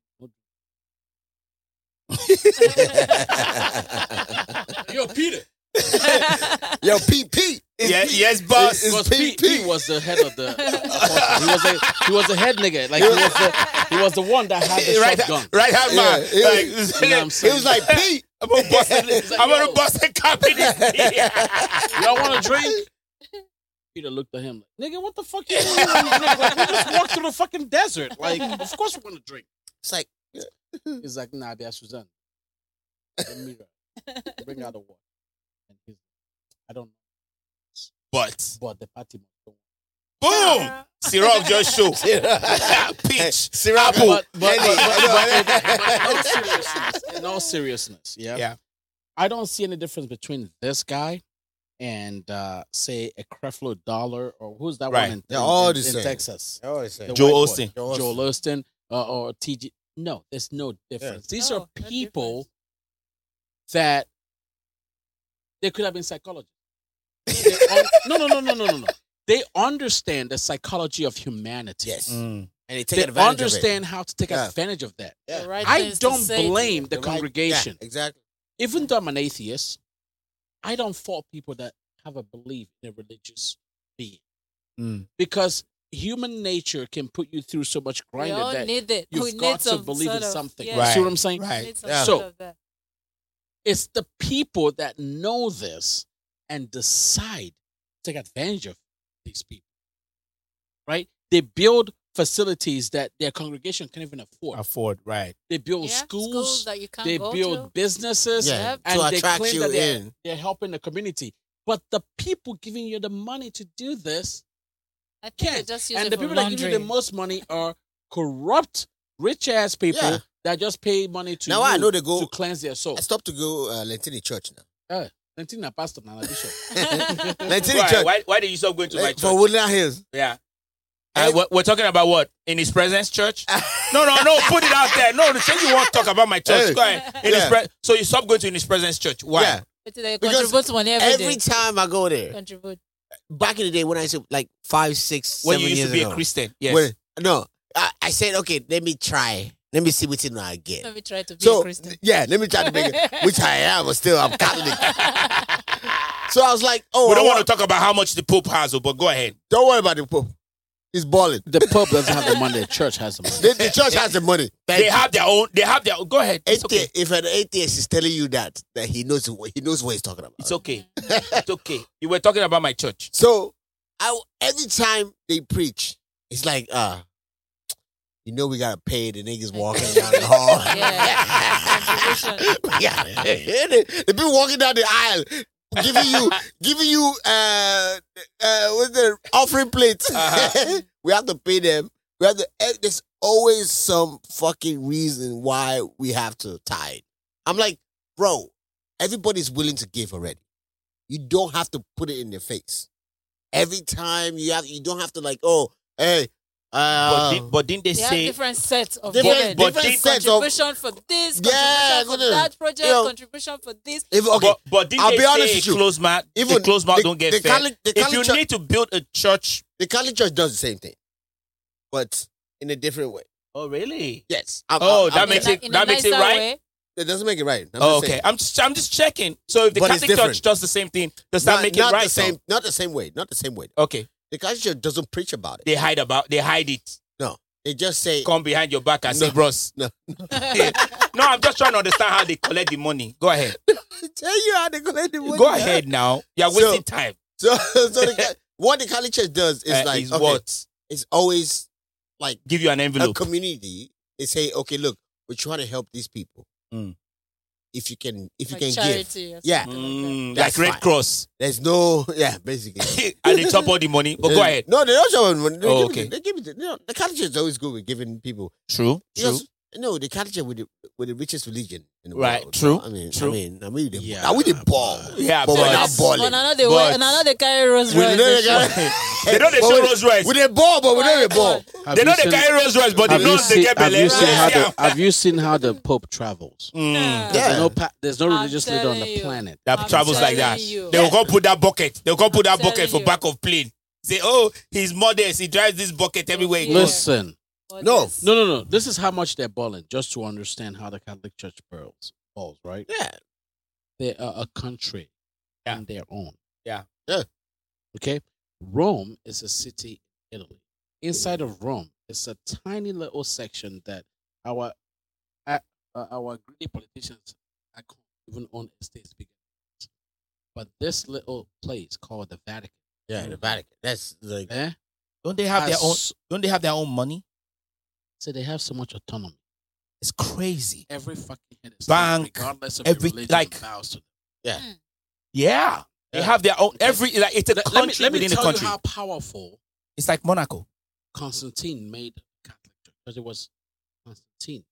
[SPEAKER 2] We'll Yo, Peter.
[SPEAKER 4] <laughs> Yo, Pete, Pete. It's
[SPEAKER 1] Yeah,
[SPEAKER 4] Pete.
[SPEAKER 1] yes, boss.
[SPEAKER 4] It's-
[SPEAKER 2] Because
[SPEAKER 4] Pete,
[SPEAKER 2] Pete, Pete
[SPEAKER 4] Pete.
[SPEAKER 2] was the head of the. he was a, he was the head nigga. Like he was the, he was the one that had the
[SPEAKER 1] right, <laughs>
[SPEAKER 2] shotgun.
[SPEAKER 1] right hand man.
[SPEAKER 4] Yeah,
[SPEAKER 1] like,
[SPEAKER 4] it
[SPEAKER 2] You know what I'm
[SPEAKER 4] It
[SPEAKER 2] saying?
[SPEAKER 4] was like Pete.
[SPEAKER 1] I'm gonna bust
[SPEAKER 4] It's
[SPEAKER 1] a,
[SPEAKER 2] like,
[SPEAKER 1] I'm
[SPEAKER 2] yo.
[SPEAKER 1] gonna bust a cop in his
[SPEAKER 4] <laughs>
[SPEAKER 2] y'all want a drink? Peter looked at him like, nigga, what the fuck you doing? Nigga, like, we just walked through the fucking desert. Like, of course we want to drink.
[SPEAKER 4] It's like
[SPEAKER 2] He's like, nah, be a Suzanne. The mirror. Bring out the water. And he's I don't know.
[SPEAKER 1] But
[SPEAKER 2] But the party must go on.
[SPEAKER 1] boom, Syrup just show.
[SPEAKER 2] <laughs>
[SPEAKER 4] <laughs>
[SPEAKER 1] Peach, Oh, syrup,
[SPEAKER 2] But,
[SPEAKER 1] <laughs>
[SPEAKER 2] but, but, but, but, but in all
[SPEAKER 4] Henny.
[SPEAKER 2] seriousness, in all seriousness, yeah,
[SPEAKER 1] Yeah.
[SPEAKER 2] I don't see any difference between this guy and uh, say a Creflo Dollar or who's that
[SPEAKER 1] Right.
[SPEAKER 2] one in,
[SPEAKER 4] They're all
[SPEAKER 2] in-
[SPEAKER 4] the
[SPEAKER 2] in
[SPEAKER 4] same.
[SPEAKER 2] Texas?
[SPEAKER 4] Joel
[SPEAKER 2] The
[SPEAKER 1] Joel
[SPEAKER 2] white boy.
[SPEAKER 1] Osteen.
[SPEAKER 2] Joel Osteen uh, or TG. No, there's no difference. These
[SPEAKER 3] No,
[SPEAKER 2] are
[SPEAKER 3] no
[SPEAKER 2] people that they could have been psychologists.
[SPEAKER 4] <laughs>
[SPEAKER 2] They un- no, no, no, no, no, no, no. They understand the psychology of humanity.
[SPEAKER 4] Yes.
[SPEAKER 1] Mm.
[SPEAKER 4] And they take
[SPEAKER 2] They
[SPEAKER 4] advantage of it.
[SPEAKER 2] understand how to take
[SPEAKER 4] Yeah.
[SPEAKER 2] advantage of that.
[SPEAKER 4] Yeah.
[SPEAKER 3] Right
[SPEAKER 2] I
[SPEAKER 3] things to
[SPEAKER 2] don't
[SPEAKER 3] say to
[SPEAKER 2] blame the
[SPEAKER 4] Right- yeah,
[SPEAKER 2] congregation.
[SPEAKER 4] exactly.
[SPEAKER 2] Even though I'm an atheist, I don't fault people that have a belief in a religious being.
[SPEAKER 1] Mm.
[SPEAKER 2] Because human nature can put you through so much
[SPEAKER 3] We
[SPEAKER 2] grinding
[SPEAKER 3] all
[SPEAKER 2] that
[SPEAKER 3] need it.
[SPEAKER 2] you've
[SPEAKER 3] we need
[SPEAKER 2] got to
[SPEAKER 3] some
[SPEAKER 2] believe
[SPEAKER 3] sort
[SPEAKER 2] in
[SPEAKER 3] of-
[SPEAKER 2] something.
[SPEAKER 3] Yeah.
[SPEAKER 2] You
[SPEAKER 1] Right.
[SPEAKER 2] see what I'm saying?
[SPEAKER 3] We
[SPEAKER 1] Right.
[SPEAKER 3] need some
[SPEAKER 4] Yeah.
[SPEAKER 3] sort
[SPEAKER 2] So-
[SPEAKER 3] of that.
[SPEAKER 2] It's the people that know this and decide to take advantage of these people. Right? They build facilities that their congregation can't even afford.
[SPEAKER 1] Afford, right?
[SPEAKER 2] They build
[SPEAKER 3] Yeah,
[SPEAKER 2] schools,
[SPEAKER 3] that you can't
[SPEAKER 2] they
[SPEAKER 3] go
[SPEAKER 2] build
[SPEAKER 3] to.
[SPEAKER 2] businesses,
[SPEAKER 4] Yeah.
[SPEAKER 3] Yep.
[SPEAKER 2] and
[SPEAKER 4] to
[SPEAKER 2] they
[SPEAKER 4] attract
[SPEAKER 2] claim
[SPEAKER 4] you
[SPEAKER 2] that they're,
[SPEAKER 4] in.
[SPEAKER 2] they're helping the community. But the people giving you the money to do this
[SPEAKER 3] I think they
[SPEAKER 2] can't.
[SPEAKER 3] just use
[SPEAKER 2] And
[SPEAKER 3] it
[SPEAKER 2] the
[SPEAKER 3] for
[SPEAKER 2] people that give
[SPEAKER 3] laundry.
[SPEAKER 2] you the most money are corrupt, rich ass people
[SPEAKER 4] Yeah.
[SPEAKER 2] that just pay money to
[SPEAKER 4] Now
[SPEAKER 2] you
[SPEAKER 4] I know they
[SPEAKER 2] to
[SPEAKER 4] go.
[SPEAKER 2] cleanse their soul.
[SPEAKER 4] I stopped to go uh, Lentini Church now.
[SPEAKER 2] Nineteen na pastor na na bishop.
[SPEAKER 3] <laughs>
[SPEAKER 4] <laughs> Lentini
[SPEAKER 1] Why,
[SPEAKER 4] Church.
[SPEAKER 1] why, why did you stop going to my
[SPEAKER 4] Like,
[SPEAKER 1] church?
[SPEAKER 4] for Woodland Hills.
[SPEAKER 1] yeah. Uh, we're, we're talking about what in his presence,
[SPEAKER 4] <laughs>
[SPEAKER 1] church. No, no, no. Put it out there. No, the church you want to talk about my church.
[SPEAKER 4] Hey.
[SPEAKER 1] Go ahead. In his
[SPEAKER 4] Yeah.
[SPEAKER 1] pre- so you stop going to in his presence church. Why?
[SPEAKER 4] Yeah.
[SPEAKER 3] But they
[SPEAKER 4] Because
[SPEAKER 3] contribute money every
[SPEAKER 4] Every
[SPEAKER 3] day.
[SPEAKER 4] time I go there,
[SPEAKER 3] Contribute.
[SPEAKER 4] back in the day when I used to like five, six,
[SPEAKER 1] When
[SPEAKER 4] seven
[SPEAKER 1] you used
[SPEAKER 4] years
[SPEAKER 1] to be
[SPEAKER 4] ago.
[SPEAKER 1] a Christian, yes.
[SPEAKER 4] When- no, I, I said okay. Let me try. Let me see what you know I get.
[SPEAKER 3] Let me try to be a
[SPEAKER 4] so
[SPEAKER 3] Christian.
[SPEAKER 4] yeah, let me try to make it, which I am, but still I'm Catholic. so I was like, oh,
[SPEAKER 1] we don't
[SPEAKER 4] I
[SPEAKER 1] want to talk about how much the Pope has, oh, but go ahead.
[SPEAKER 4] Don't worry about the Pope. He's balling.
[SPEAKER 2] The Pope doesn't have the money. The church has the <laughs> money.
[SPEAKER 4] The, the church has the money. Thank
[SPEAKER 1] They
[SPEAKER 4] you.
[SPEAKER 1] have their own. They have their. Go ahead. It's
[SPEAKER 4] Athe-
[SPEAKER 1] okay.
[SPEAKER 4] If an atheist is telling you that, that he knows what he knows what he's talking about.
[SPEAKER 1] It's okay. It's
[SPEAKER 4] <laughs>
[SPEAKER 1] okay. You were talking about my church.
[SPEAKER 4] So I every time they preach, it's like uh you know we gotta pay the niggas walking down the hall. <laughs>
[SPEAKER 3] Yeah.
[SPEAKER 4] We gotta pay the the people walking down the aisle
[SPEAKER 1] <laughs>
[SPEAKER 4] giving you giving you uh uh what's the offering plates.
[SPEAKER 1] Uh-huh.
[SPEAKER 4] <laughs> we have to pay them. We have to eh, there's always some fucking reason why we have to tithe. I'm like, bro, everybody's willing to give already. You don't have to put it in their face. Every time you have, you don't have to like, oh, hey,
[SPEAKER 1] but,
[SPEAKER 4] <laughs> uh,
[SPEAKER 1] di- but didn't they
[SPEAKER 3] They have
[SPEAKER 1] say?
[SPEAKER 3] different sets of
[SPEAKER 4] different-
[SPEAKER 3] women.
[SPEAKER 1] but different
[SPEAKER 4] sets of-
[SPEAKER 3] contribution for this,
[SPEAKER 4] Yeah,
[SPEAKER 3] contribution for
[SPEAKER 4] goodness.
[SPEAKER 3] that project,
[SPEAKER 4] You know-
[SPEAKER 3] contribution for this.
[SPEAKER 4] if, okay,
[SPEAKER 1] But, but didn't
[SPEAKER 4] I'll
[SPEAKER 1] they
[SPEAKER 4] be honest
[SPEAKER 1] say
[SPEAKER 4] with you.
[SPEAKER 1] closed mouth?
[SPEAKER 4] Even
[SPEAKER 1] the closed mouth
[SPEAKER 4] the-
[SPEAKER 1] don't get
[SPEAKER 4] the
[SPEAKER 1] fed.
[SPEAKER 4] Catholic- the
[SPEAKER 1] if
[SPEAKER 4] Catholic
[SPEAKER 1] you
[SPEAKER 4] church-
[SPEAKER 1] need to build a church,
[SPEAKER 4] the Catholic Church does the same thing, but in a different way.
[SPEAKER 1] oh really?
[SPEAKER 4] Yes. I'm-
[SPEAKER 1] Oh,
[SPEAKER 4] I'm-
[SPEAKER 1] that
[SPEAKER 4] I'm-
[SPEAKER 1] makes
[SPEAKER 3] in a,
[SPEAKER 1] it-
[SPEAKER 3] ni- in
[SPEAKER 1] that
[SPEAKER 3] a
[SPEAKER 1] makes it
[SPEAKER 3] nicer
[SPEAKER 1] right?
[SPEAKER 3] way.
[SPEAKER 4] It doesn't make it right. That's
[SPEAKER 1] Oh,
[SPEAKER 4] the same.
[SPEAKER 1] okay, I'm just I'm just checking. So if the
[SPEAKER 4] But it's
[SPEAKER 1] Catholic church
[SPEAKER 4] different.
[SPEAKER 1] does the same thing, does that
[SPEAKER 4] Not,
[SPEAKER 1] make it
[SPEAKER 4] not
[SPEAKER 1] right?
[SPEAKER 4] the
[SPEAKER 1] though?
[SPEAKER 4] same. Not the same way. Not the same way.
[SPEAKER 1] Okay,
[SPEAKER 4] The Catholic Church doesn't preach about it.
[SPEAKER 1] they hide about they hide it.
[SPEAKER 4] They just say,
[SPEAKER 1] Come behind your back and
[SPEAKER 4] No.
[SPEAKER 1] say, "Bros."
[SPEAKER 4] No.
[SPEAKER 1] <laughs> no, I'm just trying to understand how they collect the money. Go ahead.
[SPEAKER 4] <laughs> "Tell you how they collect the money."
[SPEAKER 1] Go ahead now. You're
[SPEAKER 4] So-
[SPEAKER 1] wasting time.
[SPEAKER 4] <laughs> So, so the, Ca- what the Catholic Church does is
[SPEAKER 1] Uh,
[SPEAKER 4] like,
[SPEAKER 1] is
[SPEAKER 4] okay,
[SPEAKER 1] what
[SPEAKER 4] It's always like
[SPEAKER 1] give you an
[SPEAKER 4] a
[SPEAKER 1] envelope.
[SPEAKER 4] community, they say, okay, look, we're trying to help these people.
[SPEAKER 1] Mm.
[SPEAKER 4] If you can,
[SPEAKER 3] Like
[SPEAKER 4] if you can give,
[SPEAKER 3] charity or
[SPEAKER 4] Yeah.
[SPEAKER 3] something like
[SPEAKER 1] Mm, like
[SPEAKER 4] That's
[SPEAKER 1] Red
[SPEAKER 4] fine.
[SPEAKER 1] Cross,
[SPEAKER 4] there's no, <laughs> yeah, basically.
[SPEAKER 1] <coughs> and they top all the money. But go
[SPEAKER 4] There's-
[SPEAKER 1] ahead.
[SPEAKER 4] No, they don't show them. They
[SPEAKER 1] Oh,
[SPEAKER 4] give
[SPEAKER 1] okay.
[SPEAKER 4] it. They give it. You know, the college is always good with giving people.
[SPEAKER 1] True.
[SPEAKER 4] You know, No, the culture with the with the richest religion in the
[SPEAKER 1] Right,
[SPEAKER 4] world.
[SPEAKER 1] true,
[SPEAKER 4] I mean,
[SPEAKER 1] true.
[SPEAKER 4] I mean, I mean, the,
[SPEAKER 2] Yeah,
[SPEAKER 4] yeah, we the ball.
[SPEAKER 1] Yeah,
[SPEAKER 4] but we're not
[SPEAKER 1] but-
[SPEAKER 4] balling.
[SPEAKER 3] But now they
[SPEAKER 1] But-
[SPEAKER 3] wear- now they carry Rolls
[SPEAKER 4] We
[SPEAKER 3] Royce.
[SPEAKER 4] know
[SPEAKER 3] and
[SPEAKER 4] they <laughs> got-
[SPEAKER 3] <laughs> shit.
[SPEAKER 1] They know they
[SPEAKER 4] But
[SPEAKER 1] show
[SPEAKER 4] we-
[SPEAKER 1] Rolls Royce.
[SPEAKER 4] We the ball, but we know the ball.
[SPEAKER 2] Have
[SPEAKER 1] They
[SPEAKER 2] you
[SPEAKER 1] know they
[SPEAKER 2] seen-
[SPEAKER 1] carry Rolls Royce, but they
[SPEAKER 2] have
[SPEAKER 1] know
[SPEAKER 2] you
[SPEAKER 1] they
[SPEAKER 2] seen,
[SPEAKER 1] get
[SPEAKER 2] have
[SPEAKER 1] belly.
[SPEAKER 2] you seen how
[SPEAKER 1] Yeah.
[SPEAKER 2] the Have you seen how the Pope travels?
[SPEAKER 1] Mm.
[SPEAKER 4] Yeah.
[SPEAKER 2] There's no, pa- there's no
[SPEAKER 3] I'm
[SPEAKER 2] religious leader on
[SPEAKER 3] telling
[SPEAKER 2] the
[SPEAKER 3] you.
[SPEAKER 2] planet.
[SPEAKER 1] That
[SPEAKER 3] I'm
[SPEAKER 1] travels like that.
[SPEAKER 3] telling you.
[SPEAKER 1] They will go put that bucket. They will go put
[SPEAKER 3] I'm
[SPEAKER 1] that bucket for
[SPEAKER 3] telling you.
[SPEAKER 1] back of plane. Say, oh, he's modest. He drives this bucket everywhere. he goes.
[SPEAKER 3] Yeah.
[SPEAKER 2] Listen,
[SPEAKER 3] But
[SPEAKER 4] No,
[SPEAKER 3] this- <laughs>
[SPEAKER 2] no, no, no. This is how much they're balling, just to understand how the Catholic Church balls, balls right?
[SPEAKER 4] Yeah.
[SPEAKER 2] They are a country
[SPEAKER 1] Yeah.
[SPEAKER 2] on their own.
[SPEAKER 1] Yeah.
[SPEAKER 4] Yeah.
[SPEAKER 2] Okay. Rome is a city, in Italy. Inside of Rome, it's a tiny little section that our uh, uh, our greedy politicians are co- even on estates. bigger. But this little place called the Vatican,
[SPEAKER 4] Yeah, the Vatican. That's like
[SPEAKER 2] eh?
[SPEAKER 1] Don't they have their
[SPEAKER 2] has
[SPEAKER 1] own?
[SPEAKER 2] s-
[SPEAKER 1] Don't they have their own money?
[SPEAKER 2] So they have so much autonomy.
[SPEAKER 1] It's crazy.
[SPEAKER 2] Every fucking head is
[SPEAKER 1] Bank,
[SPEAKER 2] regardless of
[SPEAKER 1] every-
[SPEAKER 2] every religion,
[SPEAKER 1] like-
[SPEAKER 2] bows to them.
[SPEAKER 1] Yeah, they
[SPEAKER 4] Yeah.
[SPEAKER 1] have their own. Every like it's a country
[SPEAKER 2] Let me, let me
[SPEAKER 1] within
[SPEAKER 2] tell
[SPEAKER 1] the
[SPEAKER 2] you
[SPEAKER 1] country.
[SPEAKER 2] how powerful
[SPEAKER 1] It's like Monaco.
[SPEAKER 2] Constantine made Catholic Church because it was Constantine.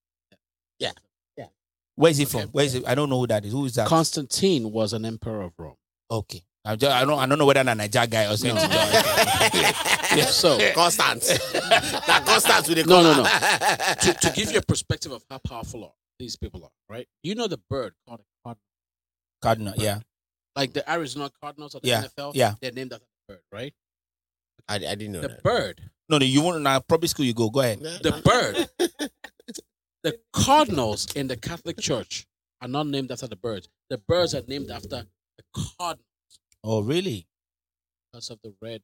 [SPEAKER 1] Where is he from?
[SPEAKER 2] Okay.
[SPEAKER 1] Where is it? I don't know who that is. Who is that?
[SPEAKER 2] Constantine was an emperor of Rome.
[SPEAKER 1] okay, I, just, I don't. I don't know whether an Naija guy or something.
[SPEAKER 4] <laughs>
[SPEAKER 2] So
[SPEAKER 1] <laughs>
[SPEAKER 4] Constance. that Constance with the
[SPEAKER 2] No, no, no.
[SPEAKER 4] no.
[SPEAKER 2] to,
[SPEAKER 4] <laughs>
[SPEAKER 2] to give you a perspective of how powerful are, these people are, right? You know the bird called a cardinal.
[SPEAKER 1] Cardinal. Yeah.
[SPEAKER 2] Like the Arizona Cardinals of the
[SPEAKER 1] Yeah,
[SPEAKER 2] NFL,
[SPEAKER 1] yeah.
[SPEAKER 2] they're named after the bird, right?
[SPEAKER 4] I, I didn't know
[SPEAKER 2] The
[SPEAKER 4] that.
[SPEAKER 2] bird,
[SPEAKER 1] No, no. You won't. Now, probably school. You go. Go ahead.
[SPEAKER 2] the bird, the cardinals in the Catholic Church are not named after the birds. The birds are named after the cardinals
[SPEAKER 1] Oh, really?
[SPEAKER 2] because of the red.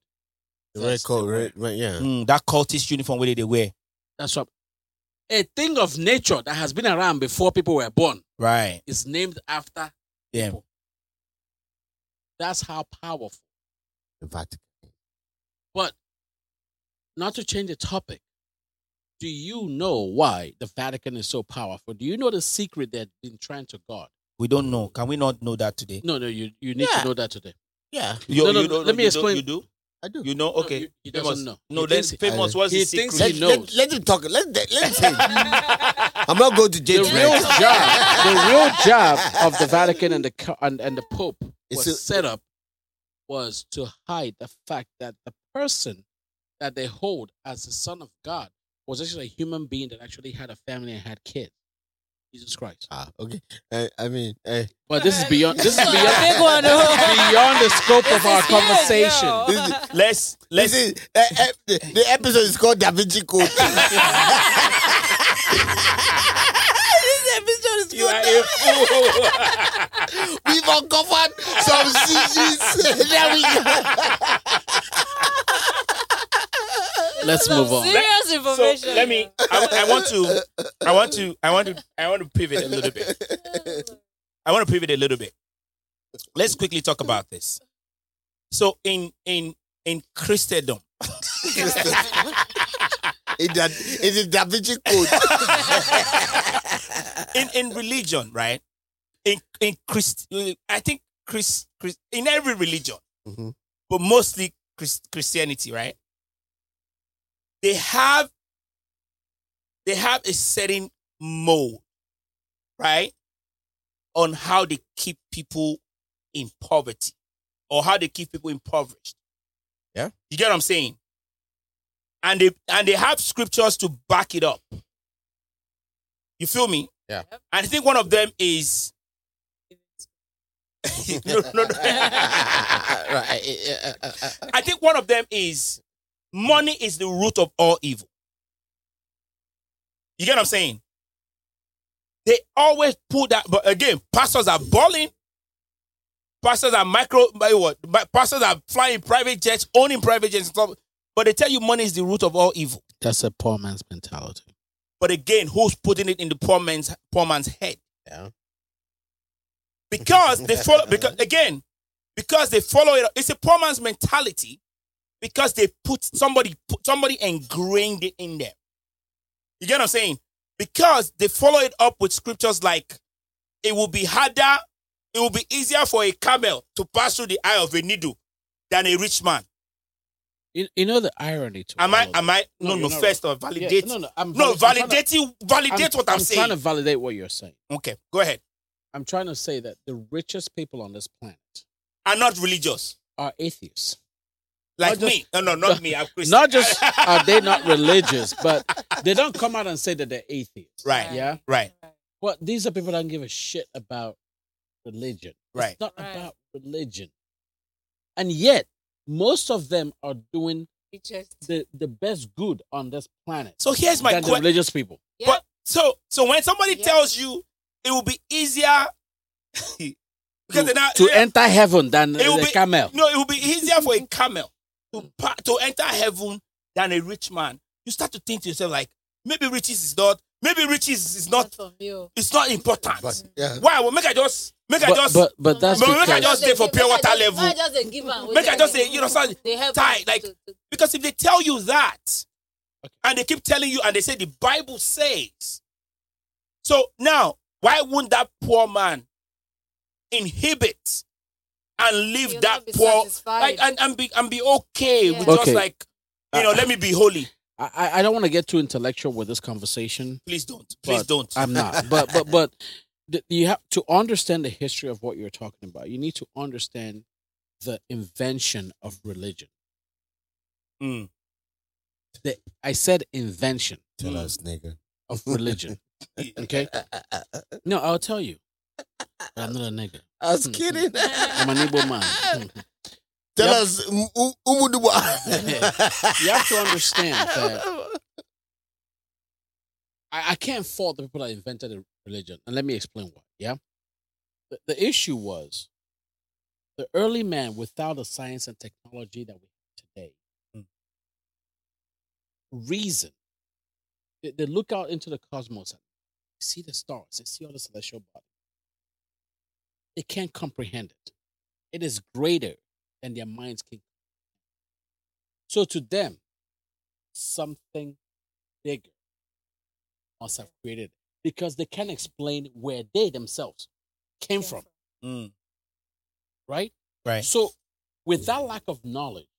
[SPEAKER 4] The red
[SPEAKER 2] vest they
[SPEAKER 4] coat,
[SPEAKER 2] wear.
[SPEAKER 4] red, red yeah.
[SPEAKER 1] Mm, that cultist uniform where they wear.
[SPEAKER 2] That's what. A thing of nature that has been around before people were born
[SPEAKER 1] Right.
[SPEAKER 2] is named after.
[SPEAKER 1] Yeah.
[SPEAKER 2] That's how powerful.
[SPEAKER 4] The Vatican.
[SPEAKER 2] But not to change the topic, do you know why the Vatican is so powerful? Do you know the secret they've been trying to guard?
[SPEAKER 1] We don't know. Can we not know that today?
[SPEAKER 2] No, no, you you need
[SPEAKER 4] Yeah.
[SPEAKER 2] to know that today.
[SPEAKER 4] Yeah,
[SPEAKER 1] You,
[SPEAKER 2] No, no,
[SPEAKER 1] you don't
[SPEAKER 2] let
[SPEAKER 1] know-
[SPEAKER 2] me
[SPEAKER 1] you
[SPEAKER 2] explain.
[SPEAKER 1] Don't, you do.
[SPEAKER 4] I do.
[SPEAKER 1] You know.
[SPEAKER 2] No,
[SPEAKER 1] Okay.
[SPEAKER 2] you- he doesn't
[SPEAKER 1] famous.
[SPEAKER 2] know.
[SPEAKER 1] No,
[SPEAKER 2] He
[SPEAKER 1] then
[SPEAKER 2] thinks he-
[SPEAKER 1] famous. What's
[SPEAKER 2] he
[SPEAKER 1] his
[SPEAKER 2] thinks
[SPEAKER 1] secret?
[SPEAKER 2] he
[SPEAKER 4] let,
[SPEAKER 2] knows.
[SPEAKER 4] let him talk. Let, let, let him.
[SPEAKER 1] <laughs>
[SPEAKER 4] <laughs> I'm not going to
[SPEAKER 2] The
[SPEAKER 4] jail.
[SPEAKER 2] real job, the real job of the Vatican and the co- and, and the Pope
[SPEAKER 4] It's
[SPEAKER 2] was
[SPEAKER 4] a-
[SPEAKER 2] set up was to hide the fact that the person that they hold as the Son of God was actually a human being that actually had a family and had kids. Jesus Christ.
[SPEAKER 4] Ah, okay. I, I mean, eh,
[SPEAKER 2] But this is beyond this is
[SPEAKER 3] This is a
[SPEAKER 2] beyond
[SPEAKER 3] <laughs> big one, oh.
[SPEAKER 2] beyond the scope of our
[SPEAKER 3] This is- <laughs>
[SPEAKER 2] conversation.
[SPEAKER 3] yeah,
[SPEAKER 4] This
[SPEAKER 3] yo.
[SPEAKER 1] Let's
[SPEAKER 4] this
[SPEAKER 1] let's
[SPEAKER 4] is eh, eh, the, the episode is called Da Vinci Code. <laughs> this episode is
[SPEAKER 1] You are
[SPEAKER 4] called.
[SPEAKER 1] a fool.
[SPEAKER 4] We've uncovered some secrets. <laughs> there we go.
[SPEAKER 2] Let's move on.
[SPEAKER 3] Serious
[SPEAKER 1] <laughs> so
[SPEAKER 3] information.
[SPEAKER 1] let me. I, I want to. I want to. I want to. I want to pivot a little bit. I want to pivot a little bit. Let's quickly talk about this. So in in in Christendom,
[SPEAKER 4] In that, in the Da Vinci Code.
[SPEAKER 1] <laughs> in in religion, right? In in Christ, I think Chris, Chris in every religion,
[SPEAKER 4] Mhm.
[SPEAKER 1] but mostly Chris, Christianity, right? They have they have a certain mode, right, on how they keep people in poverty or how they keep people impoverished.
[SPEAKER 4] Yeah.
[SPEAKER 1] you get what I'm saying. And they and they have scriptures to back it up. You feel me?
[SPEAKER 4] Yeah.
[SPEAKER 1] And I think one of them is. <laughs> no, no, no.
[SPEAKER 4] <laughs> right. eh, eh, eh, eh, eh.
[SPEAKER 1] I think one of them is money is the root of all evil. You get what I'm saying? They always pull that, but again, pastors are balling. Pastors are micro, by what? by- Pastors are flying private jets, owning private jets, and stuff. But they tell you money is the root of all evil.
[SPEAKER 2] That's a poor man's mentality.
[SPEAKER 1] But again, who's putting it in the poor man's poor man's head?
[SPEAKER 4] Yeah.
[SPEAKER 1] Because they follow because again, because they follow it. It's a poor man's mentality because they put somebody put somebody ingrained it in them. You get what I'm saying? Because they follow it up with scriptures like it will be harder, it will be easier for a camel to pass through the eye of a needle than a rich man.
[SPEAKER 2] You, you know the irony to
[SPEAKER 1] Am
[SPEAKER 2] all
[SPEAKER 1] I?
[SPEAKER 2] of
[SPEAKER 1] Am I?
[SPEAKER 2] No,
[SPEAKER 1] No, no.
[SPEAKER 2] you're not
[SPEAKER 1] First of all,
[SPEAKER 2] it. Yeah,
[SPEAKER 1] validate.
[SPEAKER 2] no, no, I'm
[SPEAKER 1] no,
[SPEAKER 2] vali- I'm trying to-
[SPEAKER 1] validate. you validate
[SPEAKER 2] I'm-
[SPEAKER 1] what I'm,
[SPEAKER 2] trying
[SPEAKER 1] saying.
[SPEAKER 2] to validate what you're saying.
[SPEAKER 1] okay, go ahead.
[SPEAKER 2] I'm trying to say that the richest people on this planet
[SPEAKER 1] Are not religious
[SPEAKER 2] are atheists.
[SPEAKER 1] like
[SPEAKER 2] just-
[SPEAKER 1] me. No, no, not me. I'm Christian.
[SPEAKER 2] Not just are they not religious, but they don't come out and say that they're atheists.
[SPEAKER 1] Right.
[SPEAKER 2] Yeah.
[SPEAKER 1] right,
[SPEAKER 2] Well, these are people that don't give a shit about religion.
[SPEAKER 1] right.
[SPEAKER 2] It's not
[SPEAKER 3] Right.
[SPEAKER 2] about religion. And yet, most of them are doing
[SPEAKER 3] It just
[SPEAKER 2] the, the best good on this planet.
[SPEAKER 1] So here's my
[SPEAKER 2] than the
[SPEAKER 1] question.
[SPEAKER 2] religious people.
[SPEAKER 3] yeah.
[SPEAKER 1] But so so when somebody
[SPEAKER 3] Yeah.
[SPEAKER 1] tells you it will be
[SPEAKER 2] <laughs>
[SPEAKER 1] easier because
[SPEAKER 2] To,
[SPEAKER 1] they're not
[SPEAKER 2] to
[SPEAKER 1] Uh, yeah,
[SPEAKER 2] enter heaven than
[SPEAKER 1] It will
[SPEAKER 2] the
[SPEAKER 1] be-
[SPEAKER 2] camel.
[SPEAKER 1] no, it will be easier for a camel to pa- to enter heaven than a rich man. You start to think to yourself like maybe riches is not maybe riches is
[SPEAKER 3] not
[SPEAKER 1] not
[SPEAKER 3] from you.
[SPEAKER 1] it's not important.
[SPEAKER 4] But yeah,
[SPEAKER 1] Why? Well, make I just make I
[SPEAKER 2] But,
[SPEAKER 1] just
[SPEAKER 2] but, but that's
[SPEAKER 1] But make I
[SPEAKER 2] because
[SPEAKER 1] just there for pure water level.
[SPEAKER 3] Make I just a giver.
[SPEAKER 1] make I just say you know something.
[SPEAKER 3] They help
[SPEAKER 1] tie,
[SPEAKER 3] us
[SPEAKER 1] like-
[SPEAKER 3] to- to- <laughs>
[SPEAKER 1] Because if they tell you that, and they keep telling you, and they say the Bible says, so now why wouldn't that poor man inhibit and live
[SPEAKER 3] You'll
[SPEAKER 1] that
[SPEAKER 3] not be
[SPEAKER 1] poor
[SPEAKER 3] satisfied.
[SPEAKER 1] like and, and be and be okay Uh,
[SPEAKER 3] Yeah.
[SPEAKER 1] with just
[SPEAKER 2] Okay.
[SPEAKER 1] like you know, let me be holy.
[SPEAKER 2] I, I- I don't want to get too intellectual with this conversation.
[SPEAKER 1] Please don't. Please
[SPEAKER 2] But
[SPEAKER 1] don't. <laughs>
[SPEAKER 2] I'm not. But but but th- you have to understand the history of what you're talking about. You need to understand the invention of religion.
[SPEAKER 1] Mm.
[SPEAKER 2] The, I said invention
[SPEAKER 4] tell us, nigga.
[SPEAKER 2] of
[SPEAKER 1] <laughs>
[SPEAKER 2] religion. Okay.
[SPEAKER 4] Eh,
[SPEAKER 2] No, I'll tell you. But I'm not a nigga.
[SPEAKER 4] I was kidding.
[SPEAKER 2] <laughs> I'm an Igbo
[SPEAKER 1] <laughs>
[SPEAKER 2] man.
[SPEAKER 4] Tell
[SPEAKER 2] Yep.
[SPEAKER 4] us, um, um,
[SPEAKER 2] <laughs>
[SPEAKER 4] Umudubwa.
[SPEAKER 2] You have to understand that I, I can't fault the people that invented a religion. And let me explain why. Yeah. The, the issue was the early man without the science and technology that we have today,
[SPEAKER 1] Mm.
[SPEAKER 2] reason. They, they look out into the cosmos and see the stars, they see all the celestial bodies. They can't comprehend it. It is greater than their minds can. So to them, something bigger must have created because they can't explain where they themselves came
[SPEAKER 3] Yeah.
[SPEAKER 2] from,
[SPEAKER 1] Mm.
[SPEAKER 2] right?
[SPEAKER 1] Right.
[SPEAKER 2] So, with that lack of knowledge,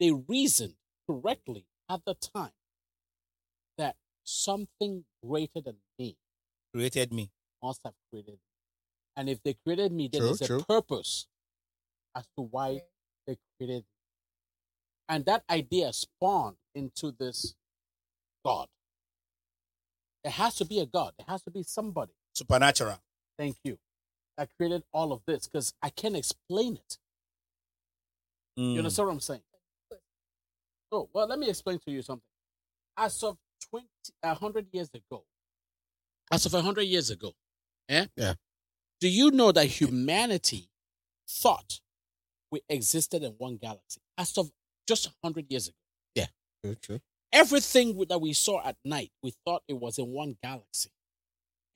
[SPEAKER 2] they reasoned correctly at the time that something greater than me
[SPEAKER 1] Created me.
[SPEAKER 2] must have created me. And if they created me, then
[SPEAKER 4] True,
[SPEAKER 2] there's
[SPEAKER 4] true.
[SPEAKER 2] a purpose as to why they created me. And that idea spawned into this God. There has to be a God, there has to be somebody.
[SPEAKER 1] Supernatural.
[SPEAKER 2] Thank you. That created all of this because I can't explain it.
[SPEAKER 1] Mm.
[SPEAKER 2] You understand what I'm saying? So, well, let me explain to you something. As of 20, a 100 years ago, as of a 100 years ago, eh?
[SPEAKER 4] Yeah.
[SPEAKER 2] Do you know that humanity thought we existed in one galaxy? As of just a 100 years ago.
[SPEAKER 4] True, true.
[SPEAKER 2] Everything w- that we saw at night, we thought it was in one galaxy.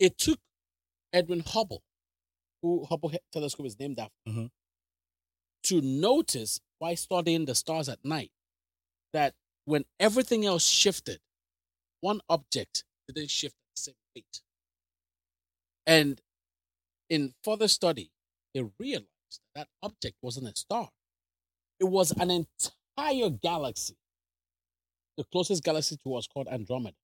[SPEAKER 2] It took Edwin Hubble, who Hubble he- telescope is named after,
[SPEAKER 1] Mhm.
[SPEAKER 2] to notice while studying the stars at night that when everything else shifted, one object didn't shift at the same rate. And in further study, they realized that object wasn't a star; it was an entire galaxy the closest galaxy to us called Andromeda.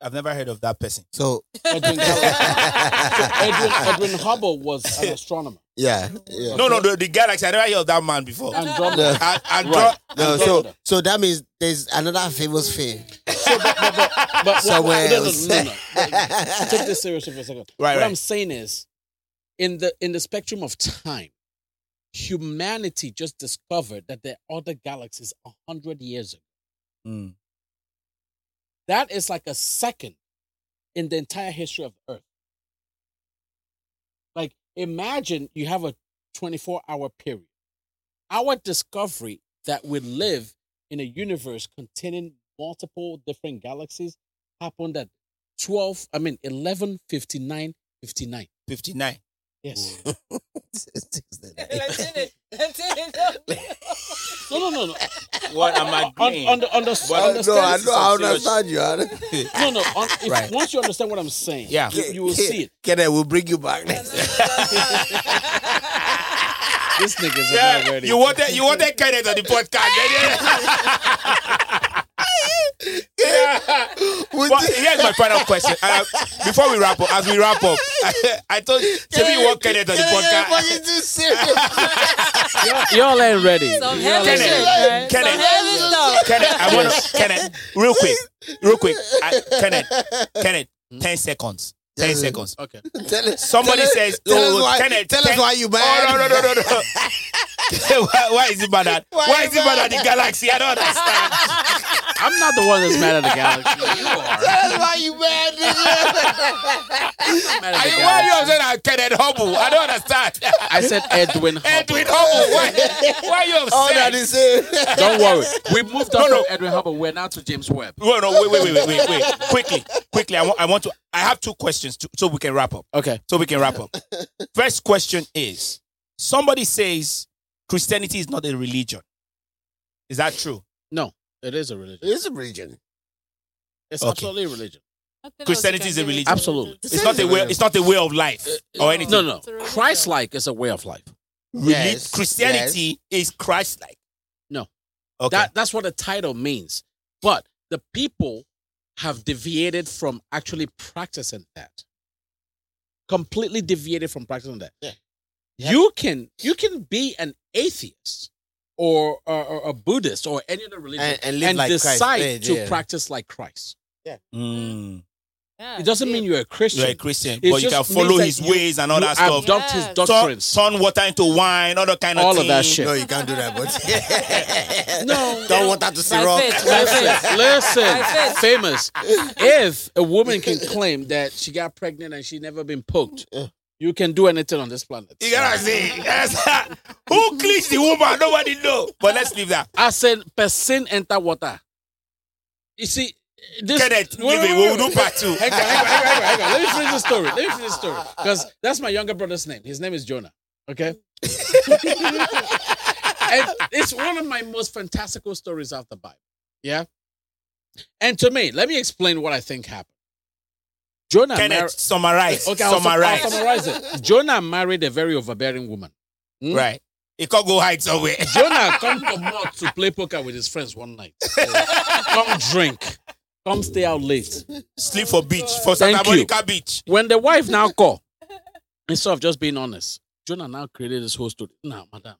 [SPEAKER 1] I've never heard of that person.
[SPEAKER 4] So
[SPEAKER 2] Edwin,
[SPEAKER 4] <laughs>
[SPEAKER 2] Edwin, Edwin Hubble was an astronomer.
[SPEAKER 4] yeah, yeah.
[SPEAKER 1] No, no, the, the galaxy. I never heard of that man before.
[SPEAKER 2] Andromeda.
[SPEAKER 1] I, I <laughs>
[SPEAKER 2] Right.
[SPEAKER 4] No, so
[SPEAKER 2] Andromeda.
[SPEAKER 4] so that means there's another famous thing. <laughs>
[SPEAKER 2] But what-
[SPEAKER 4] Somewhere
[SPEAKER 2] no, no,
[SPEAKER 4] else.
[SPEAKER 2] no, no,
[SPEAKER 4] <laughs>
[SPEAKER 2] no. Take this seriously for a second.
[SPEAKER 1] Right,
[SPEAKER 2] what
[SPEAKER 1] right.
[SPEAKER 2] I'm saying is, in the in the spectrum of time, humanity just discovered that there are other galaxies a hundred years ago.
[SPEAKER 1] Mm.
[SPEAKER 2] That is like a second in the entire history of Earth. Like, imagine you have a 24 hour period. Our discovery that we live in a universe containing multiple different galaxies happened at 12, I mean, 11 59 59.
[SPEAKER 1] 59.
[SPEAKER 2] Yes.
[SPEAKER 3] no,
[SPEAKER 2] <laughs> No,
[SPEAKER 1] <laughs>
[SPEAKER 2] no, no, no.
[SPEAKER 1] What am I
[SPEAKER 2] Un-
[SPEAKER 1] doing?
[SPEAKER 2] under- under-
[SPEAKER 4] But, Oh, no, I
[SPEAKER 2] understand.
[SPEAKER 4] know. I
[SPEAKER 1] Some serious-
[SPEAKER 4] understand you.
[SPEAKER 2] <laughs>
[SPEAKER 4] I
[SPEAKER 2] No, no. un- if-
[SPEAKER 1] Right.
[SPEAKER 2] Once you understand what I'm saying,
[SPEAKER 1] Yeah.
[SPEAKER 2] you, you will see it.
[SPEAKER 4] <laughs> Kenneth, we'll bring you back next.
[SPEAKER 3] no.
[SPEAKER 2] This nigga's not
[SPEAKER 1] Yeah,
[SPEAKER 2] ready.
[SPEAKER 1] you want that? You want that credit on the
[SPEAKER 4] <laughs>
[SPEAKER 1] podcast? <laughs> yeah.
[SPEAKER 4] Would
[SPEAKER 1] But
[SPEAKER 4] you-
[SPEAKER 1] here's my final question. Uh, before we wrap up, as we wrap up, <laughs> I, told Timmy you want credit on the
[SPEAKER 4] Yeah, yeah,
[SPEAKER 1] podcast.
[SPEAKER 4] fucking too serious.
[SPEAKER 2] Y'all ain't ready.
[SPEAKER 3] Some
[SPEAKER 2] Y'all
[SPEAKER 3] heavy
[SPEAKER 2] ain't
[SPEAKER 1] Kenneth,
[SPEAKER 3] shit, man. Some
[SPEAKER 1] Kenneth.
[SPEAKER 3] heavy stuff.
[SPEAKER 1] Kenneth, I want to Kenneth, real quick, real quick. I, Kenneth, Kenneth, ten seconds, ten
[SPEAKER 4] Yes, sir.
[SPEAKER 1] seconds.
[SPEAKER 2] Okay.
[SPEAKER 4] Tell us-
[SPEAKER 1] Somebody
[SPEAKER 4] Hmm? tell us-
[SPEAKER 1] says,
[SPEAKER 4] tell
[SPEAKER 1] "Oh,
[SPEAKER 4] us why,
[SPEAKER 1] Kenneth,
[SPEAKER 4] tell us
[SPEAKER 1] Ken-
[SPEAKER 4] why you mad."
[SPEAKER 1] Oh no no no no <laughs> no! why, why is it bad at? Why,
[SPEAKER 4] <laughs> Why
[SPEAKER 1] is it bad at the galaxy? I don't understand.
[SPEAKER 2] I'm not the one that's mad at the galaxy. You are.
[SPEAKER 4] Tell us why you mad, nigga.
[SPEAKER 2] Mad at
[SPEAKER 1] I
[SPEAKER 2] the
[SPEAKER 1] mean, why are you
[SPEAKER 2] galaxy.
[SPEAKER 1] upset at Kenneth Hubble? I don't <laughs> understand.
[SPEAKER 2] I said Edwin Hubble.
[SPEAKER 1] Edwin Hubble, why, why are you upset?
[SPEAKER 4] All that is it.
[SPEAKER 2] Don't worry. We moved on
[SPEAKER 1] No, no.
[SPEAKER 2] from Edwin Hubble. We're now to James Webb.
[SPEAKER 1] No, no, wait, wait, wait, wait, wait, wait. quickly, quickly. I want, I want to. I have two questions to, so we can wrap up.
[SPEAKER 2] Okay.
[SPEAKER 1] So we can wrap up. First question is: Somebody says Christianity is not a religion. Is that true?
[SPEAKER 2] It is a religion.
[SPEAKER 4] <laughs> It's a region.
[SPEAKER 2] It's
[SPEAKER 1] Okay.
[SPEAKER 2] absolutely a religion.
[SPEAKER 1] Christianity is a religion.
[SPEAKER 2] Absolutely.
[SPEAKER 1] It's not a way. It's not a way of life or Oh, anything.
[SPEAKER 2] No, no.
[SPEAKER 3] It's a religion.
[SPEAKER 2] Christ-like is a way of life.
[SPEAKER 1] Reli-
[SPEAKER 4] Yes,
[SPEAKER 1] Christianity is Christ-like.
[SPEAKER 2] No.
[SPEAKER 1] Okay.
[SPEAKER 2] That that's what the title means. But the people have deviated from actually practicing that. Completely deviated from practicing that.
[SPEAKER 4] Yeah.
[SPEAKER 2] You can you can be an atheist or or, or a Buddhist or any other religion
[SPEAKER 4] And,
[SPEAKER 2] and,
[SPEAKER 4] and live like Christ.
[SPEAKER 2] decide
[SPEAKER 4] Yeah,
[SPEAKER 2] to
[SPEAKER 4] yeah.
[SPEAKER 2] practice like Christ.
[SPEAKER 1] Mm.
[SPEAKER 3] Yeah,
[SPEAKER 2] It doesn't mean you're a Christian.
[SPEAKER 1] You're a Christian,
[SPEAKER 2] It
[SPEAKER 1] but you
[SPEAKER 2] just
[SPEAKER 1] can follow
[SPEAKER 2] means that
[SPEAKER 1] his
[SPEAKER 2] you-
[SPEAKER 1] ways and all
[SPEAKER 2] you
[SPEAKER 1] that stuff.
[SPEAKER 2] Adopt his
[SPEAKER 3] Yes.
[SPEAKER 1] Turn,
[SPEAKER 2] doctrines.
[SPEAKER 1] turn water into wine, all that kind of
[SPEAKER 2] all
[SPEAKER 1] thing.
[SPEAKER 2] of that shit.
[SPEAKER 4] No, you can't do that, but <laughs>
[SPEAKER 2] No.
[SPEAKER 4] don't want that to see
[SPEAKER 3] By
[SPEAKER 4] wrong.
[SPEAKER 3] faith, by faith.
[SPEAKER 2] Listen, listen,
[SPEAKER 3] I said-
[SPEAKER 2] famous. If a woman can claim that she got pregnant and she never been poked, you can do anything on this planet.
[SPEAKER 1] You gotta see. Yes. <laughs> Who cleans the woman? Nobody know. But let's leave that.
[SPEAKER 2] I said, person enter water. You see, this.
[SPEAKER 1] Kenneth,
[SPEAKER 2] Wait,
[SPEAKER 1] leave
[SPEAKER 2] wait,
[SPEAKER 1] it.
[SPEAKER 2] wait,
[SPEAKER 1] We'll
[SPEAKER 2] wait.
[SPEAKER 1] do part two.
[SPEAKER 2] Hang on, hang on, hang on, hang on. Let me finish the story. Let me finish the story because that's my younger brother's name. His name is Jonah. Okay. and it's one of my most fantastical stories of the Bible. Yeah. And to me, let me explain what I think happened. Jonah.
[SPEAKER 1] <laughs> Kenneth,
[SPEAKER 2] mar-
[SPEAKER 1] summarize.
[SPEAKER 2] okay, I'll, summarize.
[SPEAKER 1] summarize.
[SPEAKER 2] I'll summarize it. Jonah married a very overbearing woman. Hmm?
[SPEAKER 1] Right. He can't go hide somewhere. <laughs>
[SPEAKER 2] Jonah come to mud to play poker with his friends one night. come drink. Come stay out late.
[SPEAKER 1] Sleep for beach, for
[SPEAKER 2] Thank
[SPEAKER 1] Santa
[SPEAKER 2] you.
[SPEAKER 1] Monica Beach.
[SPEAKER 2] When the wife <laughs> now call, instead of just being honest, Jonah now created this whole story. Now, madam,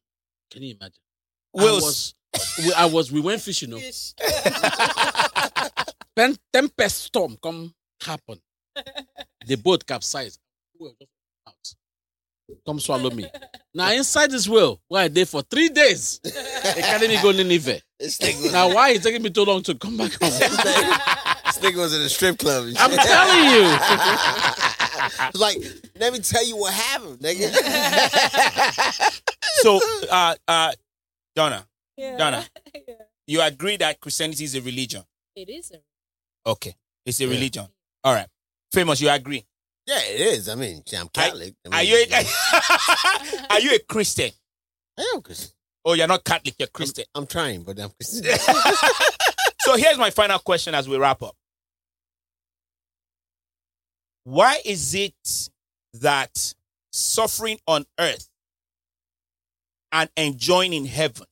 [SPEAKER 2] can you imagine?
[SPEAKER 1] Wills.
[SPEAKER 2] I was, we, I was, we went fishing. <laughs> You know? Pen, tempest storm come happen. The boat capsized. We were just out. Come swallow me. Now inside this well, why I there for three <laughs> days? They carry me go Nineveh.
[SPEAKER 4] This thing was,
[SPEAKER 2] Now why is taking me too long to come back home? <laughs>
[SPEAKER 4] this thing was in a strip club. and
[SPEAKER 2] I'm
[SPEAKER 4] shit.
[SPEAKER 2] telling you.
[SPEAKER 4] <laughs> like, let me tell you what happened, nigga.
[SPEAKER 1] <laughs> So, uh, uh, Donna,
[SPEAKER 3] Yeah.
[SPEAKER 1] Donna.
[SPEAKER 3] Yeah.
[SPEAKER 1] you agree that Christianity is a religion?
[SPEAKER 3] <laughs> It is a
[SPEAKER 1] Okay. It's a
[SPEAKER 4] Yeah.
[SPEAKER 1] religion. All right. Famous, you agree?
[SPEAKER 4] yeah, it is. I mean, I'm Catholic. I mean,
[SPEAKER 1] Are you a, are you a <laughs> Christian?
[SPEAKER 4] I am Christian.
[SPEAKER 1] Oh, you're not Catholic, you're Christian.
[SPEAKER 4] I'm trying, but
[SPEAKER 1] <laughs>
[SPEAKER 4] I'm <laughs> Christian.
[SPEAKER 1] so here's my final question as we wrap up. Why is it that suffering on earth and enjoying in heaven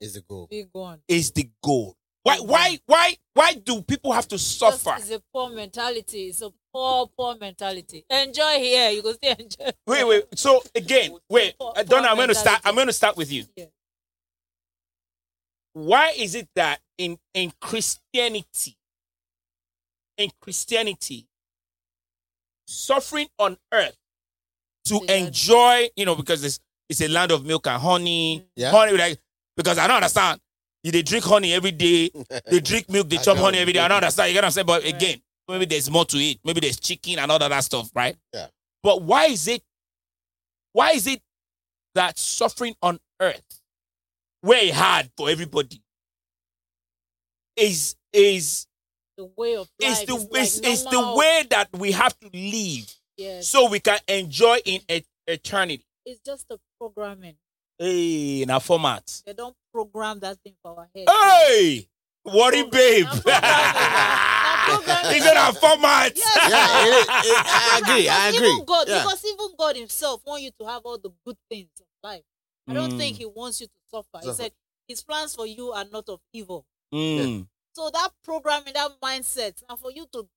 [SPEAKER 4] Is the goal. <laughs>
[SPEAKER 3] big one.
[SPEAKER 1] is the goal? Why why why why do people have to suffer?
[SPEAKER 3] It's a poor mentality. It's a poor, poor mentality. Enjoy here. You go stay <laughs> enjoy.
[SPEAKER 1] Wait, wait. So again, wait,
[SPEAKER 3] Poor-
[SPEAKER 1] uh, Donna,
[SPEAKER 3] poor
[SPEAKER 1] I'm going to start.
[SPEAKER 3] mentality.
[SPEAKER 1] I'm going to start with you.
[SPEAKER 3] Yeah.
[SPEAKER 1] Why is it that in in Christianity, in Christianity, suffering on earth to
[SPEAKER 3] Yeah.
[SPEAKER 1] enjoy, you know, because it's it's a land of milk and honey,
[SPEAKER 4] Yeah.
[SPEAKER 1] honey like because I don't understand. You they drink honey every day. They drink milk. They
[SPEAKER 4] I
[SPEAKER 1] chop
[SPEAKER 4] know.
[SPEAKER 1] honey every day. I don't understand. You get what I'm saying? But
[SPEAKER 3] Right.
[SPEAKER 1] again, maybe there's more to it. Maybe there's chicken and all of that stuff, right?
[SPEAKER 4] Yeah.
[SPEAKER 1] But why is it? Why is it that suffering on earth, where it hard for everybody, is is
[SPEAKER 3] The way of life.
[SPEAKER 1] is the
[SPEAKER 3] like
[SPEAKER 1] is, is the
[SPEAKER 3] normal.
[SPEAKER 1] way that we have to live
[SPEAKER 3] Yes.
[SPEAKER 1] so we can enjoy in et- eternity.
[SPEAKER 3] It's just the programming.
[SPEAKER 1] Hey, in our format.
[SPEAKER 3] They don't program that thing for our head.
[SPEAKER 1] Hey, worry, babe.
[SPEAKER 3] Now
[SPEAKER 1] <laughs>
[SPEAKER 3] programming.
[SPEAKER 1] It's in our format.
[SPEAKER 3] Yes.
[SPEAKER 4] Yeah, it, it, I agree. I
[SPEAKER 1] <laughs>
[SPEAKER 3] <laughs> Because
[SPEAKER 4] agree.
[SPEAKER 3] Even God,
[SPEAKER 4] yeah.
[SPEAKER 3] because even God Himself wants you to have all the good things of life. I don't
[SPEAKER 1] Mm.
[SPEAKER 3] think he wants you to suffer. He
[SPEAKER 4] Suffer.
[SPEAKER 3] said his plans for you are not of evil.
[SPEAKER 1] Mm.
[SPEAKER 3] So that programming, that mindset, and for you to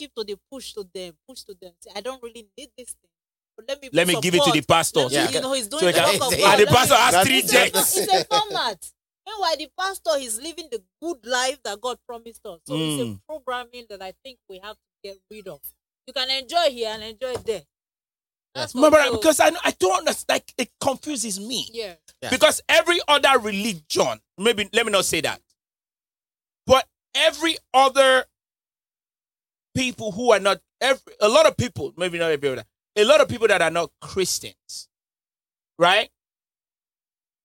[SPEAKER 3] give to the push to them, push to them. Say, I don't really need this thing. But let me
[SPEAKER 1] Let me give it to the
[SPEAKER 3] support.
[SPEAKER 1] pastor.
[SPEAKER 3] Let me-
[SPEAKER 4] Yeah.
[SPEAKER 3] You know, he's doing
[SPEAKER 1] So he
[SPEAKER 3] the
[SPEAKER 1] can-
[SPEAKER 3] work of
[SPEAKER 4] and
[SPEAKER 3] God.
[SPEAKER 1] <laughs> And the
[SPEAKER 3] Let me-
[SPEAKER 1] pastor has
[SPEAKER 4] That's-
[SPEAKER 1] three
[SPEAKER 3] it's a,
[SPEAKER 4] that's-
[SPEAKER 1] jets.
[SPEAKER 3] it's a format. Meanwhile, the pastor is living the good life that God promised us. So it's a
[SPEAKER 1] Mm.
[SPEAKER 3] programming that I think we have to get rid of. You can enjoy here and enjoy there. That's
[SPEAKER 1] Remember,
[SPEAKER 3] what- so-
[SPEAKER 1] because I, I don't understand. Like, it confuses me.
[SPEAKER 3] yeah,
[SPEAKER 4] Yeah.
[SPEAKER 1] Because every other religion, maybe let me not say that, but every other people who are not every, a lot of people, maybe not every other, a lot of people that are not Christians, right?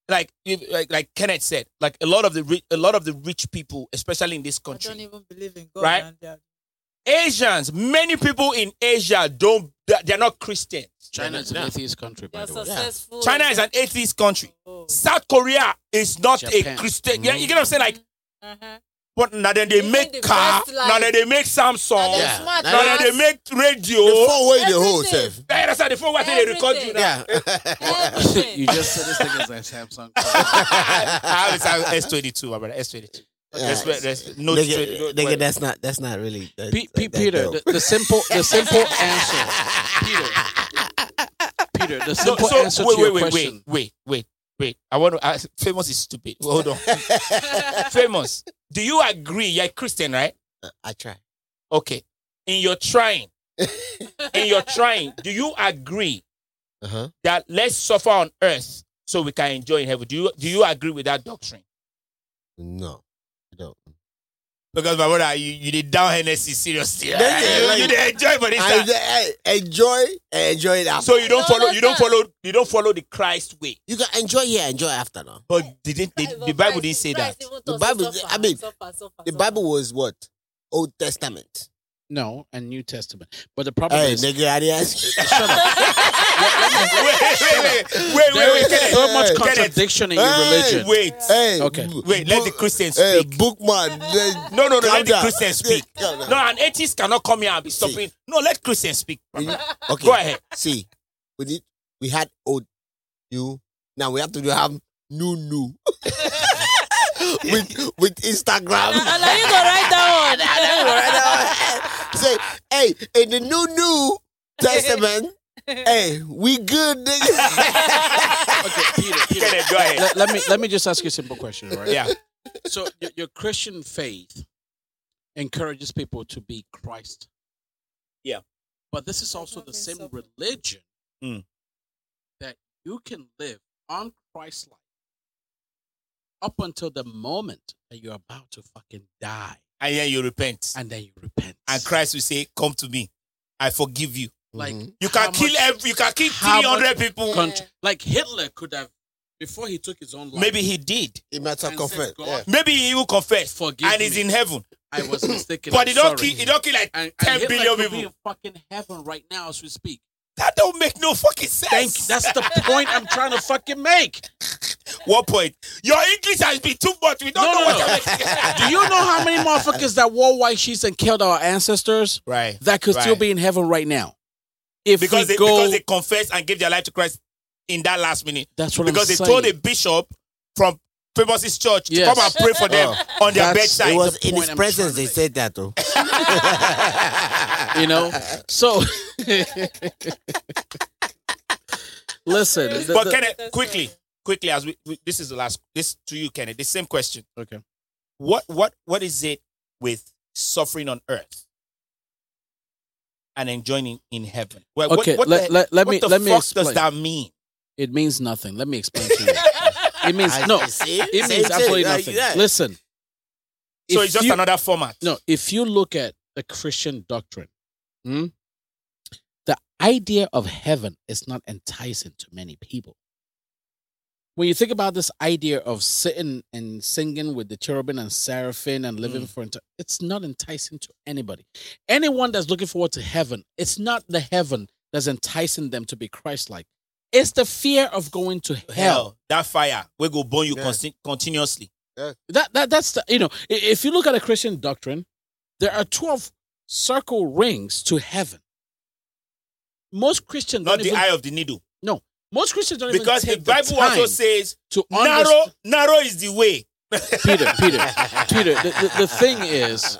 [SPEAKER 1] Like, if- like, like Kenneth said, like a lot of the ri- a lot of the rich people, especially in this
[SPEAKER 3] I don't
[SPEAKER 1] country,
[SPEAKER 3] even believe in God.
[SPEAKER 1] Right?
[SPEAKER 3] and they are-
[SPEAKER 1] Asians, many people in Asia don't they- they're not Christians.
[SPEAKER 2] China is an
[SPEAKER 4] Yeah.
[SPEAKER 2] atheist country,
[SPEAKER 3] they
[SPEAKER 2] by
[SPEAKER 3] are
[SPEAKER 2] the way.
[SPEAKER 3] successful.
[SPEAKER 1] China is an atheist country.
[SPEAKER 3] Oh.
[SPEAKER 1] South Korea is not
[SPEAKER 2] Japan.
[SPEAKER 1] a Christian. You, you get what I'm saying? Like,
[SPEAKER 3] Uh-huh.
[SPEAKER 1] But now that they
[SPEAKER 3] Even
[SPEAKER 1] make
[SPEAKER 3] the
[SPEAKER 1] car,
[SPEAKER 3] best life.
[SPEAKER 1] now that they make Samsung,
[SPEAKER 3] Now they
[SPEAKER 4] Yeah.
[SPEAKER 3] smart.
[SPEAKER 4] Now
[SPEAKER 1] Oh. now that
[SPEAKER 3] class.
[SPEAKER 1] they make radio.
[SPEAKER 4] The four way the whole
[SPEAKER 3] Everything.
[SPEAKER 4] self.
[SPEAKER 1] Yeah, that's how the phone was they record you <laughs> now.
[SPEAKER 4] Yeah.
[SPEAKER 1] <laughs>
[SPEAKER 2] <laughs>
[SPEAKER 3] Everything.
[SPEAKER 2] you
[SPEAKER 3] <laughs>
[SPEAKER 2] just said this thing is a Samsung.
[SPEAKER 1] I always have S22, my brother. S22. That's where- that's- no straight- no-
[SPEAKER 4] Nigga, nigga,
[SPEAKER 1] well,
[SPEAKER 4] that's not that's not really. That,
[SPEAKER 2] P- P-
[SPEAKER 4] that- that
[SPEAKER 2] Peter,
[SPEAKER 4] dope.
[SPEAKER 2] the, the simple, the simple answer, Peter, the
[SPEAKER 1] so,
[SPEAKER 2] simple
[SPEAKER 1] so
[SPEAKER 2] answer
[SPEAKER 1] wait,
[SPEAKER 2] to your
[SPEAKER 1] wait, wait,
[SPEAKER 2] question.
[SPEAKER 1] wait, wait, wait, wait. I want to ask. Famous is stupid. Hold <laughs> on. Famous, do you agree? You're a Christian, right?
[SPEAKER 4] <laughs> I try.
[SPEAKER 1] Okay. In your trying, in your trying, do you agree
[SPEAKER 4] Uh huh.
[SPEAKER 1] that let's suffer on earth so we can enjoy in heaven? Do you do you agree with that doctrine?
[SPEAKER 4] No, I don't.
[SPEAKER 1] Because my brother, you, you did down Hennessy seriously.
[SPEAKER 4] That's it,
[SPEAKER 1] you,
[SPEAKER 4] like-
[SPEAKER 1] you did enjoy, but it's
[SPEAKER 4] I,
[SPEAKER 1] not-
[SPEAKER 4] I- enjoy, I enjoy it after.
[SPEAKER 1] so you don't
[SPEAKER 3] No,
[SPEAKER 1] follow.
[SPEAKER 3] that's
[SPEAKER 1] You don't
[SPEAKER 3] not-
[SPEAKER 1] follow. You don't follow the Christ way.
[SPEAKER 4] you can enjoy here, enjoy after now.
[SPEAKER 1] But didn't the, the Bible didn't say that.
[SPEAKER 3] oh, Christ even
[SPEAKER 4] The
[SPEAKER 3] taught us
[SPEAKER 4] Bible-
[SPEAKER 3] suffer,
[SPEAKER 4] I mean,
[SPEAKER 3] suffer, suffer,
[SPEAKER 4] The
[SPEAKER 3] suffer.
[SPEAKER 4] Bible was what Old Testament.
[SPEAKER 2] No, and New Testament. But the problem
[SPEAKER 4] Hey,
[SPEAKER 2] is,
[SPEAKER 4] nigga, I didn't ask you.
[SPEAKER 1] <laughs> wait, wait, wait, wait,
[SPEAKER 2] there
[SPEAKER 1] wait,
[SPEAKER 2] is
[SPEAKER 1] Kenneth,
[SPEAKER 2] so much
[SPEAKER 1] Kenneth,
[SPEAKER 2] contradiction in your
[SPEAKER 4] Hey,
[SPEAKER 2] religion.
[SPEAKER 1] Wait,
[SPEAKER 4] Hey,
[SPEAKER 2] Okay.
[SPEAKER 4] b-
[SPEAKER 1] wait. Let
[SPEAKER 4] book-
[SPEAKER 1] the Christians
[SPEAKER 4] Hey,
[SPEAKER 1] speak.
[SPEAKER 3] <laughs>
[SPEAKER 4] bookman. eh,
[SPEAKER 1] No, no, no.
[SPEAKER 4] calm
[SPEAKER 1] Let the
[SPEAKER 4] down.
[SPEAKER 1] Christians speak.
[SPEAKER 4] <laughs> Calm down.
[SPEAKER 1] No, an atheist cannot come here and be stopping. No, let Christians speak.
[SPEAKER 4] Okay.
[SPEAKER 1] Go ahead.
[SPEAKER 4] See, we need we had old new. Now we have to do have new new <laughs> with with Instagram.
[SPEAKER 3] And are you
[SPEAKER 4] <laughs>
[SPEAKER 3] gonna write
[SPEAKER 1] <laughs>
[SPEAKER 3] that
[SPEAKER 4] Say, hey, in the new new
[SPEAKER 3] <laughs>
[SPEAKER 4] testament, hey, we good
[SPEAKER 1] <laughs>
[SPEAKER 4] nigga.
[SPEAKER 2] Okay, Peter, Peter.
[SPEAKER 1] Kenneth, go ahead.
[SPEAKER 2] let, let me let me just ask you a simple question, right?
[SPEAKER 1] Yeah.
[SPEAKER 2] So your, your Christian faith encourages people to be Christ.
[SPEAKER 1] Yeah.
[SPEAKER 2] But this is also the same religion
[SPEAKER 1] Mm.
[SPEAKER 2] that you can live on Christ life up until the moment that you're about to fucking die,
[SPEAKER 1] And then you repent,
[SPEAKER 2] and then you repent.
[SPEAKER 1] and Christ will say, "Come to me, I forgive you."
[SPEAKER 2] like
[SPEAKER 4] Mhm.
[SPEAKER 1] You can
[SPEAKER 2] how
[SPEAKER 1] kill
[SPEAKER 2] much
[SPEAKER 1] every. You can kill
[SPEAKER 2] how
[SPEAKER 1] three
[SPEAKER 2] much
[SPEAKER 1] hundred people.
[SPEAKER 2] contr- Like Hitler could have before he took his own life.
[SPEAKER 1] Maybe he did.
[SPEAKER 4] He might have
[SPEAKER 2] and
[SPEAKER 4] confessed.
[SPEAKER 2] said, God,
[SPEAKER 1] Maybe he will confess
[SPEAKER 2] Forgive
[SPEAKER 1] and he's
[SPEAKER 2] me.
[SPEAKER 1] in heaven.
[SPEAKER 2] I was mistaken.
[SPEAKER 1] But he
[SPEAKER 2] I'm
[SPEAKER 1] don't
[SPEAKER 2] sorry.
[SPEAKER 1] kill. He don't kill like
[SPEAKER 2] and,
[SPEAKER 1] ten
[SPEAKER 2] and
[SPEAKER 1] billion
[SPEAKER 2] Hitler could
[SPEAKER 1] people.
[SPEAKER 2] be in fucking heaven right now as we speak.
[SPEAKER 1] That don't make no fucking sense.
[SPEAKER 2] Thank you. That's the point I'm trying to fucking make.
[SPEAKER 1] <laughs> One point. Your English has been too much. We don't
[SPEAKER 2] No,
[SPEAKER 1] know
[SPEAKER 2] no,
[SPEAKER 1] what.
[SPEAKER 2] no.
[SPEAKER 1] <laughs> you're making.
[SPEAKER 2] Do you know how many motherfuckers that war white sheets and killed our ancestors
[SPEAKER 1] right?
[SPEAKER 2] that could still
[SPEAKER 1] Right.
[SPEAKER 2] be in heaven right now? If
[SPEAKER 1] Because
[SPEAKER 2] we
[SPEAKER 1] they,
[SPEAKER 2] go,
[SPEAKER 1] because they confessed and gave their life to Christ in that last minute.
[SPEAKER 2] that's what
[SPEAKER 1] Because they
[SPEAKER 2] I'm saying.
[SPEAKER 1] told a bishop from Famous's church
[SPEAKER 2] Yes. Oh.
[SPEAKER 1] to come and pray for them on their
[SPEAKER 2] That's-
[SPEAKER 1] bedside.
[SPEAKER 4] It was
[SPEAKER 2] the
[SPEAKER 4] in
[SPEAKER 2] point
[SPEAKER 4] his
[SPEAKER 2] I'm
[SPEAKER 4] presence
[SPEAKER 2] trying
[SPEAKER 4] they
[SPEAKER 2] to
[SPEAKER 4] said that though.
[SPEAKER 2] <laughs>
[SPEAKER 1] <laughs>
[SPEAKER 2] you know. So listen, the-
[SPEAKER 1] but
[SPEAKER 2] the-
[SPEAKER 1] Kenneth,
[SPEAKER 3] <laughs> That's
[SPEAKER 1] quickly,
[SPEAKER 3] right.
[SPEAKER 1] quickly, as we, we this is the last this to you, Kenneth. The same question.
[SPEAKER 2] okay.
[SPEAKER 1] what what what is it with suffering on earth and enjoying in, in heaven? Well,
[SPEAKER 2] Okay,
[SPEAKER 1] what, what
[SPEAKER 2] let-
[SPEAKER 1] the,
[SPEAKER 2] let- let
[SPEAKER 1] what
[SPEAKER 2] me-
[SPEAKER 1] the
[SPEAKER 2] let me
[SPEAKER 1] fuck
[SPEAKER 2] explain.
[SPEAKER 1] does that mean?
[SPEAKER 2] It means nothing. Let me explain to you.
[SPEAKER 1] <laughs>
[SPEAKER 2] It means
[SPEAKER 4] I-
[SPEAKER 2] no.
[SPEAKER 4] see?
[SPEAKER 2] It
[SPEAKER 4] Same
[SPEAKER 2] means
[SPEAKER 4] shit,
[SPEAKER 2] absolutely
[SPEAKER 4] like
[SPEAKER 2] nothing.
[SPEAKER 4] that.
[SPEAKER 2] Listen.
[SPEAKER 1] Uh, So
[SPEAKER 2] if
[SPEAKER 1] it's just
[SPEAKER 2] you-
[SPEAKER 1] another format.
[SPEAKER 2] No, if you look at the Christian doctrine, hmm, the idea of heaven is not enticing to many people. When you think about this idea of sitting and singing with the cherubim and seraphim and living for enti- it's not enticing to anybody. Anyone that's looking forward to heaven, it's not the heaven that's enticing them to be Christ-like. It's the fear of going to hell.
[SPEAKER 1] Hell, that fire will go burn you
[SPEAKER 4] Yeah.
[SPEAKER 1] consti- continuously.
[SPEAKER 2] That that that's the, you know i- if you look at a Christian doctrine, there are twelve circle rings to heaven. Most Christians
[SPEAKER 1] Not
[SPEAKER 2] don't
[SPEAKER 1] the
[SPEAKER 2] even,
[SPEAKER 1] eye of the needle.
[SPEAKER 2] no Most Christians don't
[SPEAKER 1] because the
[SPEAKER 2] even take
[SPEAKER 1] Bible
[SPEAKER 2] the time
[SPEAKER 1] also says
[SPEAKER 2] to
[SPEAKER 1] narrow, narrow is the way.
[SPEAKER 2] Peter, Peter, Peter. The, the, the thing is,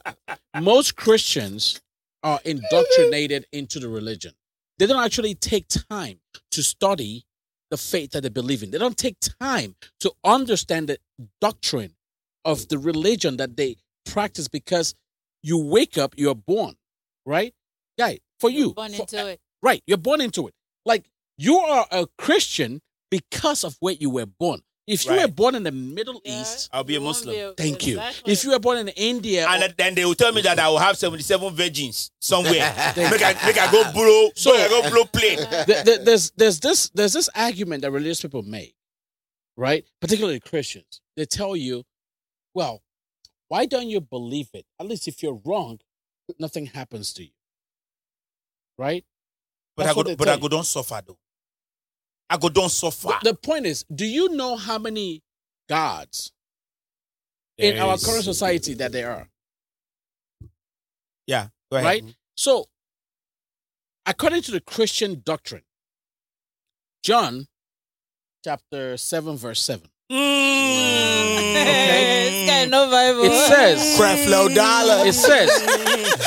[SPEAKER 2] most Christians are indoctrinated into the religion. They don't actually take time to study the faith that they believe in. They don't take time to understand the doctrine of the religion that they practice because you wake up, you're born, right? Guy, for you,
[SPEAKER 3] Born
[SPEAKER 2] for-
[SPEAKER 3] into
[SPEAKER 2] <laughs>
[SPEAKER 3] it.
[SPEAKER 2] Right. You're born into it. Like you are a Christian because of where you were born. If you were
[SPEAKER 1] Right.
[SPEAKER 2] born in the Middle
[SPEAKER 3] Yeah,
[SPEAKER 2] East,
[SPEAKER 1] I'll be a
[SPEAKER 3] you won't
[SPEAKER 1] Muslim.
[SPEAKER 3] be a-
[SPEAKER 2] thank you.
[SPEAKER 3] exactly.
[SPEAKER 2] If you were born in India, or-
[SPEAKER 1] And then they will tell me that I will have 77 virgins somewhere.
[SPEAKER 4] <laughs>
[SPEAKER 1] make, I, make I go blow, so
[SPEAKER 2] So- eh,
[SPEAKER 1] I go blow plane.
[SPEAKER 2] th- th- there's there's this there's this argument that religious people make, right? Particularly Christians. They tell you, well, why don't you believe it? At least if you're wrong, nothing happens to you, right?
[SPEAKER 1] But I
[SPEAKER 2] That's
[SPEAKER 1] go,
[SPEAKER 2] what they
[SPEAKER 1] but
[SPEAKER 2] tell
[SPEAKER 1] I
[SPEAKER 2] you.
[SPEAKER 1] go don't suffer though. I go don't suffer.
[SPEAKER 2] The point is, do you know how many gods in
[SPEAKER 1] There
[SPEAKER 2] our
[SPEAKER 1] is-
[SPEAKER 2] current society that there are?
[SPEAKER 1] yeah, go ahead.
[SPEAKER 2] right? So, according to the Christian doctrine, John chapter 7, verse 7,
[SPEAKER 1] Mm.
[SPEAKER 3] It's kind of Bible.
[SPEAKER 2] it
[SPEAKER 1] oh.
[SPEAKER 2] says,
[SPEAKER 4] Creflo
[SPEAKER 1] <laughs>
[SPEAKER 4] Dollar.
[SPEAKER 2] it says,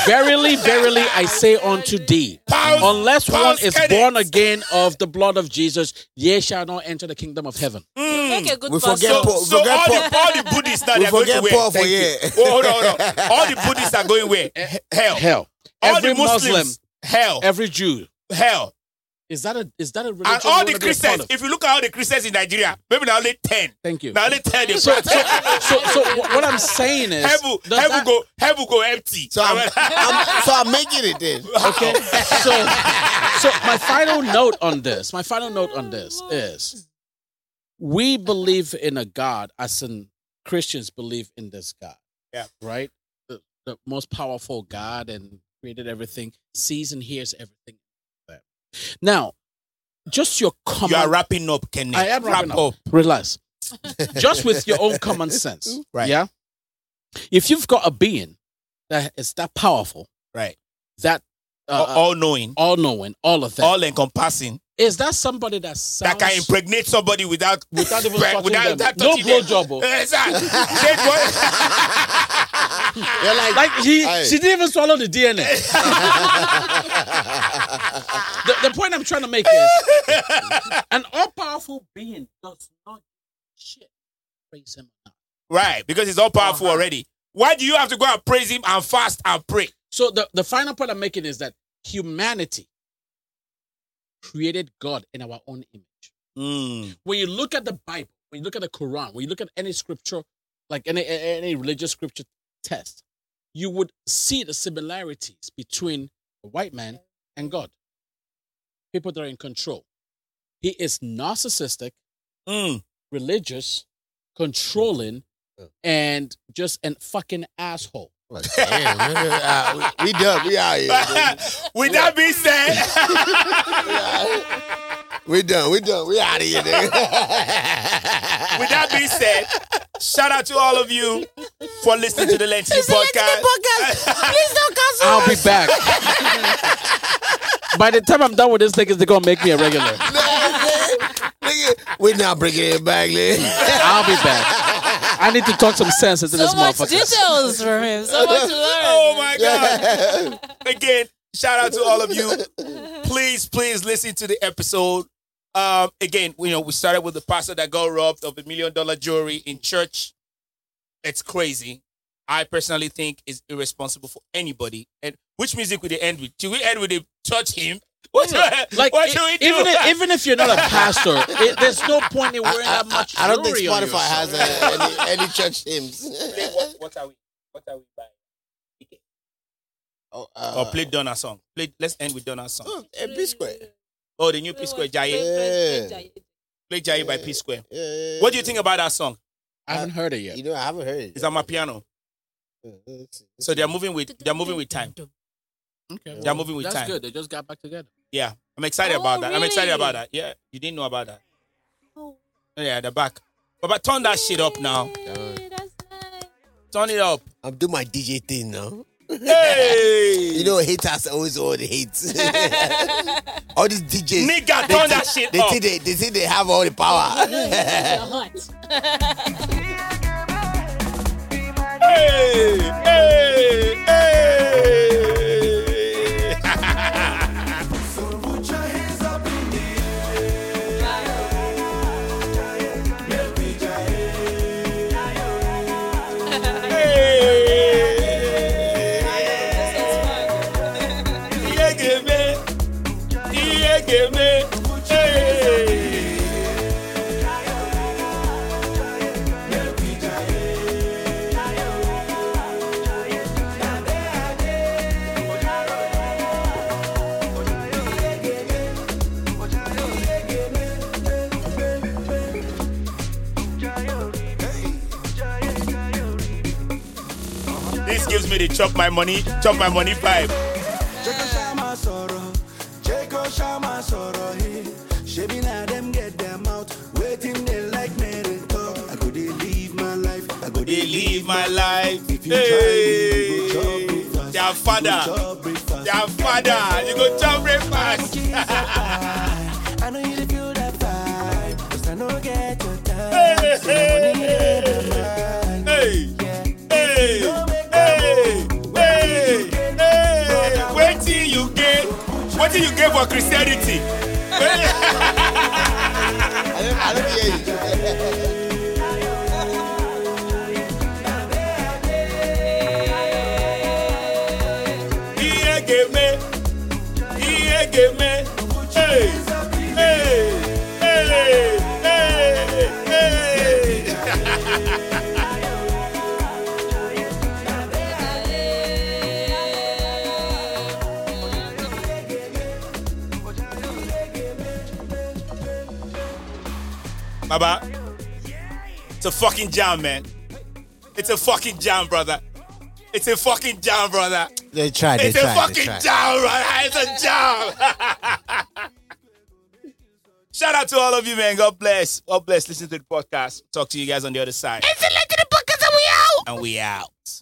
[SPEAKER 2] Verily, verily, I say unto thee,
[SPEAKER 1] Pounds-
[SPEAKER 2] unless one
[SPEAKER 1] pounds
[SPEAKER 2] is
[SPEAKER 1] get it.
[SPEAKER 2] born again of the blood of Jesus, ye shall not enter the kingdom of heaven.
[SPEAKER 1] Mm.
[SPEAKER 3] Make a good
[SPEAKER 4] We
[SPEAKER 3] pastor.
[SPEAKER 4] forget
[SPEAKER 1] So,
[SPEAKER 4] Paul-
[SPEAKER 1] so
[SPEAKER 4] forget
[SPEAKER 1] all, the,
[SPEAKER 4] Paul.
[SPEAKER 1] all the Buddhists now
[SPEAKER 4] We
[SPEAKER 1] they're going to
[SPEAKER 4] forget
[SPEAKER 1] where?
[SPEAKER 4] Paul for
[SPEAKER 1] Thank you.
[SPEAKER 4] here.
[SPEAKER 1] Oh, hold on, hold on. All the Buddhists are going where? He- Hell.
[SPEAKER 2] Hell.
[SPEAKER 1] All
[SPEAKER 2] Eh, every
[SPEAKER 1] the Muslims.
[SPEAKER 2] Muslim,
[SPEAKER 1] hell.
[SPEAKER 2] every Jew.
[SPEAKER 1] hell.
[SPEAKER 2] Is that a is that a religion?
[SPEAKER 1] And all the
[SPEAKER 2] you wanna be a part
[SPEAKER 1] Christians,
[SPEAKER 2] of?
[SPEAKER 1] if you look at all the Christians in Nigeria, maybe they're only 10.
[SPEAKER 2] Thank you.
[SPEAKER 1] Now only 10 they <laughs>
[SPEAKER 2] So, so,
[SPEAKER 1] practice.
[SPEAKER 2] so, so wh- what I'm saying is,
[SPEAKER 1] Heaven,
[SPEAKER 2] does
[SPEAKER 1] heaven
[SPEAKER 2] that-
[SPEAKER 1] go, heaven go empty.
[SPEAKER 4] So I'm,
[SPEAKER 1] <laughs>
[SPEAKER 4] I'm so I'm making it then.
[SPEAKER 2] Okay. So, so my final note on this, my final note on this is we believe in a God as in Christians believe in this God.
[SPEAKER 1] Yeah.
[SPEAKER 2] Right? The, the most powerful God and created everything, sees and hears everything. Now, just your
[SPEAKER 1] you
[SPEAKER 2] common
[SPEAKER 1] are wrapping up, Kenny.
[SPEAKER 2] I am
[SPEAKER 1] Wrap
[SPEAKER 2] wrapping up.
[SPEAKER 1] <laughs>
[SPEAKER 2] relax. Just with your own common sense.
[SPEAKER 1] Right.
[SPEAKER 2] Yeah. If you've got a being that is that powerful,
[SPEAKER 1] Right.
[SPEAKER 2] That uh, uh,
[SPEAKER 1] all knowing,
[SPEAKER 2] all knowing, all of that.
[SPEAKER 1] all encompassing,
[SPEAKER 2] is that somebody that sounds
[SPEAKER 1] that can impregnate somebody <laughs> without
[SPEAKER 2] without even
[SPEAKER 1] without-
[SPEAKER 2] touching
[SPEAKER 1] without
[SPEAKER 2] them? no
[SPEAKER 1] touching them.
[SPEAKER 2] blowjob.
[SPEAKER 1] <laughs>
[SPEAKER 2] oh.
[SPEAKER 1] Eh, sir. Say what? <laughs>
[SPEAKER 4] You're like, <laughs>
[SPEAKER 2] Like he,
[SPEAKER 4] Aye.
[SPEAKER 2] she didn't even swallow the
[SPEAKER 1] <laughs>
[SPEAKER 2] DNA. the, the point I'm trying to make
[SPEAKER 1] <laughs>
[SPEAKER 2] is an all-powerful being does not give a shit. Praise him.
[SPEAKER 1] Right, because it's all powerful
[SPEAKER 2] Uh-huh.
[SPEAKER 1] already. Why do you have to go and praise him and fast and pray?
[SPEAKER 2] So the, the final point I'm making is that humanity created God in our own image.
[SPEAKER 1] Mm.
[SPEAKER 2] When you look at the Bible, when you look at the Quran, when you look at any scripture, like any a- any religious scripture test, you would see the similarities between the white man and God. People that are in control. He is narcissistic,
[SPEAKER 1] Mm.
[SPEAKER 2] religious, controlling, and just an fucking asshole.
[SPEAKER 4] Like, damn, nigga, uh, we, we done. We out here. nigga.
[SPEAKER 1] <laughs> With that being said,
[SPEAKER 4] We out here. We done. We done. We out of here, <laughs> nigga.
[SPEAKER 1] With that being said, shout out to all of you for listening to the Lentini podcast.
[SPEAKER 4] Please don't cancel.
[SPEAKER 2] I'll be back. By the time I'm done with this, niggas, they're gonna make me a regular.
[SPEAKER 4] nigga, we now bringing it back,
[SPEAKER 1] <laughs>
[SPEAKER 4] nigga.
[SPEAKER 2] I'll be back. I need to talk some sense into this
[SPEAKER 3] so much
[SPEAKER 2] motherfucker.
[SPEAKER 3] details from him. So much to learn.
[SPEAKER 2] <laughs>
[SPEAKER 1] Oh my god! Again, shout out to all of you. Please, please listen to the episode. Um, again, you know we started with the pastor that got robbed of a million dollar jewelry in church. It's crazy. I personally think it's irresponsible for anybody. And which music would they end with? Should we end with a touch him? <laughs> What,
[SPEAKER 2] Like,
[SPEAKER 1] what
[SPEAKER 2] e-
[SPEAKER 1] should we do? <laughs>
[SPEAKER 2] even if, even if you're not a pastor, it, there's no point in
[SPEAKER 4] I,
[SPEAKER 2] wearing that
[SPEAKER 4] I,
[SPEAKER 2] much.
[SPEAKER 4] I, I don't think
[SPEAKER 2] jewelry on
[SPEAKER 4] Spotify has
[SPEAKER 2] yourself.
[SPEAKER 4] a, any, any church hymns.
[SPEAKER 1] Play what, what are we? What are we buying?
[SPEAKER 4] <laughs> oh, uh,
[SPEAKER 1] or play Donna's song. Play. Let's end with Donna's song.
[SPEAKER 4] oh, eh, B Square.
[SPEAKER 1] Oh, the new P Square Jaye. Play Jaye by P Square.
[SPEAKER 4] Yeah, yeah,
[SPEAKER 1] What do you
[SPEAKER 4] yeah.
[SPEAKER 1] think about that song?
[SPEAKER 2] I haven't heard it yet.
[SPEAKER 4] You know, I haven't heard it.
[SPEAKER 1] It's
[SPEAKER 4] yet.
[SPEAKER 1] on my piano.
[SPEAKER 4] Uh, let's see.
[SPEAKER 1] So they're moving with they're moving with time.
[SPEAKER 2] Okay.
[SPEAKER 1] They're moving with
[SPEAKER 2] That's
[SPEAKER 1] time.
[SPEAKER 2] good. They just got back together.
[SPEAKER 1] Yeah, I'm excited
[SPEAKER 3] Oh,
[SPEAKER 1] about that. I'm excited
[SPEAKER 3] really?
[SPEAKER 1] about that. Yeah, you didn't know about that. Oh, yeah, the back. But, but turn that shit up now.
[SPEAKER 3] <laughs>
[SPEAKER 1] <laughs>
[SPEAKER 3] That's nice.
[SPEAKER 1] Turn it up.
[SPEAKER 4] I'm doing my DJ thing now.
[SPEAKER 1] Hey.
[SPEAKER 4] you know, haters always all the hates. <laughs> all these DJs.
[SPEAKER 1] Nigga,
[SPEAKER 4] they
[SPEAKER 1] turn
[SPEAKER 4] thi-
[SPEAKER 1] that shit
[SPEAKER 4] they
[SPEAKER 1] up.
[SPEAKER 4] Think they, they think they have all
[SPEAKER 3] <laughs>
[SPEAKER 4] the power.
[SPEAKER 1] Hey, hey, hey. Hey. Iyegeme, iyegeme, hey. This gives me the chop my money, chop my money vibe.
[SPEAKER 5] Jeko Shama sọ̀rọ̀, Jeko Shama sọ̀rọ̀ yìí. Shebi na dem get them out, wetin dey like me dey talk. I go dey live my life, I go
[SPEAKER 1] They
[SPEAKER 5] dey
[SPEAKER 1] live my life.
[SPEAKER 5] If you try me, you
[SPEAKER 1] Hey,
[SPEAKER 5] go chop breakfast.
[SPEAKER 1] their
[SPEAKER 5] You go
[SPEAKER 1] father,
[SPEAKER 5] chop breakfast.
[SPEAKER 1] their father, you go chop breakfast.
[SPEAKER 5] I know you dey feel that vibe, 'cause I no get your time.
[SPEAKER 1] Hey,
[SPEAKER 5] So
[SPEAKER 1] hey,
[SPEAKER 5] money dey my mind.
[SPEAKER 1] hey, hey, hey, hey, hey. Wait till you get, what till you get for Christianity?
[SPEAKER 5] <laughs>
[SPEAKER 4] I don't, I don't hear you.
[SPEAKER 1] Iyegeme, iyegeme, hey, hey, hey, hey, hey. Baba. It's a fucking jam, man. It's a fucking jam, brother. It's a fucking jam, brother.
[SPEAKER 4] They tried. They
[SPEAKER 1] It's a
[SPEAKER 4] tried.
[SPEAKER 1] fucking
[SPEAKER 4] they tried.
[SPEAKER 1] jam, brother. <laughs> It's a jam. <laughs> Shout out to all of you, man. God bless. God bless. Listen to the podcast. Talk to you guys on the other side. Listen to the podcast, and we out. And we out.